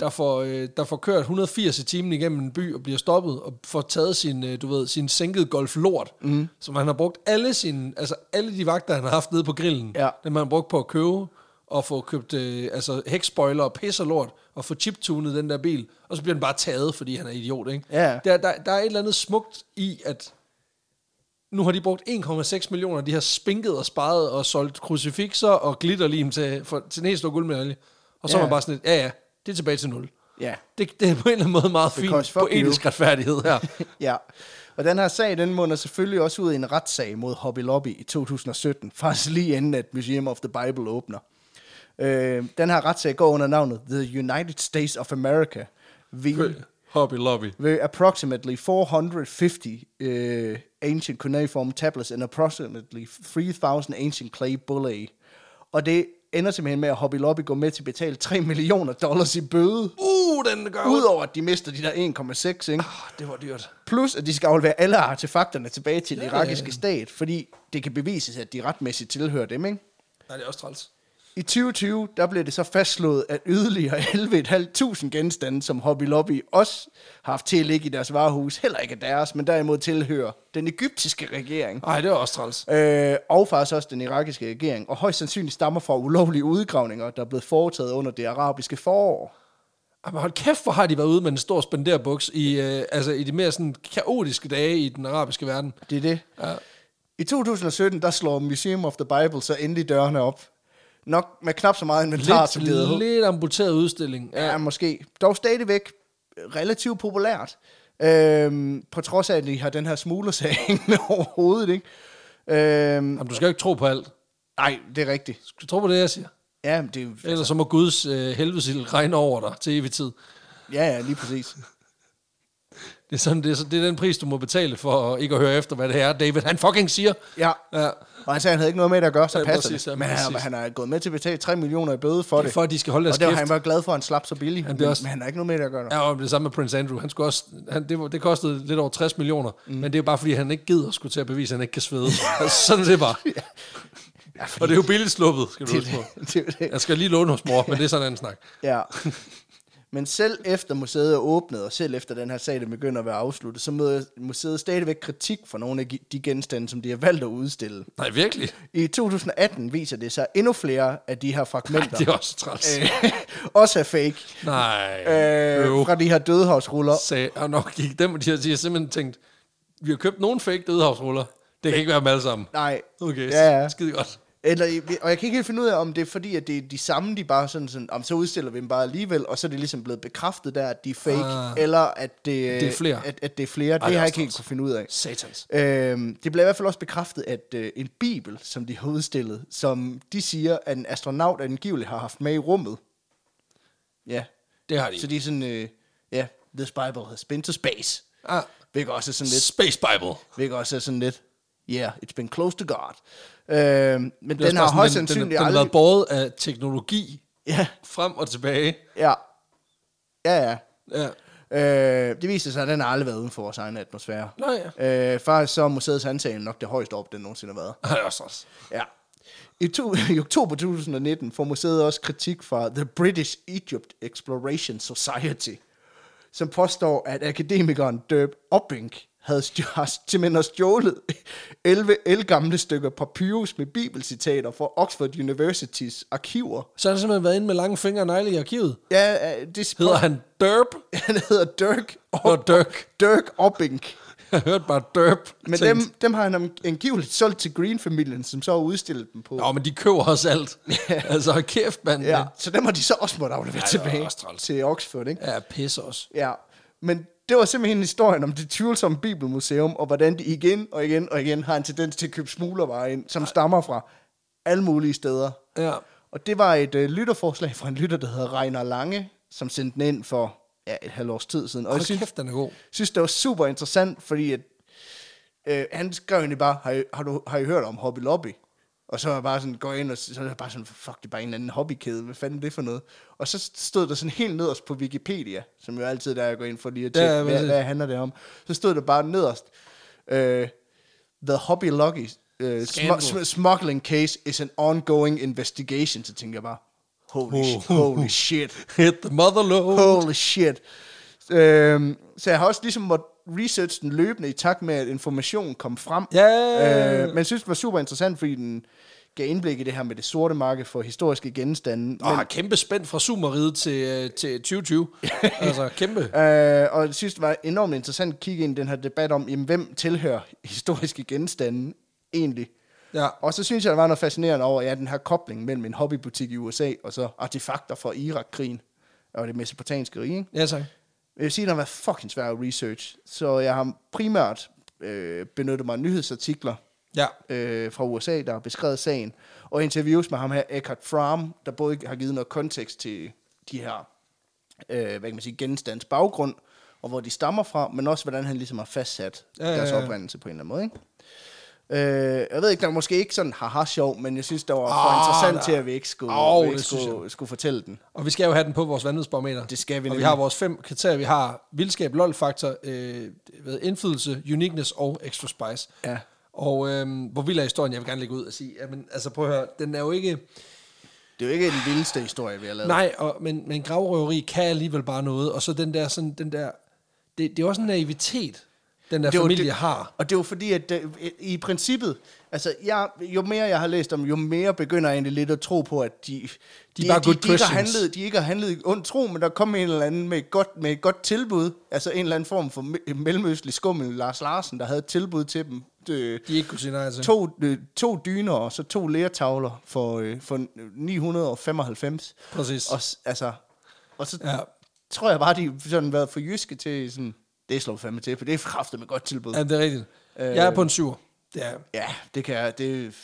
Speaker 1: der får, øh, der får kørt 180 i timen igennem en by og bliver stoppet og får taget sin, øh, du ved, sin sænket golf lort,
Speaker 2: Mhm.
Speaker 1: mm. som han har brugt alle sine, altså alle de vagter, han har haft nede på grillen,
Speaker 2: Ja.
Speaker 1: dem har han brugt på at købe og få købt øh, altså hækspoiler og pisser lort og få chiptunet den der bil, og så bliver den bare taget, fordi han er idiot, ikke?
Speaker 2: Ja.
Speaker 1: Der, der, der er et eller andet smukt i, at nu har de brugt 1,6 millioner, de har spinket og sparet og solgt crucifixer og glitterlim til, for, til den helt store guldmedalje. Og så
Speaker 2: Ja.
Speaker 1: ja. er man bare sådan lidt, ja ja, det er tilbage til nul.
Speaker 2: Ja.
Speaker 1: Det, det er på en eller anden måde meget
Speaker 2: Because
Speaker 1: fint
Speaker 2: fuck
Speaker 1: på etisk retfærdighed her.
Speaker 2: Ja. Og den her sag, den munder selvfølgelig også ud i en retssag mod Hobby Lobby i 2017, faktisk lige inden at Museum of the Bible åbner. Øh, den her retssag går under navnet The United States of America v,
Speaker 1: Hobby Lobby.
Speaker 2: v approximately 450 øh, ancient cuneiform tablets and approximately 3000 ancient clay bullae. Og det ender simpelthen med, at Hobby Lobby går med til at betale 3 millioner dollars i bøde,
Speaker 1: Uh, den gør ud.
Speaker 2: udover at de mister de der 1,6, ikke?
Speaker 1: Oh, det var dyrt.
Speaker 2: Plus, at de skal aflevere alle artefakterne tilbage til den
Speaker 1: Ja,
Speaker 2: irakiske
Speaker 1: ja, ja.
Speaker 2: stat, fordi det kan bevises, at de retmæssigt tilhører dem, ikke?
Speaker 1: Nej, det er også træls.
Speaker 2: I 2020, der blev det så fastslået, at yderligere 11.500 genstande, som Hobby Lobby også har haft til at ligge i deres varehus, heller ikke er deres, men derimod tilhører den egyptiske regering.
Speaker 1: Nej, det var også træls.
Speaker 2: Øh, og faktisk også den irakiske regering, og højst sandsynligt stammer fra ulovlige udgravninger, der er blevet foretaget under det arabiske forår.
Speaker 1: Ej, men hold kæft, hvor har de været ude med en stor spenderbuks i, øh, altså, i de mere sådan kaotiske dage i den arabiske verden.
Speaker 2: Det er det.
Speaker 1: Ja.
Speaker 2: I 2017, der slår Museum of the Bible så endelig dørene op. Nok med knap så meget inventar, som det
Speaker 1: Lidt,
Speaker 2: havde.
Speaker 1: lidt amputeret udstilling. Ja.
Speaker 2: Ja, måske. Dog stadigvæk relativt populært. Øhm, på trods af, at de har den her smuglersag hængende over hovedet, ikke? Øhm,
Speaker 1: Jamen, du skal jo ikke tro på alt.
Speaker 2: nej, det er rigtigt.
Speaker 1: Du tror på det, jeg siger.
Speaker 2: Ja, men det er,
Speaker 1: Ellers så må Guds øh, helvedesild regne over dig til evig tid.
Speaker 2: ja, ja, lige præcis.
Speaker 1: Det er, sådan, det, er, så- det er den pris, du må betale for ikke at høre efter, hvad det er, David han fucking siger.
Speaker 2: Ja,
Speaker 1: Ja.
Speaker 2: og altså, han sagde, han havde ikke noget med det at gøre, så
Speaker 1: Ja,
Speaker 2: passer
Speaker 1: præcis,
Speaker 2: det.
Speaker 1: ja,
Speaker 2: Men han,
Speaker 1: præcis.
Speaker 2: han har gået med til at betale 3 millioner i bøde for det.
Speaker 1: For at de skal holde deres
Speaker 2: Og det var
Speaker 1: kæft.
Speaker 2: han var glad for, at han slap så billigt.
Speaker 1: Han
Speaker 2: Men,
Speaker 1: blev også-
Speaker 2: men han har ikke noget med det at gøre.
Speaker 1: Ja, og det samme med Prince Andrew. Han skulle også, han, det, var- det kostede lidt over 60 millioner, mm. men det er jo bare, fordi han ikke gider skulle til at bevise, at han ikke kan svede. altså, sådan er det bare.
Speaker 2: Ja, fordi-
Speaker 1: Og det er jo billigt sluppet, skal du
Speaker 2: Det-
Speaker 1: huske på.
Speaker 2: det- det- det-
Speaker 1: Jeg skal lige låne hos mor, men det er sådan en anden snak.
Speaker 2: Ja. Men selv efter museet er åbnet, og selv efter den her sag, der begynder at være afsluttet, så møder museet stadigvæk kritik for nogle af de genstande, som de har valgt at udstille.
Speaker 1: Nej, virkelig?
Speaker 2: I 2018 viser det sig, at endnu flere af de her
Speaker 1: Nej,
Speaker 2: fragmenter
Speaker 1: det er også træls. Øh.
Speaker 2: øh, også er fake.
Speaker 1: Nej.
Speaker 2: Øh,
Speaker 1: Øv.
Speaker 2: fra de her dødehavsruller.
Speaker 1: sagde, og nok gik dem, og de har, de har simpelthen tænkt, vi har købt nogle fake dødehavsruller. Det kan ikke være dem alle sammen.
Speaker 2: Nej.
Speaker 1: Okay,
Speaker 2: Ja, ja.
Speaker 1: skide godt.
Speaker 2: Eller, og jeg kan ikke helt finde ud af, om det er fordi, at det er de samme, de bare sådan, sådan om så udstiller vi dem bare alligevel, og så er det ligesom blevet bekræftet der, at de er fake,
Speaker 1: Ah.
Speaker 2: eller at det,
Speaker 1: Det er flere.
Speaker 2: At, at det er flere. det
Speaker 1: det
Speaker 2: har
Speaker 1: er
Speaker 2: jeg
Speaker 1: også
Speaker 2: ikke helt
Speaker 1: træls.
Speaker 2: kunne finde ud af.
Speaker 1: Satans.
Speaker 2: Øhm, det blev i hvert fald også bekræftet, at øh, en bibel, som de har udstillet, som de siger, at en astronaut angiveligt har haft med i rummet. Ja.
Speaker 1: Det har de.
Speaker 2: Så de er sådan, øh, ja, this bible has been to space.
Speaker 1: Ah,
Speaker 2: Hvilket også er sådan lidt,
Speaker 1: Space Bible.
Speaker 2: hvilket også er sådan lidt, yeah, it's been close to God. Øhm, men
Speaker 1: Det er også
Speaker 2: den har
Speaker 1: bare
Speaker 2: højst
Speaker 1: sådan, den-
Speaker 2: sandsynligt
Speaker 1: Den, den, den har
Speaker 2: aldrig...
Speaker 1: været båret af teknologi
Speaker 2: Ja,
Speaker 1: frem og tilbage.
Speaker 2: ja, ja, ja.
Speaker 1: Ja.
Speaker 2: Øh, det viser sig, at den har aldrig været uden for vores egen atmosfære.
Speaker 1: Nå ja.
Speaker 2: Øh, faktisk så er museets antagelse nok det højeste op, den nogensinde har været.
Speaker 1: Ej, Ah, det er også træls.
Speaker 2: Ja. I, to, I oktober 2019 får museet også kritik fra The British Egypt Exploration Society, som påstår, at akademikeren Derb Oppink havde stj- har simpelthen har stjålet 11 elgamle stykker papyrus med bibelcitater fra Oxford Universitys arkiver.
Speaker 1: Så har han simpelthen været inde med lange fingre og negle i arkivet.
Speaker 2: Ja, øh, det
Speaker 1: Hedder
Speaker 2: hedder
Speaker 1: han Derp?
Speaker 2: han hedder Dirk,
Speaker 1: Nå, Dirk.
Speaker 2: Dirk Oppink.
Speaker 1: Jeg hørte bare Derp.
Speaker 2: Men dem, dem har han om- angiveligt solgt til Green-familien, som så har udstillet dem på.
Speaker 1: Nå, men de køber også alt. altså, hold kæft, mand.
Speaker 2: Ja, så dem har de så også måttet aflevere
Speaker 1: det var
Speaker 2: tilbage
Speaker 1: også træls.
Speaker 2: til Oxford, ikke?
Speaker 1: Ja, pisse også.
Speaker 2: Ja, men det var simpelthen historien om det tvivlsomme Bibelmuseum, og hvordan de igen og igen og igen har en tendens til at købe smuglervarer ind, som stammer fra alle mulige steder.
Speaker 1: Ja.
Speaker 2: Og det var et øh, lytterforslag fra en lytter, der hedder Reiner Lange, som sendte den ind for ja, et halvt års tid siden. Og jeg
Speaker 1: Hold
Speaker 2: synes,
Speaker 1: kæft, den er god.
Speaker 2: synes, det var super interessant, fordi at, øh, han skrev egentlig bare, har I, har, du, har I hørt om Hobby Lobby? Og så var jeg bare sådan, går jeg ind, og så er jeg bare sådan, fuck, det er bare en eller anden hobbykæde, hvad fanden er det for noget? Og så stod der sådan helt nederst på Wikipedia, som jo altid er der, jeg går ind for lige at
Speaker 1: Ja,
Speaker 2: tjekke,
Speaker 1: ja,
Speaker 2: ja, hvad,
Speaker 1: præcis.
Speaker 2: hvad handler det om? Så stod der bare nederst, øh, The Hobby Lobby øh, sm-
Speaker 1: Scandal.
Speaker 2: sm- smuggling case is an ongoing investigation. Så tænker jeg bare, holy,
Speaker 1: Oh.
Speaker 2: shit, holy shit.
Speaker 1: Hit the mother load.
Speaker 2: Holy shit. Øhm, så jeg har også ligesom måtte research den løbende i takt med, at information kom frem.
Speaker 1: Ja.
Speaker 2: Øh, men jeg synes, det var super interessant, fordi den gav indblik i det her med det sorte marked for historiske genstande.
Speaker 1: Og har kæmpe spænd fra Sumeriet til, øh, til 2020. altså, kæmpe.
Speaker 2: Øh, og jeg synes, det var enormt interessant at kigge ind i den her debat om, jamen, hvem tilhører historiske genstande egentlig?
Speaker 1: Ja.
Speaker 2: Og så synes jeg, der var noget fascinerende over, ja, den her kobling mellem en hobbybutik i USA og så artefakter fra Irak-krigen og det mesopotamiske rige. Ikke?
Speaker 1: Ja, tak.
Speaker 2: Jeg vil sige, at den har været fucking svær at research, så jeg har primært øh, benyttet mig af nyhedsartikler
Speaker 1: Ja.
Speaker 2: øh, fra USA, der har beskrevet sagen, og interviews med ham her, Eckhart Fromm, der både har givet noget kontekst til de her, øh, hvad kan man sige, genstands baggrund, og hvor de stammer fra, men også hvordan han ligesom har fastsat
Speaker 1: Ja,
Speaker 2: ja,
Speaker 1: ja,
Speaker 2: deres
Speaker 1: ja.
Speaker 2: oprindelse på en eller anden måde, ikke? Øh, jeg ved ikke, der var måske ikke sådan haha sjov, men jeg synes, det var for oh, interessant
Speaker 1: der-
Speaker 2: til, at vi ikke skulle,
Speaker 1: Åh,
Speaker 2: oh, vi
Speaker 1: det
Speaker 2: ikke
Speaker 1: synes
Speaker 2: skulle, skulle fortælle den.
Speaker 1: Og vi skal jo have den på vores vanvidsbarometer.
Speaker 2: Det skal vi
Speaker 1: Og vi
Speaker 2: nemlig.
Speaker 1: har vores fem kriterier. Vi har vildskab, lol-faktor, øh, hvad, indflydelse, uniqueness og extra spice.
Speaker 2: Ja.
Speaker 1: Og øh, hvor vild er historien, jeg vil gerne lægge ud og sige. Jamen, altså prøv at høre, den er jo ikke...
Speaker 2: Det er jo ikke den vildeste historie, vi har lavet.
Speaker 1: Nej, og, men, men gravrøveri kan alligevel bare noget. Og så den der, sådan, den der det, det er også en naivitet, den der
Speaker 2: Det var
Speaker 1: familie
Speaker 2: det-
Speaker 1: har.
Speaker 2: Og det er jo fordi, at det, i princippet, altså jeg, jo mere jeg har læst om, jo mere begynder jeg egentlig lidt at tro på, at de, de,
Speaker 1: bare good
Speaker 2: de, ikke har
Speaker 1: Christians.
Speaker 2: handlet, de ikke har handlet i ond tro, men der kom en eller anden med et godt, med et godt tilbud, altså en eller anden form for me- mellemøstlig skummel, Lars Larsen, der havde et tilbud til dem. Det, øh,
Speaker 1: De ikke altså. kunne sige nej til.
Speaker 2: to, øh, to dyner og så to læretavler for, øh, for 995.
Speaker 1: Præcis.
Speaker 2: Og, s- altså, og så
Speaker 1: Ja.
Speaker 2: ja. tror jeg bare, de sådan været for jyske til sådan, det slår vi fandme til, for det er kraftigt med godt tilbud.
Speaker 1: Ja, det er rigtigt. Øh, jeg er på en syver. Det er jeg.
Speaker 2: Ja, det kan jeg, det,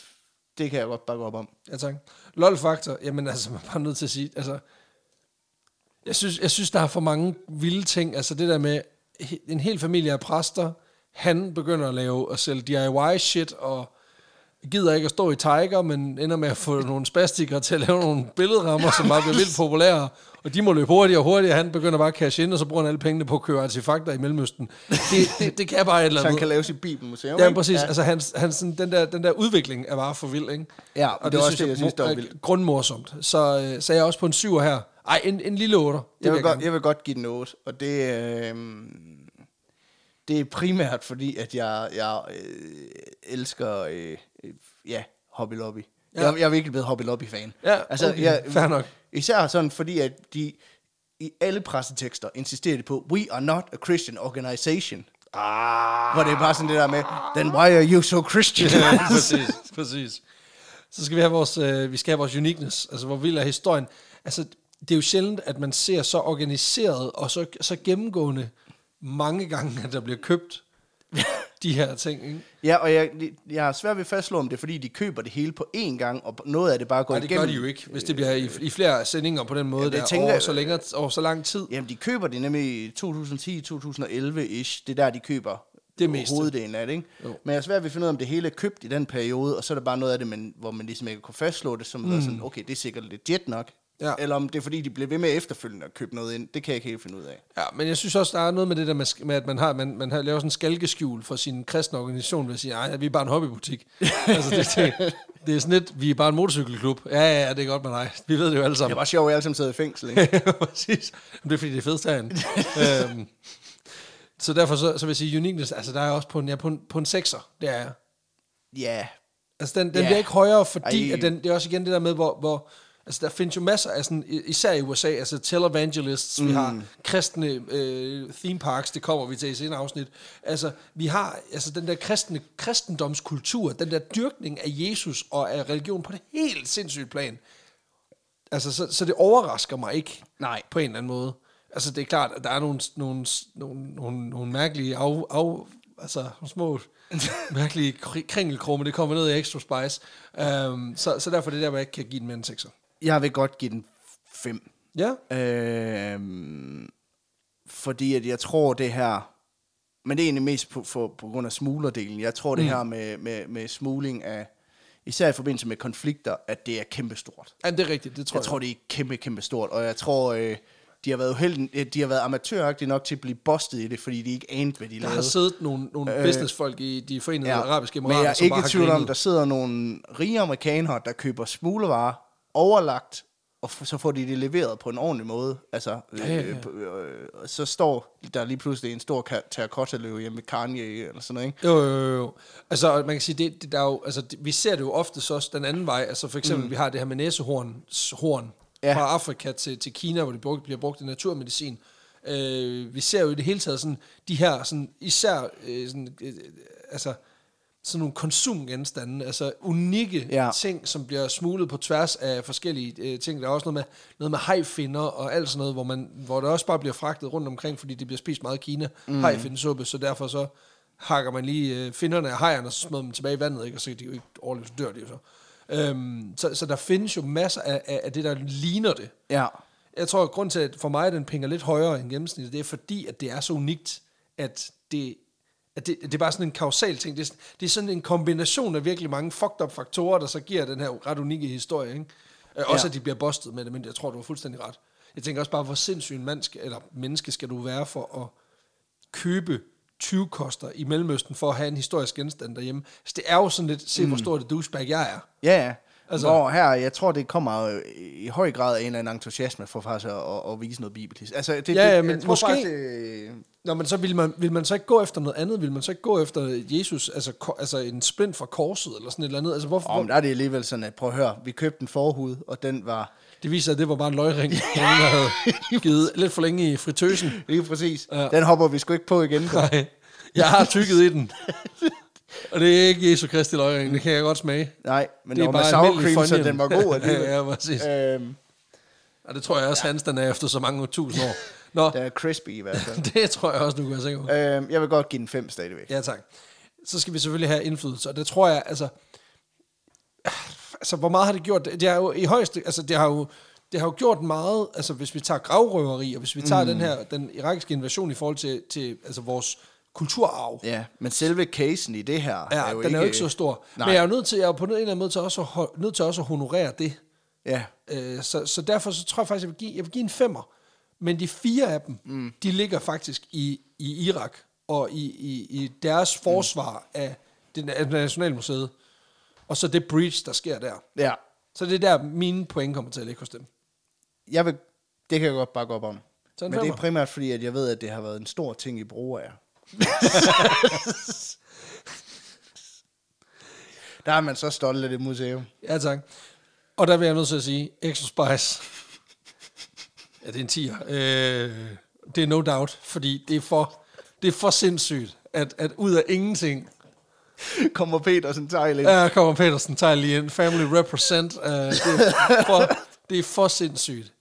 Speaker 2: det kan jeg godt bakke op om.
Speaker 1: Ja, tak. LOL-faktor, jamen altså, man er bare nødt til at sige, altså, jeg synes, jeg synes, der er for mange vilde ting, altså det der med, he- en hel familie af præster, han begynder at lave og sælge DIY-shit, og gider ikke at stå i Tiger, men ender med at få nogle spastikere til at lave nogle billedrammer, som bare bliver vildt populære, og de må løbe hurtigere og hurtigere, han begynder bare at cash ind, og så bruger han alle pengene på at købe artefakter i Mellemøsten. Det, det, det kan bare et eller
Speaker 2: Så
Speaker 1: andet.
Speaker 2: han kan lave sit bibelmuseum.
Speaker 1: Ja,
Speaker 2: ikke?
Speaker 1: præcis. Ja.
Speaker 2: Ja.
Speaker 1: Altså, hans, hans, sådan, den, der, den der udvikling er bare for vild, ikke?
Speaker 2: Ja, men
Speaker 1: og
Speaker 2: det
Speaker 1: det,
Speaker 2: var
Speaker 1: synes
Speaker 2: også det,
Speaker 1: jeg,
Speaker 2: jeg synes, der var
Speaker 1: mo-
Speaker 2: vildt.
Speaker 1: er grundmorsomt. Så, øh, så er jeg også på en syver her. Ej, en, en lille otter. Det
Speaker 2: Jeg vil, godt,
Speaker 1: gerne.
Speaker 2: jeg vil godt give den 8, og det, øh, det er primært fordi, at jeg, jeg øh, elsker, øh, øh, ja, Hobby Lobby.
Speaker 1: Ja.
Speaker 2: Ja. Jeg, jeg er virkelig blevet Hobby Lobby-fan. Altså,
Speaker 1: Ja, okay, fair nok.
Speaker 2: Især sådan, fordi at de i alle pressetekster insisterer de på, we are not a Christian organization. Ah. Hvor det er bare sådan det der med, then why are you so Christian?
Speaker 1: Ja, præcis, præcis. Så skal vi have vores, øh, vi skal have vores uniqueness, altså hvor vild er historien. Altså, det er jo sjældent, at man ser så organiseret og så, så gennemgående mange gange, at der bliver købt de her ting, ikke?
Speaker 2: Ja, og jeg, jeg har svært ved at fastslå, om det er, fordi de køber det hele på én gang, og noget af det bare går
Speaker 1: Nej, det
Speaker 2: igennem.
Speaker 1: gør de jo ikke, hvis det bliver i, i flere sendinger på den måde,
Speaker 2: det
Speaker 1: ja, der,
Speaker 2: tænker
Speaker 1: over,
Speaker 2: jeg-
Speaker 1: så længere, over så lang tid.
Speaker 2: Jamen, de køber det nemlig i 2010-2011-ish. Det er der, de køber
Speaker 1: Det meste.
Speaker 2: hoveddelen af det, ikke?
Speaker 1: Jo.
Speaker 2: Men jeg er svært ved at finde ud af, om det hele er købt i den periode, og så er der bare noget af det, man, hvor man ligesom ikke kunne fastslå det, som mm. sådan, okay, det er sikkert legit nok.
Speaker 1: Ja.
Speaker 2: Eller om det er, fordi de blev ved med efterfølgende at købe noget ind. Det kan jeg ikke helt finde ud af.
Speaker 1: Ja, men jeg synes også, der er noget med det der med, sk- med at man, har, man, man har laver sådan en skalkeskjul for sin kristne organisation, ved at sige, nej, vi er bare en hobbybutik. altså, det, det, det, er sådan lidt, vi er bare en motorcykelklub. Ja, ja, ja, det er godt med dig. Vi ved det jo alle
Speaker 2: Det
Speaker 1: sammen.
Speaker 2: var sjovt, at jeg altid sad i fængsel, ikke?
Speaker 1: Præcis. Men det er fordi, det er fedest herinde. øhm, så derfor så, så vil jeg sige, uniqueness, altså der er også på en, jeg er på en, på en sekser, det er jeg.
Speaker 2: ja,
Speaker 1: Altså, den, den
Speaker 2: Ja.
Speaker 1: bliver ikke højere, fordi
Speaker 2: Ej.
Speaker 1: at den, det er også igen det der med, hvor, hvor altså, der findes jo masser af sådan, i- især i USA, altså televangelists, mm. vi har kristne øh, theme parks, det kommer vi til i senere afsnit. Altså, vi har altså, den der kristne, kristendomskultur, den der dyrkning af Jesus og af religion på et helt sindssygt plan. Altså, så, så det overrasker mig ikke.
Speaker 2: Nej.
Speaker 1: På en eller anden måde. Altså, det er klart, at der er nogle, nogle, nogle, nogle, nogle mærkelige af, af, altså, nogle små mærkelige kri- kringelkrumme, det kommer ned i Extra Spice. Um, så, så derfor er det der, hvor jeg ikke kan give den med en sekser.
Speaker 2: jeg vil godt give den 5.
Speaker 1: Ja,
Speaker 2: Øhm, fordi at jeg tror det her, men det er egentlig mest på, for, på grund af smuglerdelen, jeg tror det mm. her med, med, med smugling af, især i forbindelse med konflikter, at det er kæmpestort.
Speaker 1: Jamen, det er rigtigt, det tror
Speaker 2: Jeg
Speaker 1: jeg.
Speaker 2: tror det er kæmpe, kæmpe stort, og jeg tror... Øh, de har været uheldige, de har været amatøragtige nok til at blive bustet i det, fordi de ikke anede, hvad de
Speaker 1: der
Speaker 2: lavede.
Speaker 1: har siddet nogle, nogle øh, businessfolk i de forenede ja, arabiske
Speaker 2: men
Speaker 1: emirater,
Speaker 2: jeg er
Speaker 1: som
Speaker 2: ikke
Speaker 1: bare
Speaker 2: i
Speaker 1: har
Speaker 2: tvivl om,
Speaker 1: grinet.
Speaker 2: der sidder nogle rige amerikanere, der køber smuglervarer overlagt, og f- så får de det leveret på en ordentlig måde. Altså, ja,
Speaker 1: ja,
Speaker 2: ja,
Speaker 1: ja.
Speaker 2: ja. Øh, og så står der lige pludselig en stor ka- terracotta-løve hjemme ved Kanye, eller sådan noget, ikke?
Speaker 1: Jo, jo, jo, jo. Altså, man kan sige, det, det, der er jo, altså, det, vi ser det jo ofte så også den anden vej. Altså, for eksempel, mm. vi har det her med næsehorn horn,
Speaker 2: Ja.
Speaker 1: ja. fra Afrika til, til Kina, hvor det brugt, bliver brugt i naturmedicin. Øh, vi ser jo i det hele taget sådan, de her, sådan, især øh, sådan, øh, altså, sådan nogle konsumgenstande, altså unikke
Speaker 2: Ja.
Speaker 1: ja. ting, som bliver smuglet på tværs af forskellige øh, ting. Der er også noget med, noget med hajfinder og alt sådan noget, hvor, man, hvor det også bare bliver fragtet rundt omkring, fordi det bliver spist meget i Kina. Mm. Hajfindesuppe, så derfor så hakker man lige øh, finderne af hajerne, og så smider dem tilbage i vandet, ikke? og så kan de jo ikke overleve, så dør de jo så. Øhm, så. Så der findes jo masser af, af, af det, der ligner det.
Speaker 2: Ja.
Speaker 1: Jeg tror, at grund til, at for mig den pinger lidt højere end gennemsnittet, det er fordi, at det er så unikt, at det, at det, det er bare sådan en kausal ting. Det er, sådan- det er sådan en kombination af virkelig mange fucked up faktorer, der så giver den her ret unikke historie. Ikke? Øh, Også
Speaker 2: Ja.
Speaker 1: ja. at de bliver bustet med det, men jeg tror, du har fuldstændig ret. Jeg tænker også bare, hvor sindssyg en mand skal, eller menneske skal du være for at købe 20 koster i Mellemøsten for at have en historisk genstand derhjemme. Så det er jo sådan lidt, se hvor stor det douchebag jeg er.
Speaker 2: Ja, ja. Altså,
Speaker 1: Altså-
Speaker 2: Hvor her, jeg tror, det kommer øh, i høj grad af en eller anden entusiasme for faktisk at, at, at vise noget bibelsk. Altså, det,
Speaker 1: Ja, ja,
Speaker 2: det, jeg
Speaker 1: men
Speaker 2: tror
Speaker 1: måske-
Speaker 2: Faktisk, øh,
Speaker 1: Nå, men så vil man, vil man så ikke gå efter noget andet? Vil man så ikke gå efter Jesus, altså, ko- altså en splint fra korset eller sådan et eller andet? Altså, hvorfor,
Speaker 2: åh, men
Speaker 1: hvor,
Speaker 2: der er det alligevel sådan, at prøv at høre, vi købte en forhud, og den var...
Speaker 1: det viser sig, at det var bare en løgring, der havde givet lidt for længe i fritøsen.
Speaker 2: Lige præcis. Ja.
Speaker 1: Ja.
Speaker 2: Den hopper vi sgu ikke på igen. på.
Speaker 1: Nej, jeg har tykket i den. Og det er ikke Jesu Kristi løgring, det kan jeg godt smage.
Speaker 2: Nej, men
Speaker 1: Det
Speaker 2: det
Speaker 1: er
Speaker 2: var
Speaker 1: bare
Speaker 2: med sour
Speaker 1: almindelig
Speaker 2: cream, så
Speaker 1: Funyun.
Speaker 2: den var god alligevel.
Speaker 1: Ja, ja, præcis.
Speaker 2: Øhm,
Speaker 1: Og det tror jeg også, hans den er efter så mange tusind år. Nå,
Speaker 2: den er crispy i hvert fald.
Speaker 1: det tror jeg også, du kan være sikker på.
Speaker 2: øhm, jeg vil godt give den 5 stadigvæk.
Speaker 1: Ja, tak. Så skal vi selvfølgelig have indflydelse, og det tror jeg, altså... Altså, hvor meget har det gjort? Det har jo i højeste... Altså, det har jo, det har jo gjort meget, altså hvis vi tager gravrøveri, og hvis vi tager mm. den her, den irakiske invasion i forhold til, til altså, vores kulturarv, ja,
Speaker 2: Ja, men selve casen i det her
Speaker 1: er jo den ikke, er jo ikke så stor.
Speaker 2: Nej.
Speaker 1: Nej. Men jeg er jo nødt til, jeg er jo på en eller anden måde til også at, ho- nødt til også at honorere det.
Speaker 2: Ja,
Speaker 1: Øh, så, så derfor så tror jeg faktisk, jeg vil give, jeg vil give en femmer. Men de fire af dem, mm. de ligger faktisk i, i Irak og i, i, i deres forsvar mm. af det na- af Nationalmuseet. Og så det breach, der sker der.
Speaker 2: ja.
Speaker 1: Så det er der, mine point kommer til at ligge hos dem.
Speaker 2: Jeg vil, det kan jeg godt bakke op om.
Speaker 1: Så en
Speaker 2: Men det er
Speaker 1: femmer.
Speaker 2: primært fordi, at jeg ved, at det har været en stor ting i Broager. der er man så stolt af det museum.
Speaker 1: Ja, tak. Og der vil jeg nødt til at sige, Extra Spice. Ja, det er en 10'er. Øh, det er no doubt, fordi det er for, det er for sindssygt, at, at ud af ingenting,
Speaker 2: Kommer Petersen Tejl ind.
Speaker 1: Ja, der kommer Petersen tager lige ind. Family represent. Uh, det, er for, det er for sindssygt.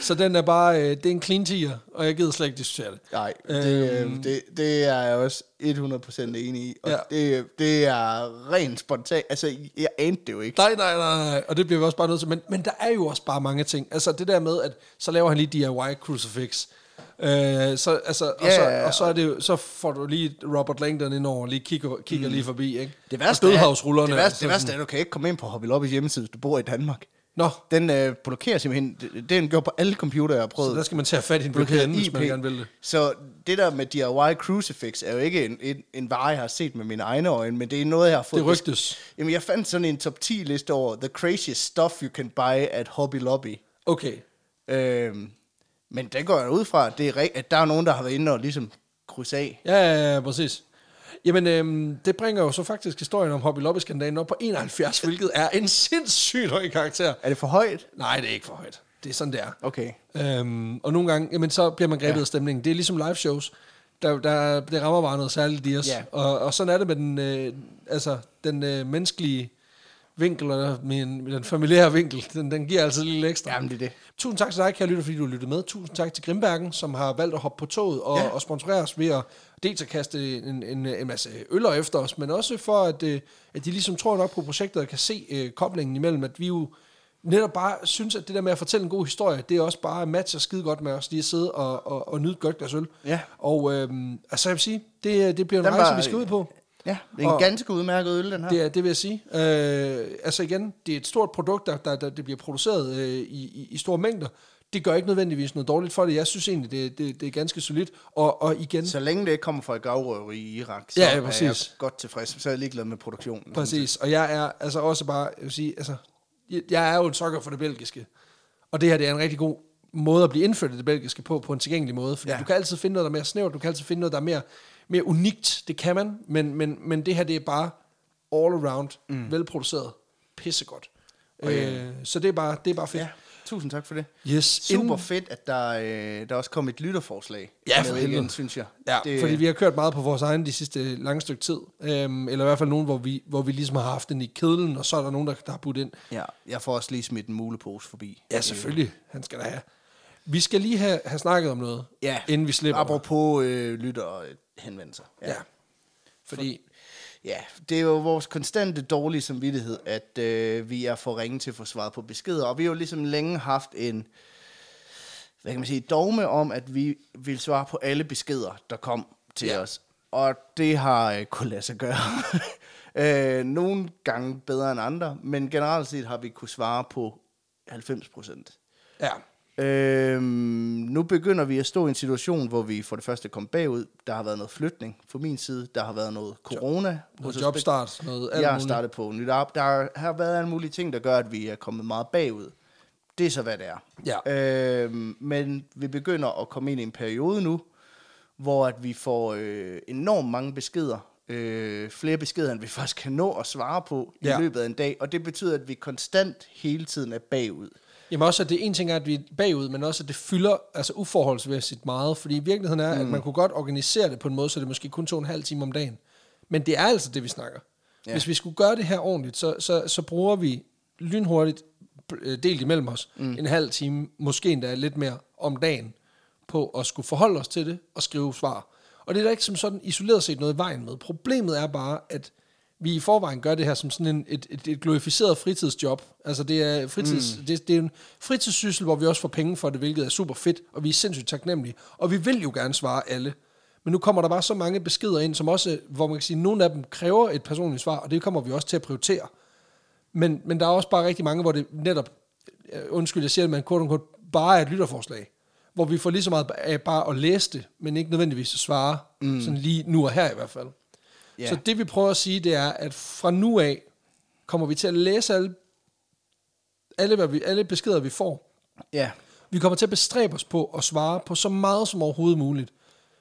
Speaker 1: Så den er bare, uh, det er en clean tier, og jeg gider slet ikke diskutere det. Øh,
Speaker 2: Nej, det, øhm. det, det er jeg også 100% enig i. Og ja.
Speaker 1: Ja.
Speaker 2: det, det er rent spontant. Altså, jeg anede det jo ikke.
Speaker 1: Nej, nej, nej, nej, og det bliver vi også bare nødt til. Men, men der er jo også bare mange ting. Altså det der med, at så laver han lige DIY crucifix. Øh, så, altså, og,
Speaker 2: Ja,
Speaker 1: så,
Speaker 2: ja, ja.
Speaker 1: og så, er det jo, så får du lige Robert Langdon ind over, lige kigger, kigger mm. lige forbi, ikke?
Speaker 2: Det
Speaker 1: og
Speaker 2: værste, er,
Speaker 1: dødhavsrullerne.
Speaker 2: det, værste,
Speaker 1: og
Speaker 2: det værste er, at du kan ikke komme ind på Hobby Lobby's hjemmeside, hvis du bor i Danmark.
Speaker 1: Nå,
Speaker 2: Den øh, blokerer simpelthen, det- den gjorde på alle computere, jeg
Speaker 1: så
Speaker 2: har
Speaker 1: der
Speaker 2: prøvet.
Speaker 1: skal man tage fat i en
Speaker 2: Blokerer
Speaker 1: blokade, hvis man gerne vil det.
Speaker 2: Så det der med DIY Crucifix er jo ikke en, en, en vare, jeg har set med mine egne øjne, men det er noget, jeg har fået...
Speaker 1: Det rygtes.
Speaker 2: Jamen, jeg fandt sådan en top 10 liste over the craziest stuff you can buy at Hobby Lobby.
Speaker 1: Okay,
Speaker 2: Øhm, men der går jeg ud fra, at, det er, rigt- at der er nogen, der har været inde og ligesom krydse af.
Speaker 1: Ja, ja, ja, præcis. Jamen, øhm, det bringer jo så faktisk historien om Hobby Lobby-skandalen op på 71, hvilket er en sindssygt høj karakter.
Speaker 2: Er det for højt?
Speaker 1: Nej, det er ikke for højt. Det er sådan, det er.
Speaker 2: Okay.
Speaker 1: Øhm, og nogle gange, jamen, så bliver man grebet ja. af stemningen. Det er ligesom live shows. Der, der, det rammer bare noget særligt i os.
Speaker 2: Ja.
Speaker 1: Og, og sådan er det med den, øh, altså, den øh, menneskelige vinkel, og med, en, med den familiære vinkel. Den, den giver altid lidt ekstra.
Speaker 2: Jamen, det er det.
Speaker 1: Tusind tak til dig, kære lytter, fordi du lyttede med. Tusind tak til Grimbergen, som har valgt at hoppe på toget og,
Speaker 2: Ja.
Speaker 1: ja. og sponsorere os ved at dels at kaste en, en, en masse øller efter os, men også for, at, øh, at de ligesom tror nok på projektet og kan se øh, koblingen imellem, at vi jo netop bare synes, at det der med at fortælle en god historie, det er også bare matcher skide godt med os lige at sidde og, og, og nyde et godt glas øl.
Speaker 2: Ja.
Speaker 1: Og øhm, altså jeg vil sige, det, det bliver en
Speaker 2: Den
Speaker 1: rejse,
Speaker 2: var-
Speaker 1: vi skal ud på.
Speaker 2: Ja, det er en
Speaker 1: Og-
Speaker 2: ganske udmærket øl, den her.
Speaker 1: Det, er, det vil jeg sige. Øh, altså igen, det er et stort produkt, der, der, der det bliver produceret øh, i, i, i store mængder. Det gør ikke nødvendigvis noget dårligt for det. Jeg synes egentlig, det, det, det er ganske solidt. Og, og igen,
Speaker 2: Så længe det ikke kommer fra et gavrøveri i Irak, så
Speaker 1: Ja, ja,
Speaker 2: er jeg
Speaker 1: præcis.
Speaker 2: godt tilfreds. Så er jeg ligeglad med produktionen.
Speaker 1: Præcis, og jeg er altså også bare, jeg vil sige, altså, jeg- jeg er jo en sokker for det belgiske, og det her det er en rigtig god måde at blive indført i det belgiske på, på en tilgængelig måde, fordi
Speaker 2: Ja.
Speaker 1: ja. du kan altid finde noget, der er mere snævert, du kan altid finde noget, der er mere, mere unikt, det kan man, men, men, men det her det er bare all around, mm. velproduceret, pissegodt. Øh, så det er bare, det er bare fedt.
Speaker 2: Ja, tusind tak for det.
Speaker 1: Ja. Yes,
Speaker 2: Super
Speaker 1: inden-
Speaker 2: fedt, at der, øh, der også kom et lytterforslag.
Speaker 1: Ja, for
Speaker 2: med
Speaker 1: helvede.
Speaker 2: igen, synes jeg.
Speaker 1: Ja,
Speaker 2: det,
Speaker 1: det... fordi vi har kørt meget på vores egen de sidste lange stykke tid, øhm, eller i hvert fald nogen, hvor vi, hvor vi ligesom har haft den i kedlen, og så er der nogen, der, der har budt ind.
Speaker 2: Ja, jeg får også lige smidt en mulepose forbi.
Speaker 1: Ja, selvfølgelig. Han skal da have. Vi skal lige have, have snakket om noget,
Speaker 2: Ja,
Speaker 1: inden vi slipper.
Speaker 2: Apropos øh, lytter og henvendelser.
Speaker 1: dig. Ja. Fordi,
Speaker 2: Ja, det er jo vores konstante dårlige samvittighed, at øh, vi er for ringe til at få svaret på beskeder. Og vi har jo ligesom længe haft en, hvad kan man sige, dogme om, at vi vil svare på alle beskeder, der kom til ja.
Speaker 1: Ja.
Speaker 2: os. Og det har øh, kunnet lade sig gøre. øh, nogle gange bedre end andre, men generelt set har vi kunne svare på 90 procent.
Speaker 1: ja,
Speaker 2: Øhm, nu begynder vi at stå i en situation, hvor vi for det første kom bagud. Der har været noget flytning fra min side. Der har været noget corona.
Speaker 1: noget
Speaker 2: hos os begge
Speaker 1: jobstart, noget alt
Speaker 2: jeg har
Speaker 1: muligt.
Speaker 2: startet på nyt op. Der har været alle mulige ting, der gør, at vi er kommet meget bagud. Det er så, hvad det er.
Speaker 1: Ja.
Speaker 2: Øhm, men vi begynder at komme ind i en periode nu, hvor at vi får øh, enormt mange beskeder. Øh, flere beskeder, end vi faktisk kan nå at svare på i
Speaker 1: Ja.
Speaker 2: løbet af en dag. Og det betyder, at vi konstant hele tiden er bagud.
Speaker 1: Jamen også, at det en ting er, at vi er bagud, men også, at det fylder altså uforholdsmæssigt meget. Fordi i virkeligheden er, mm. at man kunne godt organisere det på en måde, så det måske kun tog en halv time om dagen. Men det er altså det, vi snakker.
Speaker 2: Ja.
Speaker 1: Ja. Hvis vi skulle gøre det her ordentligt, så, så, så bruger vi lynhurtigt, øh, delt imellem os, mm. en halv time, måske endda lidt mere om dagen, på at skulle forholde os til det og skrive svar. Og det er der ikke som sådan isoleret set noget i vejen med. Problemet er bare, at vi i forvejen gør det her som sådan en, et, et, et glorificeret fritidsjob. Altså det er, fritids, mm. det, det er en fritidssyssel, hvor vi også får penge for det, hvilket er super fedt, og vi er sindssygt taknemmelige. Og vi vil jo gerne svare alle. Men nu kommer der bare så mange beskeder ind, som også, hvor man kan sige, at nogle af dem kræver et personligt svar, og det kommer vi også til at prioritere. Men, men der er også bare rigtig mange, hvor det netop, øh, undskyld, jeg siger det, men kort kort, bare er et lytterforslag, hvor vi får lige så meget af bare at læse det, men ikke nødvendigvis at svare, mm. sådan lige nu og her i hvert fald.
Speaker 2: Ja.
Speaker 1: Yeah. Så det vi prøver at sige, det er, at fra nu af kommer vi til at læse alle, alle, hvad vi, alle beskeder, vi får,
Speaker 2: Ja.
Speaker 1: vi kommer til at bestræbe os på at svare på så meget som overhovedet muligt.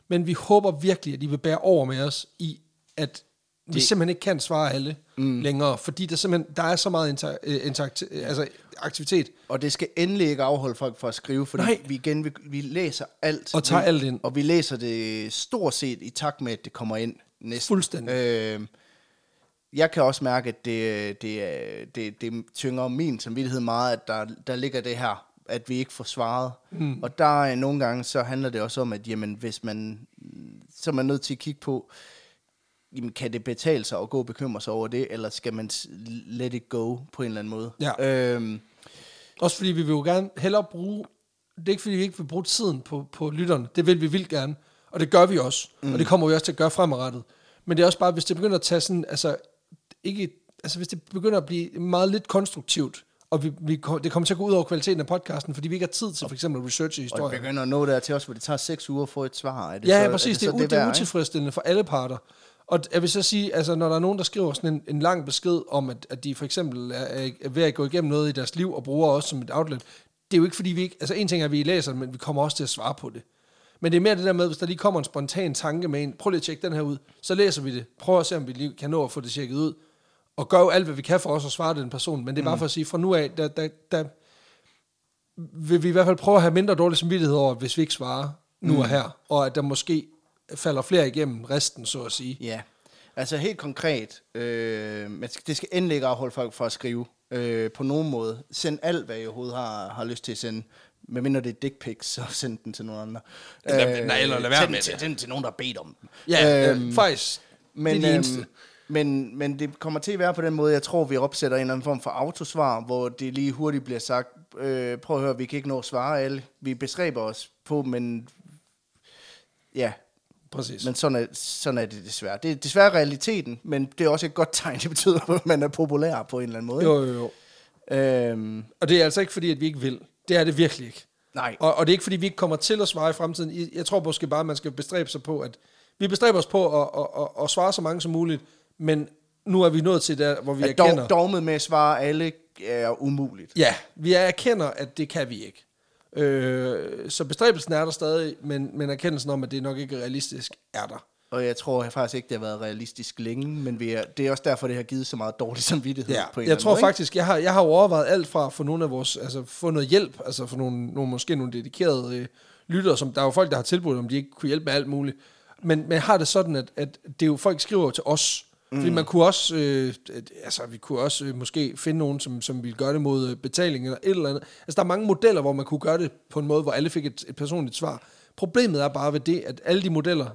Speaker 1: Men vi håber virkelig, at I vil bære over med os i, at vi det. simpelthen ikke kan svare alle mm. længere, fordi der simpelthen der er så meget inter, øh, interakt, øh, altså aktivitet.
Speaker 2: Og det skal endelig ikke afholde folk fra at skrive, fordi
Speaker 1: Nej.
Speaker 2: vi igen vi, vi læser alt.
Speaker 1: Og tager
Speaker 2: vi,
Speaker 1: alt ind.
Speaker 2: Og vi læser det stort set i takt med, at det kommer ind næsten.
Speaker 1: Fuldstændig.
Speaker 2: Øh, jeg kan også mærke, at det, det, er- det, det tynger min samvittighed meget, at der, der ligger det her, at vi ikke får svaret. Mm. Og der er nogle gange, så handler det også om, at jamen, hvis man, så er man nødt til at kigge på, jamen, kan det betale sig at gå og bekymre sig over det, eller skal man s- let it go på en eller anden måde?
Speaker 1: Ja.
Speaker 2: Øhm,
Speaker 1: Også fordi vi vil jo gerne hellere bruge, det er ikke fordi vi ikke vil bruge tiden på, på lytterne, det vil vi vildt gerne, og det gør vi også, mm. og det kommer vi også til at gøre fremadrettet. Men det er også bare, hvis det begynder at tage sådan, altså, ikke, altså hvis det begynder at blive meget lidt konstruktivt, og vi, vi, kom- det kommer til at gå ud over kvaliteten af podcasten, fordi vi ikke har tid til for eksempel at researche
Speaker 2: Og
Speaker 1: historier.
Speaker 2: det begynder at nå der til os, hvor det tager seks uger at få et svar. Er det
Speaker 1: Ja,
Speaker 2: så,
Speaker 1: ja, præcis.
Speaker 2: så
Speaker 1: Det er, det, det, det
Speaker 2: værd,
Speaker 1: er
Speaker 2: ikke?
Speaker 1: utilfredsstillende for alle parter. Og jeg vil så sige, altså, når der er nogen, der skriver sådan en, en lang besked om, at, at de for eksempel er, er er ved at gå igennem noget i deres liv og bruger os som et outlet, det er jo ikke fordi vi ikke... Altså en ting er, at vi læser det, men vi kommer også til at svare på det. Men det er mere det der med, hvis der lige kommer en spontan tanke med en, prøv lige at tjekke den her ud, så læser vi det, prøver at se, om vi lige kan nå at få det tjekket ud, og gør jo alt, hvad vi kan for også at svare den person. Men det er
Speaker 2: Mm.
Speaker 1: bare for at sige, fra nu af, der, der, der, vil vi i hvert fald prøve at have mindre dårlig samvittighed over, hvis vi ikke svarer nu
Speaker 2: Mm.
Speaker 1: og her, og at der måske falder flere igennem resten, så at sige.
Speaker 2: Ja, altså helt konkret, øh, man skal, det skal endelig ikke afholde folk fra at skrive øh, på nogen måde. Send alt, hvad I overhovedet har, har lyst til at sende. Men mindre det er dick pics, så send den til nogen andre. Øh,
Speaker 1: Eller- nej, eller lad være
Speaker 2: send
Speaker 1: med
Speaker 2: den til,
Speaker 1: det.
Speaker 2: Send den til nogen, der har bedt om den.
Speaker 1: Ja,
Speaker 2: Øhm,
Speaker 1: øh, faktisk, men, det er det
Speaker 2: øhm,
Speaker 1: eneste.
Speaker 2: Men, men det kommer til at være på den måde, jeg tror, vi opsætter en eller anden form for autosvar, hvor det lige hurtigt bliver sagt, øh, prøv at høre, vi kan ikke nå at svare alle. Vi bestræber os på, men ja,
Speaker 1: Præcis.
Speaker 2: men sådan er, sådan er det desværre. Det er desværre realiteten, men det er også et godt tegn. Det betyder, at man er populær på en eller anden måde.
Speaker 1: Jo, jo, jo.
Speaker 2: ikke? Øhm,
Speaker 1: Og det er altså ikke fordi, at vi ikke vil. Det er det virkelig ikke.
Speaker 2: nej,
Speaker 1: Og, og det er ikke fordi, vi ikke kommer til at svare i fremtiden. I- Jeg tror måske bare, at man skal bestræbe sig på, at vi bestræber os på at, at, at, at svare så mange som muligt, men nu er vi nået til der, hvor vi
Speaker 2: at
Speaker 1: erkender...
Speaker 2: dog, dogmet med at svare alle er umuligt.
Speaker 1: Ja, vi erkender, at det kan vi ikke. Øh, så bestræbelsen er der stadig, men, men erkendelsen om, at det nok ikke er realistisk, er der.
Speaker 2: Og jeg tror faktisk ikke, det har været realistisk længe, men vi er, det er også derfor, det har givet så meget dårlig samvittighed
Speaker 1: Ja,
Speaker 2: på en
Speaker 1: jeg
Speaker 2: eller anden
Speaker 1: tror
Speaker 2: måde. ikke?
Speaker 1: faktisk, jeg har, jeg har jo overvejet alt fra at få nogle af vores, altså få noget hjælp, altså få nogle, nogle måske nogle dedikerede øh, lyttere, som der er jo folk, der har tilbudt, om de ikke kunne hjælpe med alt muligt. Men, men jeg har det sådan, at, at det er jo, folk skriver jo til os, mm. fordi man kunne også, øh, at- altså vi kunne også øh, måske finde nogen, som, som ville gøre det mod øh, betaling eller et eller andet. Altså der er mange modeller, hvor man kunne gøre det på en måde, hvor alle fik et, et personligt svar. Problemet er bare ved det, at alle de modeller,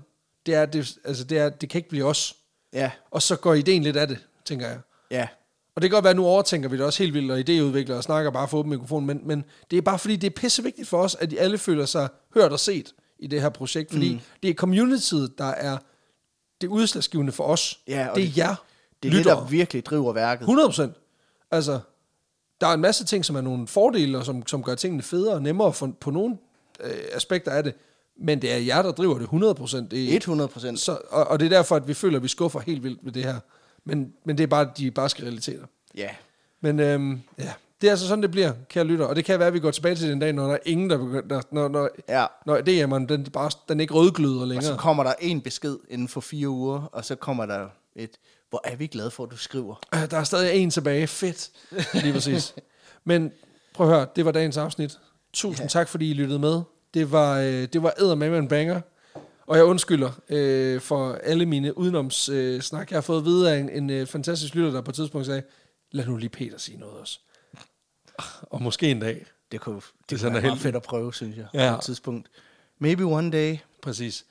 Speaker 1: det er, at det, altså det, er, det kan ikke blive os.
Speaker 2: Ja,
Speaker 1: Og så går ideen lidt af det, tænker jeg.
Speaker 2: ja.
Speaker 1: Og det kan godt være, at nu overtænker vi det også helt vildt, og idéudvikler og snakker bare for åben mikrofon, men, men det er bare fordi, det er pissevigtigt for os, at de alle føler sig hørt og set i det her projekt, fordi mm. det er communityet, der er det udslagsgivende for os.
Speaker 2: Ja, og
Speaker 1: det er
Speaker 2: det-
Speaker 1: jer,
Speaker 2: Det er det,
Speaker 1: lyttere.
Speaker 2: der virkelig driver værket.
Speaker 1: 100 procent. Altså, der er en masse ting, som er nogle fordele, og som, som gør tingene federe og nemmere for, på nogle øh, aspekter af det, men det er jer, der driver det 100 procent.
Speaker 2: 100 procent.
Speaker 1: Så, og, og det er derfor, at vi føler, at vi skuffer helt vildt med det her. Men, men det er bare de barske realiteter.
Speaker 2: Ja.
Speaker 1: Men øhm, ja, det er altså sådan, det bliver, kære lytter. Og det kan være, at vi går tilbage til den dag, når der er ingen, der begynder, når, når,
Speaker 2: ja.
Speaker 1: når DM'eren, den, bare, den ikke rødgløder
Speaker 2: Og så
Speaker 1: længere.
Speaker 2: kommer der en besked inden for fire uger, og så kommer der et, hvor er vi glade for, at du skriver.
Speaker 1: Øh, Der er stadig en tilbage. Fedt. Lige præcis. Men prøv at høre, det var dagens afsnit. Tusind ja. tak, fordi I lyttede med. Det var, øh, det var eddermame en banger. Og jeg undskylder øh, for alle mine udenomssnak. Øh, snak. jeg har fået at vide af en, en øh, fantastisk lytter, der på et tidspunkt sagde, lad nu lige Peter sige noget også. Og måske en dag.
Speaker 2: Det kunne, det
Speaker 1: Det
Speaker 2: det
Speaker 1: sender
Speaker 2: kunne være meget
Speaker 1: helt-
Speaker 2: fedt at prøve, synes jeg,
Speaker 1: Ja.
Speaker 2: på et tidspunkt. Maybe one day.
Speaker 1: Præcis.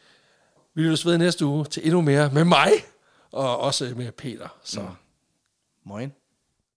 Speaker 1: Vi lyttes ved næste uge til endnu mere med mig, og også med Peter. Så mm.
Speaker 2: Moin.